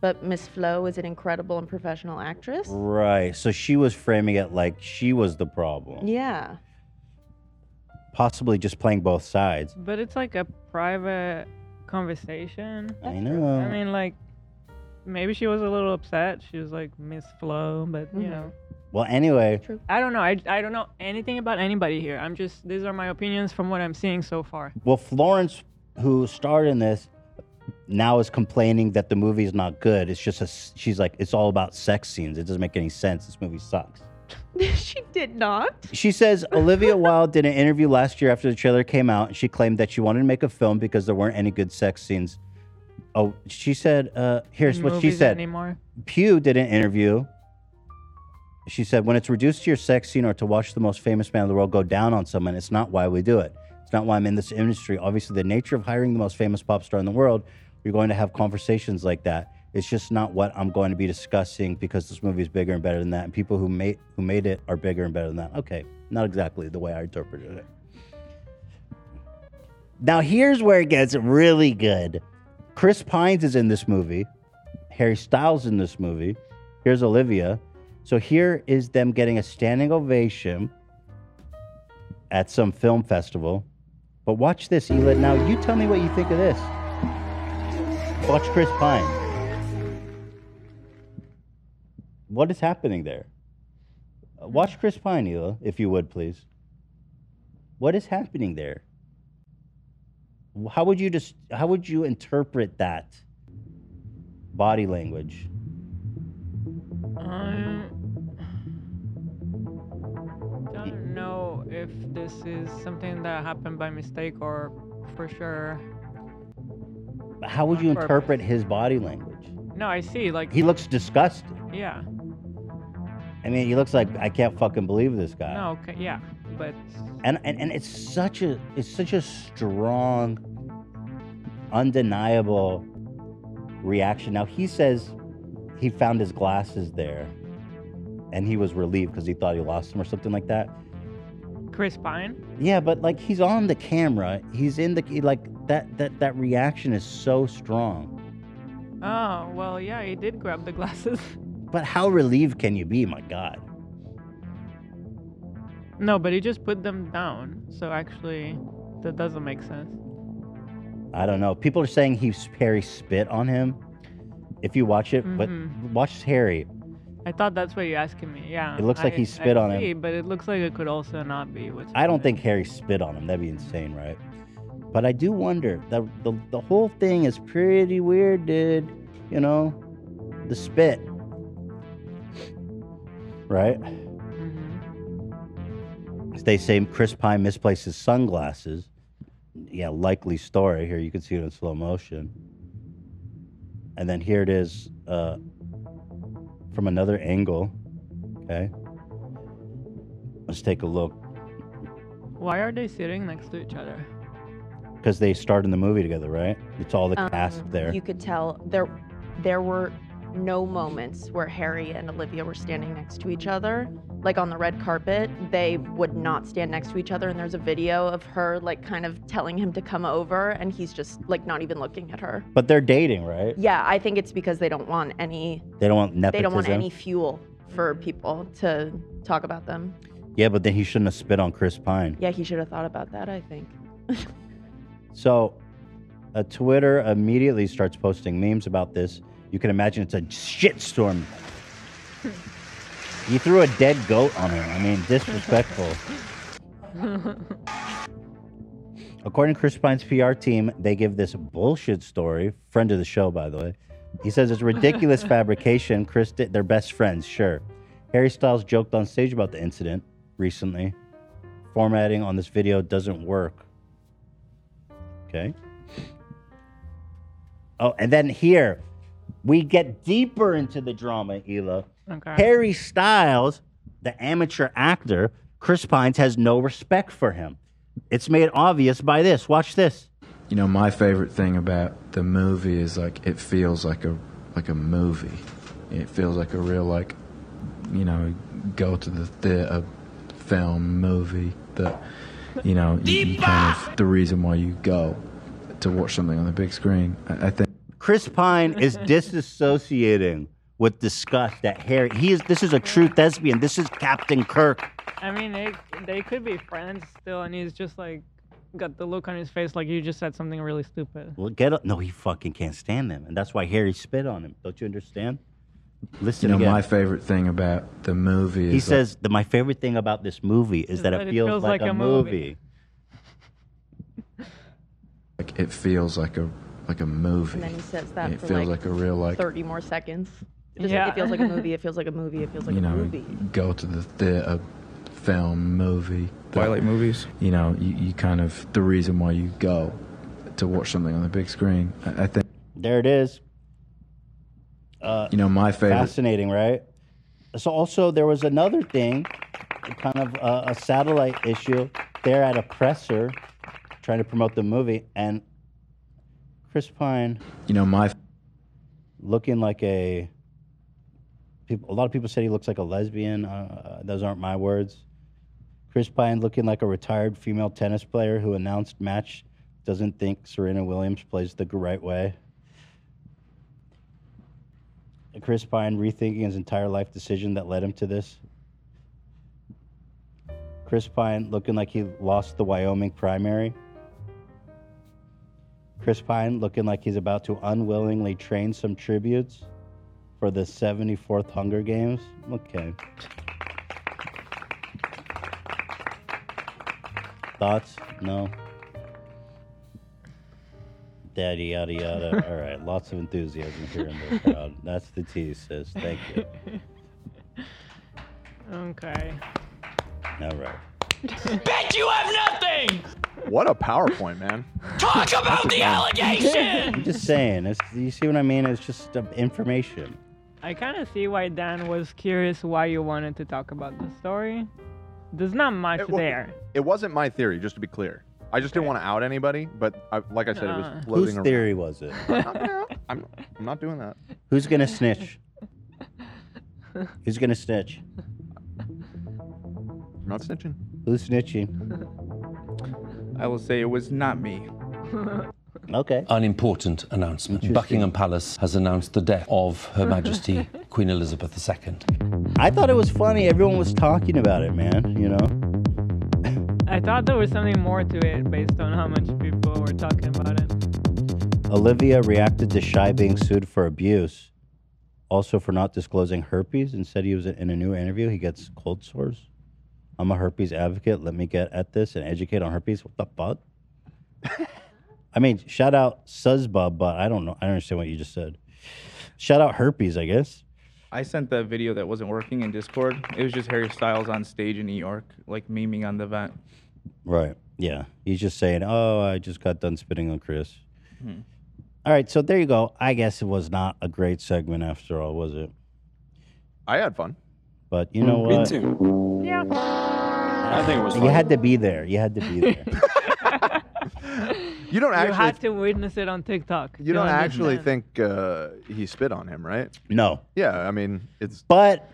Q: but Miss Flo is an incredible and professional actress.
A: Right. So she was framing it like she was the problem,
Q: Yeah.
A: possibly just playing both sides.
B: But it's like a private conversation.
A: I know.
B: I mean, like, maybe she was a little upset. She was like Miss Flo, but
Q: Mm-hmm.
B: you know,
A: Well, anyway,
B: I don't know. I, I don't know anything about anybody here. I'm just these are my opinions from what I'm seeing so far.
A: well, Florence, who starred in this, now is complaining that the movie is not good. It's just a s- she's like it's all about sex scenes. It doesn't make any sense. This movie sucks.
Q: she did not.
A: She says Olivia Wilde did an interview last year after the trailer came out, and she claimed that she wanted to make a film because there weren't any good sex scenes. Oh, she said, uh, here's what she
B: Movies
A: said.
B: anymore?
A: Pew did an interview. She said, when it's reduced to your sex scene or to watch the most famous man in the world go down on someone, it's not why we do it. It's not why I'm in this industry. Obviously, the nature of hiring the most famous pop star in the world, you're going to have conversations like that. It's just not what I'm going to be discussing because this movie is bigger and better than that. And people who made who made it are bigger and better than that. Okay, not exactly the way I interpreted it. Now here's where it gets really good. Chris Pines is in this movie. Harry Styles in this movie. Here's Olivia. So here is them getting a standing ovation at some film festival. But watch this, Elid. Now you tell me what you think of this. Watch Chris Pine. What is happening there? Uh, Watch Chris Pine, Hila, if you would, please. What is happening there? How would you just? How would you interpret that body language?
B: I don't know if this is something that happened by mistake or for sure.
A: How would you
B: On purpose.
A: interpret his body language?
B: No, I see. Like,
A: He looks disgusted.
B: yeah.
A: I mean, he looks like I can't fucking believe this guy.
B: No, okay, yeah. But
A: And, and and it's such a it's such a strong, undeniable reaction. Now he says he found his glasses there, and he was relieved because he thought he lost them or something like that.
B: Chris Pine?
A: Yeah, but like he's on the camera. He's in the like that that that reaction is so strong.
B: Oh, well, yeah, he did grab the glasses.
A: But how relieved can you be? My God.
B: No, but he just put them down. So actually, that doesn't make sense.
A: I don't know. People are saying he Harry spit on him. If you watch it,
B: Mhm.
A: but watch Harry.
B: I thought that's what you're asking me. Yeah.
A: It looks like
B: I-
A: he
B: I
A: spit on him.
B: see, But it looks like it could also not be. Which
A: I don't think Harry spit on him. That'd be insane, right? But I do wonder. The the, the whole thing is pretty weird, dude. You know, the spit. Right? They say Chris Pine misplaced his sunglasses. Yeah, likely story. Here you can see it in slow motion. And then here it is uh, from another angle. Okay. Let's take a look.
B: Why are they sitting next to each other?
A: because they starred in the movie together, right? It's all the
Q: Um,
A: cast there.
Q: You could tell there there were no moments where Harry and Olivia were standing next to each other. Like on the red carpet, they would not stand next to each other. And there's a video of her like kind of telling him to come over, and he's just like not even looking at her.
A: But they're dating, right?
Q: Yeah, I think it's because they don't want any.
A: They don't want nepotism.
Q: They don't want any fuel for people to talk about them.
A: Yeah, but then he shouldn't have spit on Chris Pine.
Q: Yeah, he should have thought about that. I think.
A: So, uh, Twitter immediately starts posting memes about this. You can imagine it's a shitstorm. You threw a dead goat on him. I mean, disrespectful. According to Chris Pine's PR team, they give this bullshit story. Friend of the show, by the way. He says it's ridiculous fabrication. Chris, did, they're best friends, sure. Harry Styles joked on stage about the incident recently. Formatting on this video doesn't work. Okay. Oh, and then here we get deeper into the drama, Hila.
B: Okay.
A: Harry Styles, the amateur actor, Chris Pines has no respect for him. It's made obvious by this. Watch this.
M: You know, my favorite thing about the movie is like it feels like a like a movie. It feels like a real like you know go to the theater film movie that you know you, you kind of the reason why you go to watch something on the big screen. I, I think
A: Chris Pine is disassociating with disgust that Harry. He is. This is a true thespian. This is Captain Kirk.
B: I mean, they they could be friends still, and he's just like got the look on his face like you just said something really stupid.
A: Well, get up. No, he fucking can't stand them, and that's why Harry spit on him. Don't you understand?
M: you
A: Listen
M: know
A: again.
M: my favorite thing about the movie is
A: he
M: like-
A: says that my favorite thing about this movie is, that, it feels, like, a movie.
M: like it feels like a like a movie.
Q: And then he says that
M: It
Q: for
M: feels
Q: like,
M: like a real, like-
Q: 30 more seconds. Just
M: Yeah.
Q: like, it feels like a movie. It feels like a movie. It feels like
M: you
Q: a
M: know,
Q: movie.
M: go to the theater, film, movie.
I: Twilight movies.
M: You know, you, you kind of the reason why you go to watch something on the big screen. I, I think
A: There it is. Uh,
M: You know, my favorite-
A: Fascinating, right? So also there was another thing, kind of uh, a, a satellite issue. They're at a presser, trying to promote the movie, and Chris Pine.
M: You know my.
A: Looking like a. People, a lot of people said he looks like a lesbian. Uh, uh, those aren't my words. Chris Pine looking like a retired female tennis player who announced match doesn't think Serena Williams plays the right way. Chris Pine rethinking his entire life decision that led him to this. Chris Pine looking like he lost the Wyoming primary. Chris Pine looking like he's about to unwillingly train some tributes for the 74th Hunger Games. Okay. Thoughts? No. Daddy, yada, yada. All right. Lots of enthusiasm here in the crowd. That's the tea, sis. Thank you.
B: Okay.
A: All right.
U: Bet you have nothing!
E: What a PowerPoint, man.
U: Talk about the
A: I'm
U: allegation!
A: just saying. It's, you see what I mean? It's just uh, information.
B: I kind of see why Dan was curious why you wanted to talk about the story. There's not much
E: wa-
B: there.
E: It wasn't my theory, just to be clear. I just didn't want to out anybody, but I, like I said, it
B: Uh.
E: was floating
A: Whose
E: around.
A: theory was it?
E: I'm not, gonna, I'm, I'm not doing that.
A: Who's gonna snitch? Who's gonna snitch?
E: I'm not snitching.
A: Who's snitching?
I: I will say it was not me.
A: Okay.
D: An important announcement. Buckingham Palace has announced the death of Her Majesty Queen Elizabeth II.
A: I thought it was funny. Everyone was talking about it, man. You know.
B: I thought there was something more to it based on how much people were talking about it.
A: Olivia reacted to Shy being sued for abuse, also for not disclosing herpes, and said he was in a new interview. He gets cold sores. I'm a herpes advocate. Let me get at this and educate on herpes. What the fuck? I mean, shout out Suzbub, but I don't know. I don't understand what you just said. Shout out herpes, I guess.
I: I sent the video that wasn't working in Discord. It was just Harry Styles on stage in New York, like memeing on the vent.
A: Right. Yeah. He's just saying, "Oh, I just got done spitting on Chris."
I: Hmm.
A: All right, so there you go. I guess it was not a great segment after all, was it?
E: I had fun.
A: But you know
E: Me
A: what?
E: too.
B: Yeah.
E: I think it was
A: You
E: fun.
A: had to be there. You had to be there.
E: You don't
B: you
E: actually.
B: had to witness it on TikTok.
E: you don't actually
B: understand.
E: think uh, he spit on him, right?
A: No.
E: Yeah, I mean, it's
A: But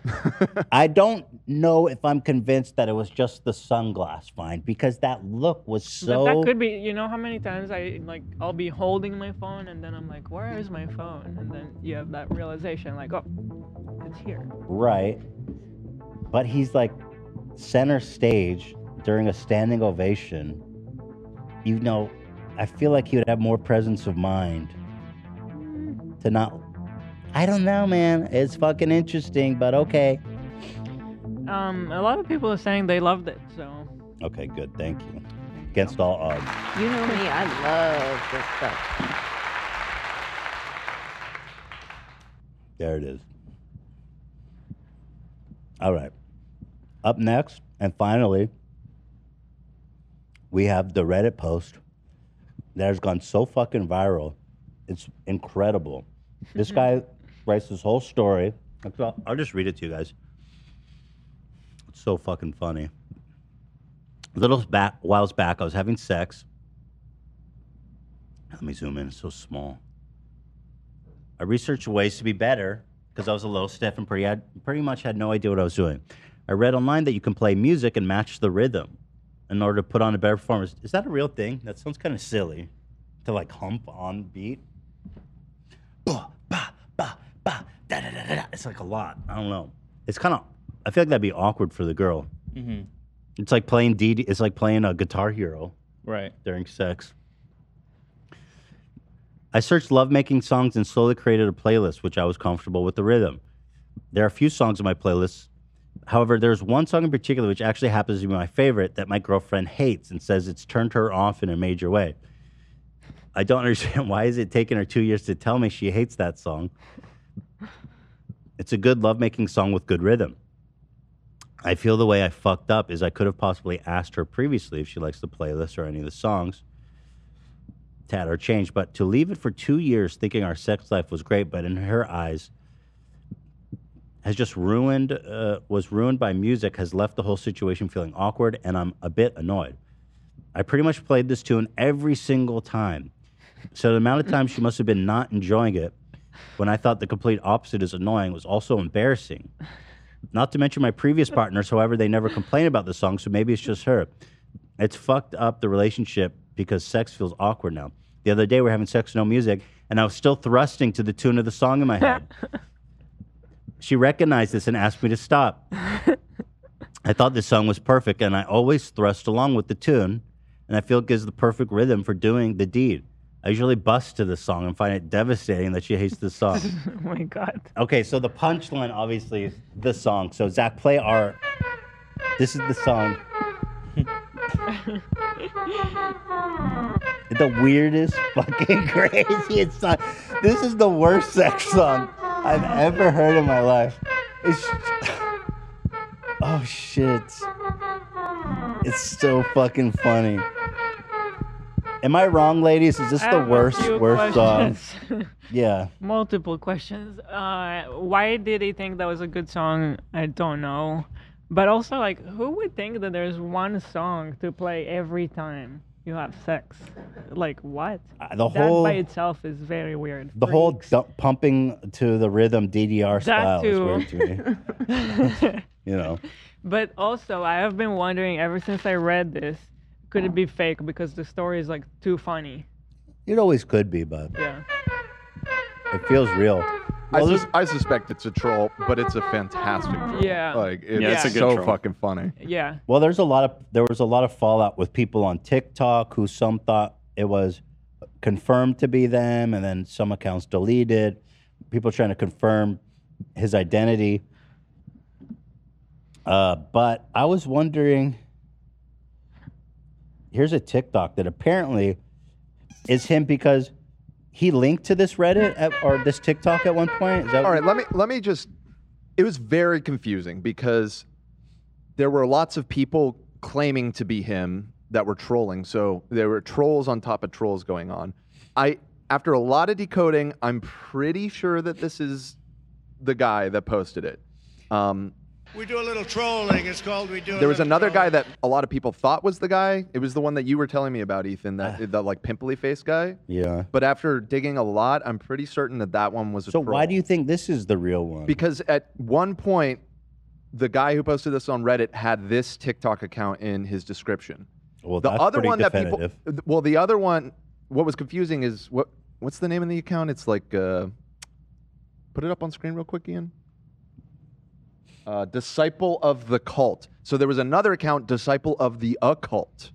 A: I don't know if I'm convinced that it was just the sunglass find because that look was
B: But
A: so.
B: that could be. You know how many times I like I'll be holding my phone and then I'm like, where is my phone? And then you have that realization, like, oh, it's here.
A: Right. But he's like center stage during a standing ovation. You know, I feel like he would have more presence of mind to not. I don't know, man. It's fucking interesting, but okay.
B: Um, a lot of people are saying they loved it. So
A: Okay, good. Thank you. Against all odds.
Q: You know me, I love this stuff.
A: There it is. All right. Up next, and finally, we have the Reddit post that has gone so fucking viral. It's incredible. This guy writes this whole story. I'll I'll just read it to you guys. It's so fucking funny. Little back, whiles back, I was having sex. Let me zoom in. It's so small. I researched ways to be better because I was a little stiff and pretty, I pretty much had no idea what I was doing. I read online that you can play music and match the rhythm in order to put on a better performance. Is that a real thing? That sounds kind of silly to like hump on beat. Ba, ba, ba, ba, da, da, da, da, da. It's like a lot. I don't know. It's kind of, I feel like that'd be awkward for the girl.
I: Mm-hmm.
A: It's like playing DD, it's like playing a Guitar Hero
I: Right.
A: during sex. I searched lovemaking songs and slowly created a playlist, which I was comfortable with the rhythm. There are a few songs in my playlist. However, there's one song in particular which actually happens to be my favorite that my girlfriend hates and says it's turned her off in a major way. I don't understand why is it taking her two years to tell me she hates that song. It's a good lovemaking song with good rhythm. I feel the way I fucked up is I could have possibly asked her previously if she likes the playlist or any of the songs. Tad or changed, but to leave it for two years thinking our sex life was great, but in her eyes, has just ruined, uh, was ruined by music, has left the whole situation feeling awkward, and I'm a bit annoyed. I pretty much played this tune every single time. So the amount of time she must have been not enjoying it when I thought the complete opposite is annoying was also embarrassing. Not to mention my previous partners, however, they never complain about the song, so maybe it's just her. It's fucked up the relationship because sex feels awkward now. The other day we are having sex, no music, and I was still thrusting to the tune of the song in my head. she recognized this and asked me to stop. I thought this song was perfect, and I always thrust along with the tune, and I feel it gives the perfect rhythm for doing the deed. I usually bust to this song and find it devastating that she hates this song.
B: oh my god.
A: okay, so the punchline obviously is this song. So Zach, play our. This is the song. The weirdest, fucking craziest song. This is the worst sex song I've ever heard in my life. It's. Oh shit. It's so fucking funny. Am I wrong, ladies? Is this
B: I
A: the
B: have a
A: worst,
B: few
A: worst song?
B: questions.
A: Yeah.
B: Multiple questions. Uh, why did he think that was a good song? I don't know. But also, like, who would think that there's one song to play every time you have sex? Like, what?
A: Uh, the
B: that
A: whole-
B: by itself is very weird.
A: The whole dump, pumping to the rhythm DDR style
B: that
A: is
B: too.
A: weird to me. You know,
B: But also, I have been wondering ever since I read this, could it be fake? Because the story is like too funny.
A: it always could be, but
B: Yeah.
A: it feels real.
E: I, sus- I suspect it's a troll, but it's a fantastic troll.
B: Yeah.
E: Like, it's
B: Yeah, it's a good
E: so
B: troll.
E: fucking funny.
B: Yeah.
A: Well, there's a lot of there was a lot of fallout with people on TikTok who some thought it was confirmed to be them, and then some accounts deleted. People trying to confirm his identity. Uh, but I was wondering. Here's a TikTok that apparently is him because he linked to this Reddit at, or this TikTok at one point. Is that
E: All right, let me let me just. It was very confusing because there were lots of people claiming to be him that were trolling. So there were trolls on top of trolls going on. I after a lot of decoding, I'm pretty sure that this is the guy that posted it. Um,
W: We do a little trolling. It's called we do. a
E: there was
W: little
E: another guy that a lot of people thought was the guy. It was the one that you were telling me about, Ethan, that the like pimply face guy.
A: Yeah.
E: But after digging a lot, I'm pretty certain that that one was a
A: So
E: troll.
A: why do you think this is the real one?
E: Because at one point, the guy who posted this on Reddit had this TikTok account in his description.
A: Well,
E: the
A: that's
E: other
A: pretty
E: one that
A: definitive.
E: people. th- Well, the other one. What was confusing is what. What's the name of the account? It's like. Uh, put it up on screen real quick, Ian. Uh, Disciple of the cult. So there was another account, Disciple of the occult.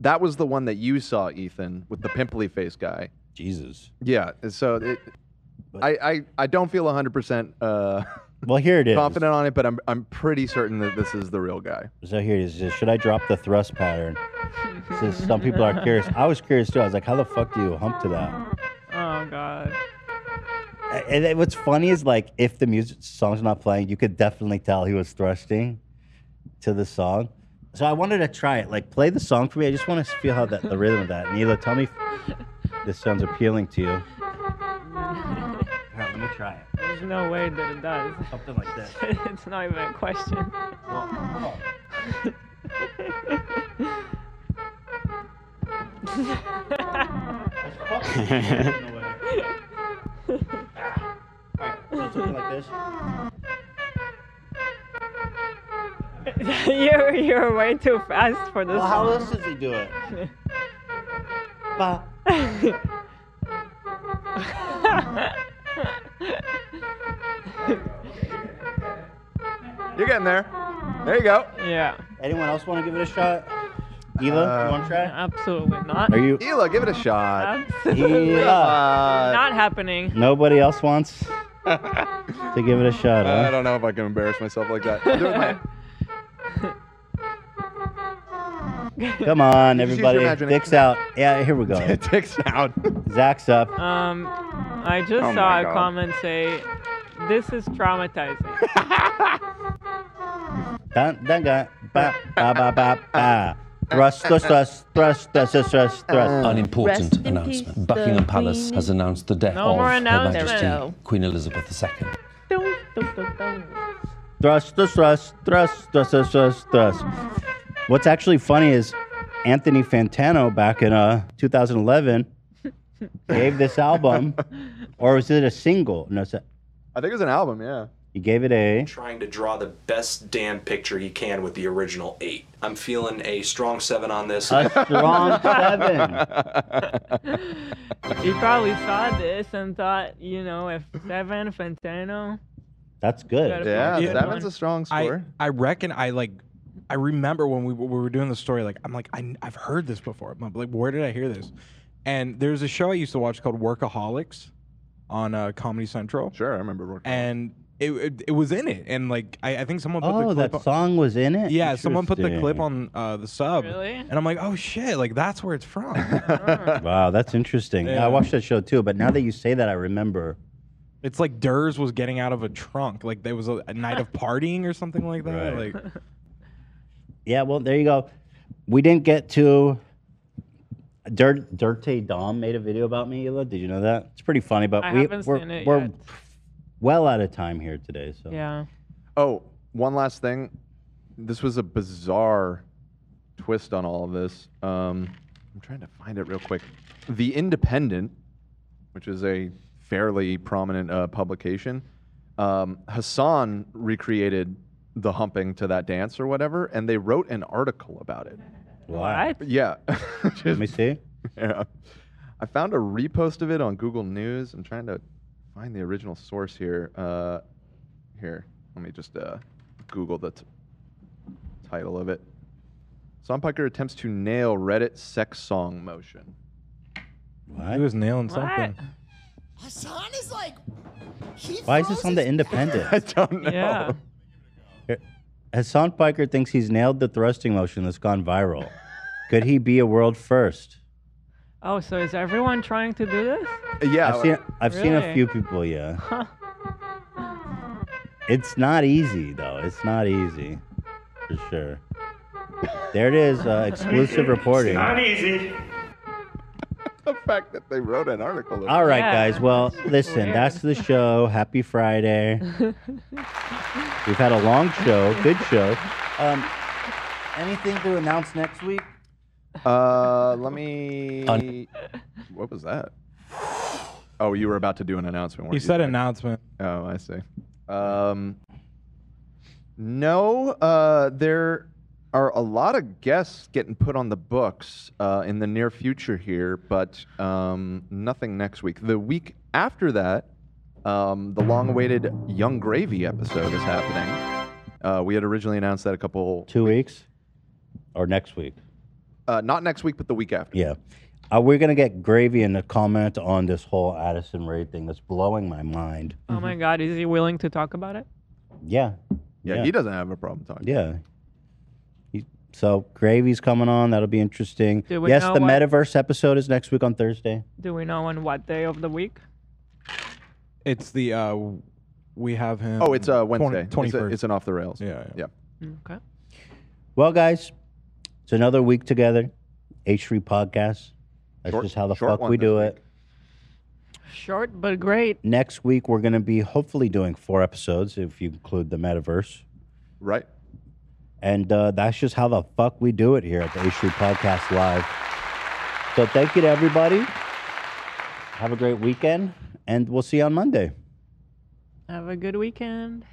E: That was the one that you saw, Ethan, with the pimply face guy.
A: Jesus.
E: Yeah. and So it, I, I I don't feel 100% uh,
A: well, here it is.
E: confident on it, but I'm I'm pretty certain that this is the real guy.
A: So here it is. It says, Should I drop the thrust pattern? It says, some people are curious. I was curious too. I was like, how the fuck do you hump to that?
B: Oh god.
A: And then what's funny is like, if the music song's not playing, you could definitely tell he was thrusting to the song. So I wanted to try it. Like, play the song for me. I just want to feel how that the rhythm of that. Neela, tell me if this sounds appealing to you. let me try it.
B: There's no way that it does.
A: Something like this.
B: it's not even a question.
A: Something like this.
B: you're you're way too fast for this.
A: Well, how
B: song.
A: else does he do it? Ba.
E: You're getting there. There you go.
B: Yeah.
A: Anyone else want to give it a shot? Ela, you want to try?
B: Absolutely not.
A: Are you?
E: Ela, Uh, give it a shot.
B: Absolutely
A: Ela.
B: not happening.
A: Nobody else wants to give it a shot, huh?
E: I don't know if I can embarrass myself like that. Do it, man.
A: Come on,
B: Just use your
A: everybody.
B: imagination.
A: Dick's out. Yeah, here we go.
E: Dick's out.
A: Zach's up.
B: Um, I just
A: Oh
B: saw
A: my
B: a
A: God.
B: comment say, "This is traumatizing."
A: Dun, dun, dun, ba, ba, ba, ba, ba. Thrust, thrust, thrust, thrust, thrust, thrust, thrust, thrust.
D: An important announcement. Buckingham Palace has announced the death
A: No
D: of
A: more
D: Her
A: announcements.
D: Majesty
A: No.
D: Queen Elizabeth II.
A: Thrust, thrust, thrust, thrust, thrust, thrust, thrust, thrust. What's actually funny is Anthony Fantano back in uh, 2011 gave this album, or was it a single? No, it's a-
E: I think it was an album, yeah.
A: he gave it a.
N: trying to draw the best damn picture he can with the original eight. I'm feeling a strong seven on this.
A: A strong
N: seven.
B: He probably saw this and thought, you know, if Seven Fantano.
A: That's
B: good. Gotta Yeah, find a good seven's one. a
E: strong
B: score.
C: I, I reckon I like. I remember when we, we were doing the story. Like I'm like I, have heard this before. I'm like where did I hear this? And there's a show I used to watch called Workaholics on uh, Comedy Central.
E: Sure, I remember Workaholics.
C: And it, it it was in it. And like I, I think someone put
A: Oh,
C: the clip
A: that
C: on-
A: song was in it?
C: Yeah, someone put the clip
A: Interesting.
C: on uh, the sub.
B: Really?
C: And I'm like, oh shit, like that's where it's from.
A: Wow, that's interesting. Yeah,
C: Yeah.
A: I watched that show too, but now that you say that, I remember.
C: It's like Durs was getting out of a trunk. Like there was a, a night of partying or something like that.
A: Right.
C: Like
A: Yeah, well, there you go. We didn't get to. Dirt Dirte Dom made a video about me, Ela. Did you know that? It's pretty funny, but
B: I
A: we,
B: haven't
A: we're,
B: seen it
A: we're
B: yet.
A: well out of time here today. So
B: Yeah.
E: Oh, one last thing. This was a bizarre twist on all of this. Um, I'm trying to find it real quick. The Independent, which is a fairly prominent uh, publication, um, Hassan recreated the humping to that dance or whatever, and they wrote an article about it.
B: What?
E: Yeah. Let
A: me see.
E: Yeah. I found a repost of it on Google News. I'm trying to find the original source here. Uh, here, let me just uh, Google the t- title of it. Sonpiker attempts to nail Reddit sex song motion.
A: What?
C: He was nailing
E: something.
P: Hassan is like. He
A: Why is this on the Independent?
E: I don't
P: know. Yeah.
A: Hassan Piker thinks he's nailed the thrusting motion that's gone viral. Could he be a world first?
B: Oh, so is everyone trying to do this?
A: I've seen, I've seen a
B: Really?
A: few people. Yeah,
B: Huh.
A: it's not easy though. It's not easy, for sure. There it is, uh, exclusive reporting.
E: easy. the fact that they wrote an article. about
A: All right,
E: it.
A: guys. Well, listen, that's the show. Happy Friday. We've had a long show, good show. Um, anything to announce next week?
E: Uh, let me. What was that? Oh, you were about to do an announcement. weren't
C: you said announcement.
E: Oh, I see. Um, no, uh, there are a lot of guests getting put on the books uh, in the near future here, but um, nothing next week. The week after that, um, the long-awaited Young Gravy episode is happening. Uh, we had originally announced that a couple.
A: Two weeks, or next week?
E: Uh, not next week, but the week after.
A: Yeah. Uh, we're gonna get gravy in the comment on this whole Addison Ray thing that's blowing my mind. Mm-hmm.
B: Oh my God, is he willing to talk about it?
A: Yeah.
E: Yeah, he doesn't have a problem talking.
A: Yeah. He- So gravy's coming on. That'll be interesting.
B: Do we
A: Yes,
B: know
A: the
B: what-
A: metaverse episode is next week on Thursday.
B: Do we know on what day of the week?
C: It's the uh, we have him.
E: Oh, it's uh, Wednesday.
C: Twenty
E: It's, a-
C: first.
E: it's an off the rails. Yeah. Yeah.
B: Okay.
A: Well, guys, it's another week together. H3 podcast. That's
B: Short-
A: just how the
B: short
A: fuck
B: one
A: we
B: this
A: do it.
B: Short but great.
A: Next week, we're going to be hopefully doing four episodes if you include the metaverse.
E: Right.
A: And uh, that's just how the fuck we do it here at the H3 Podcast Live. So thank you to everybody. Have a great weekend, and we'll see you on Monday.
B: Have a good weekend.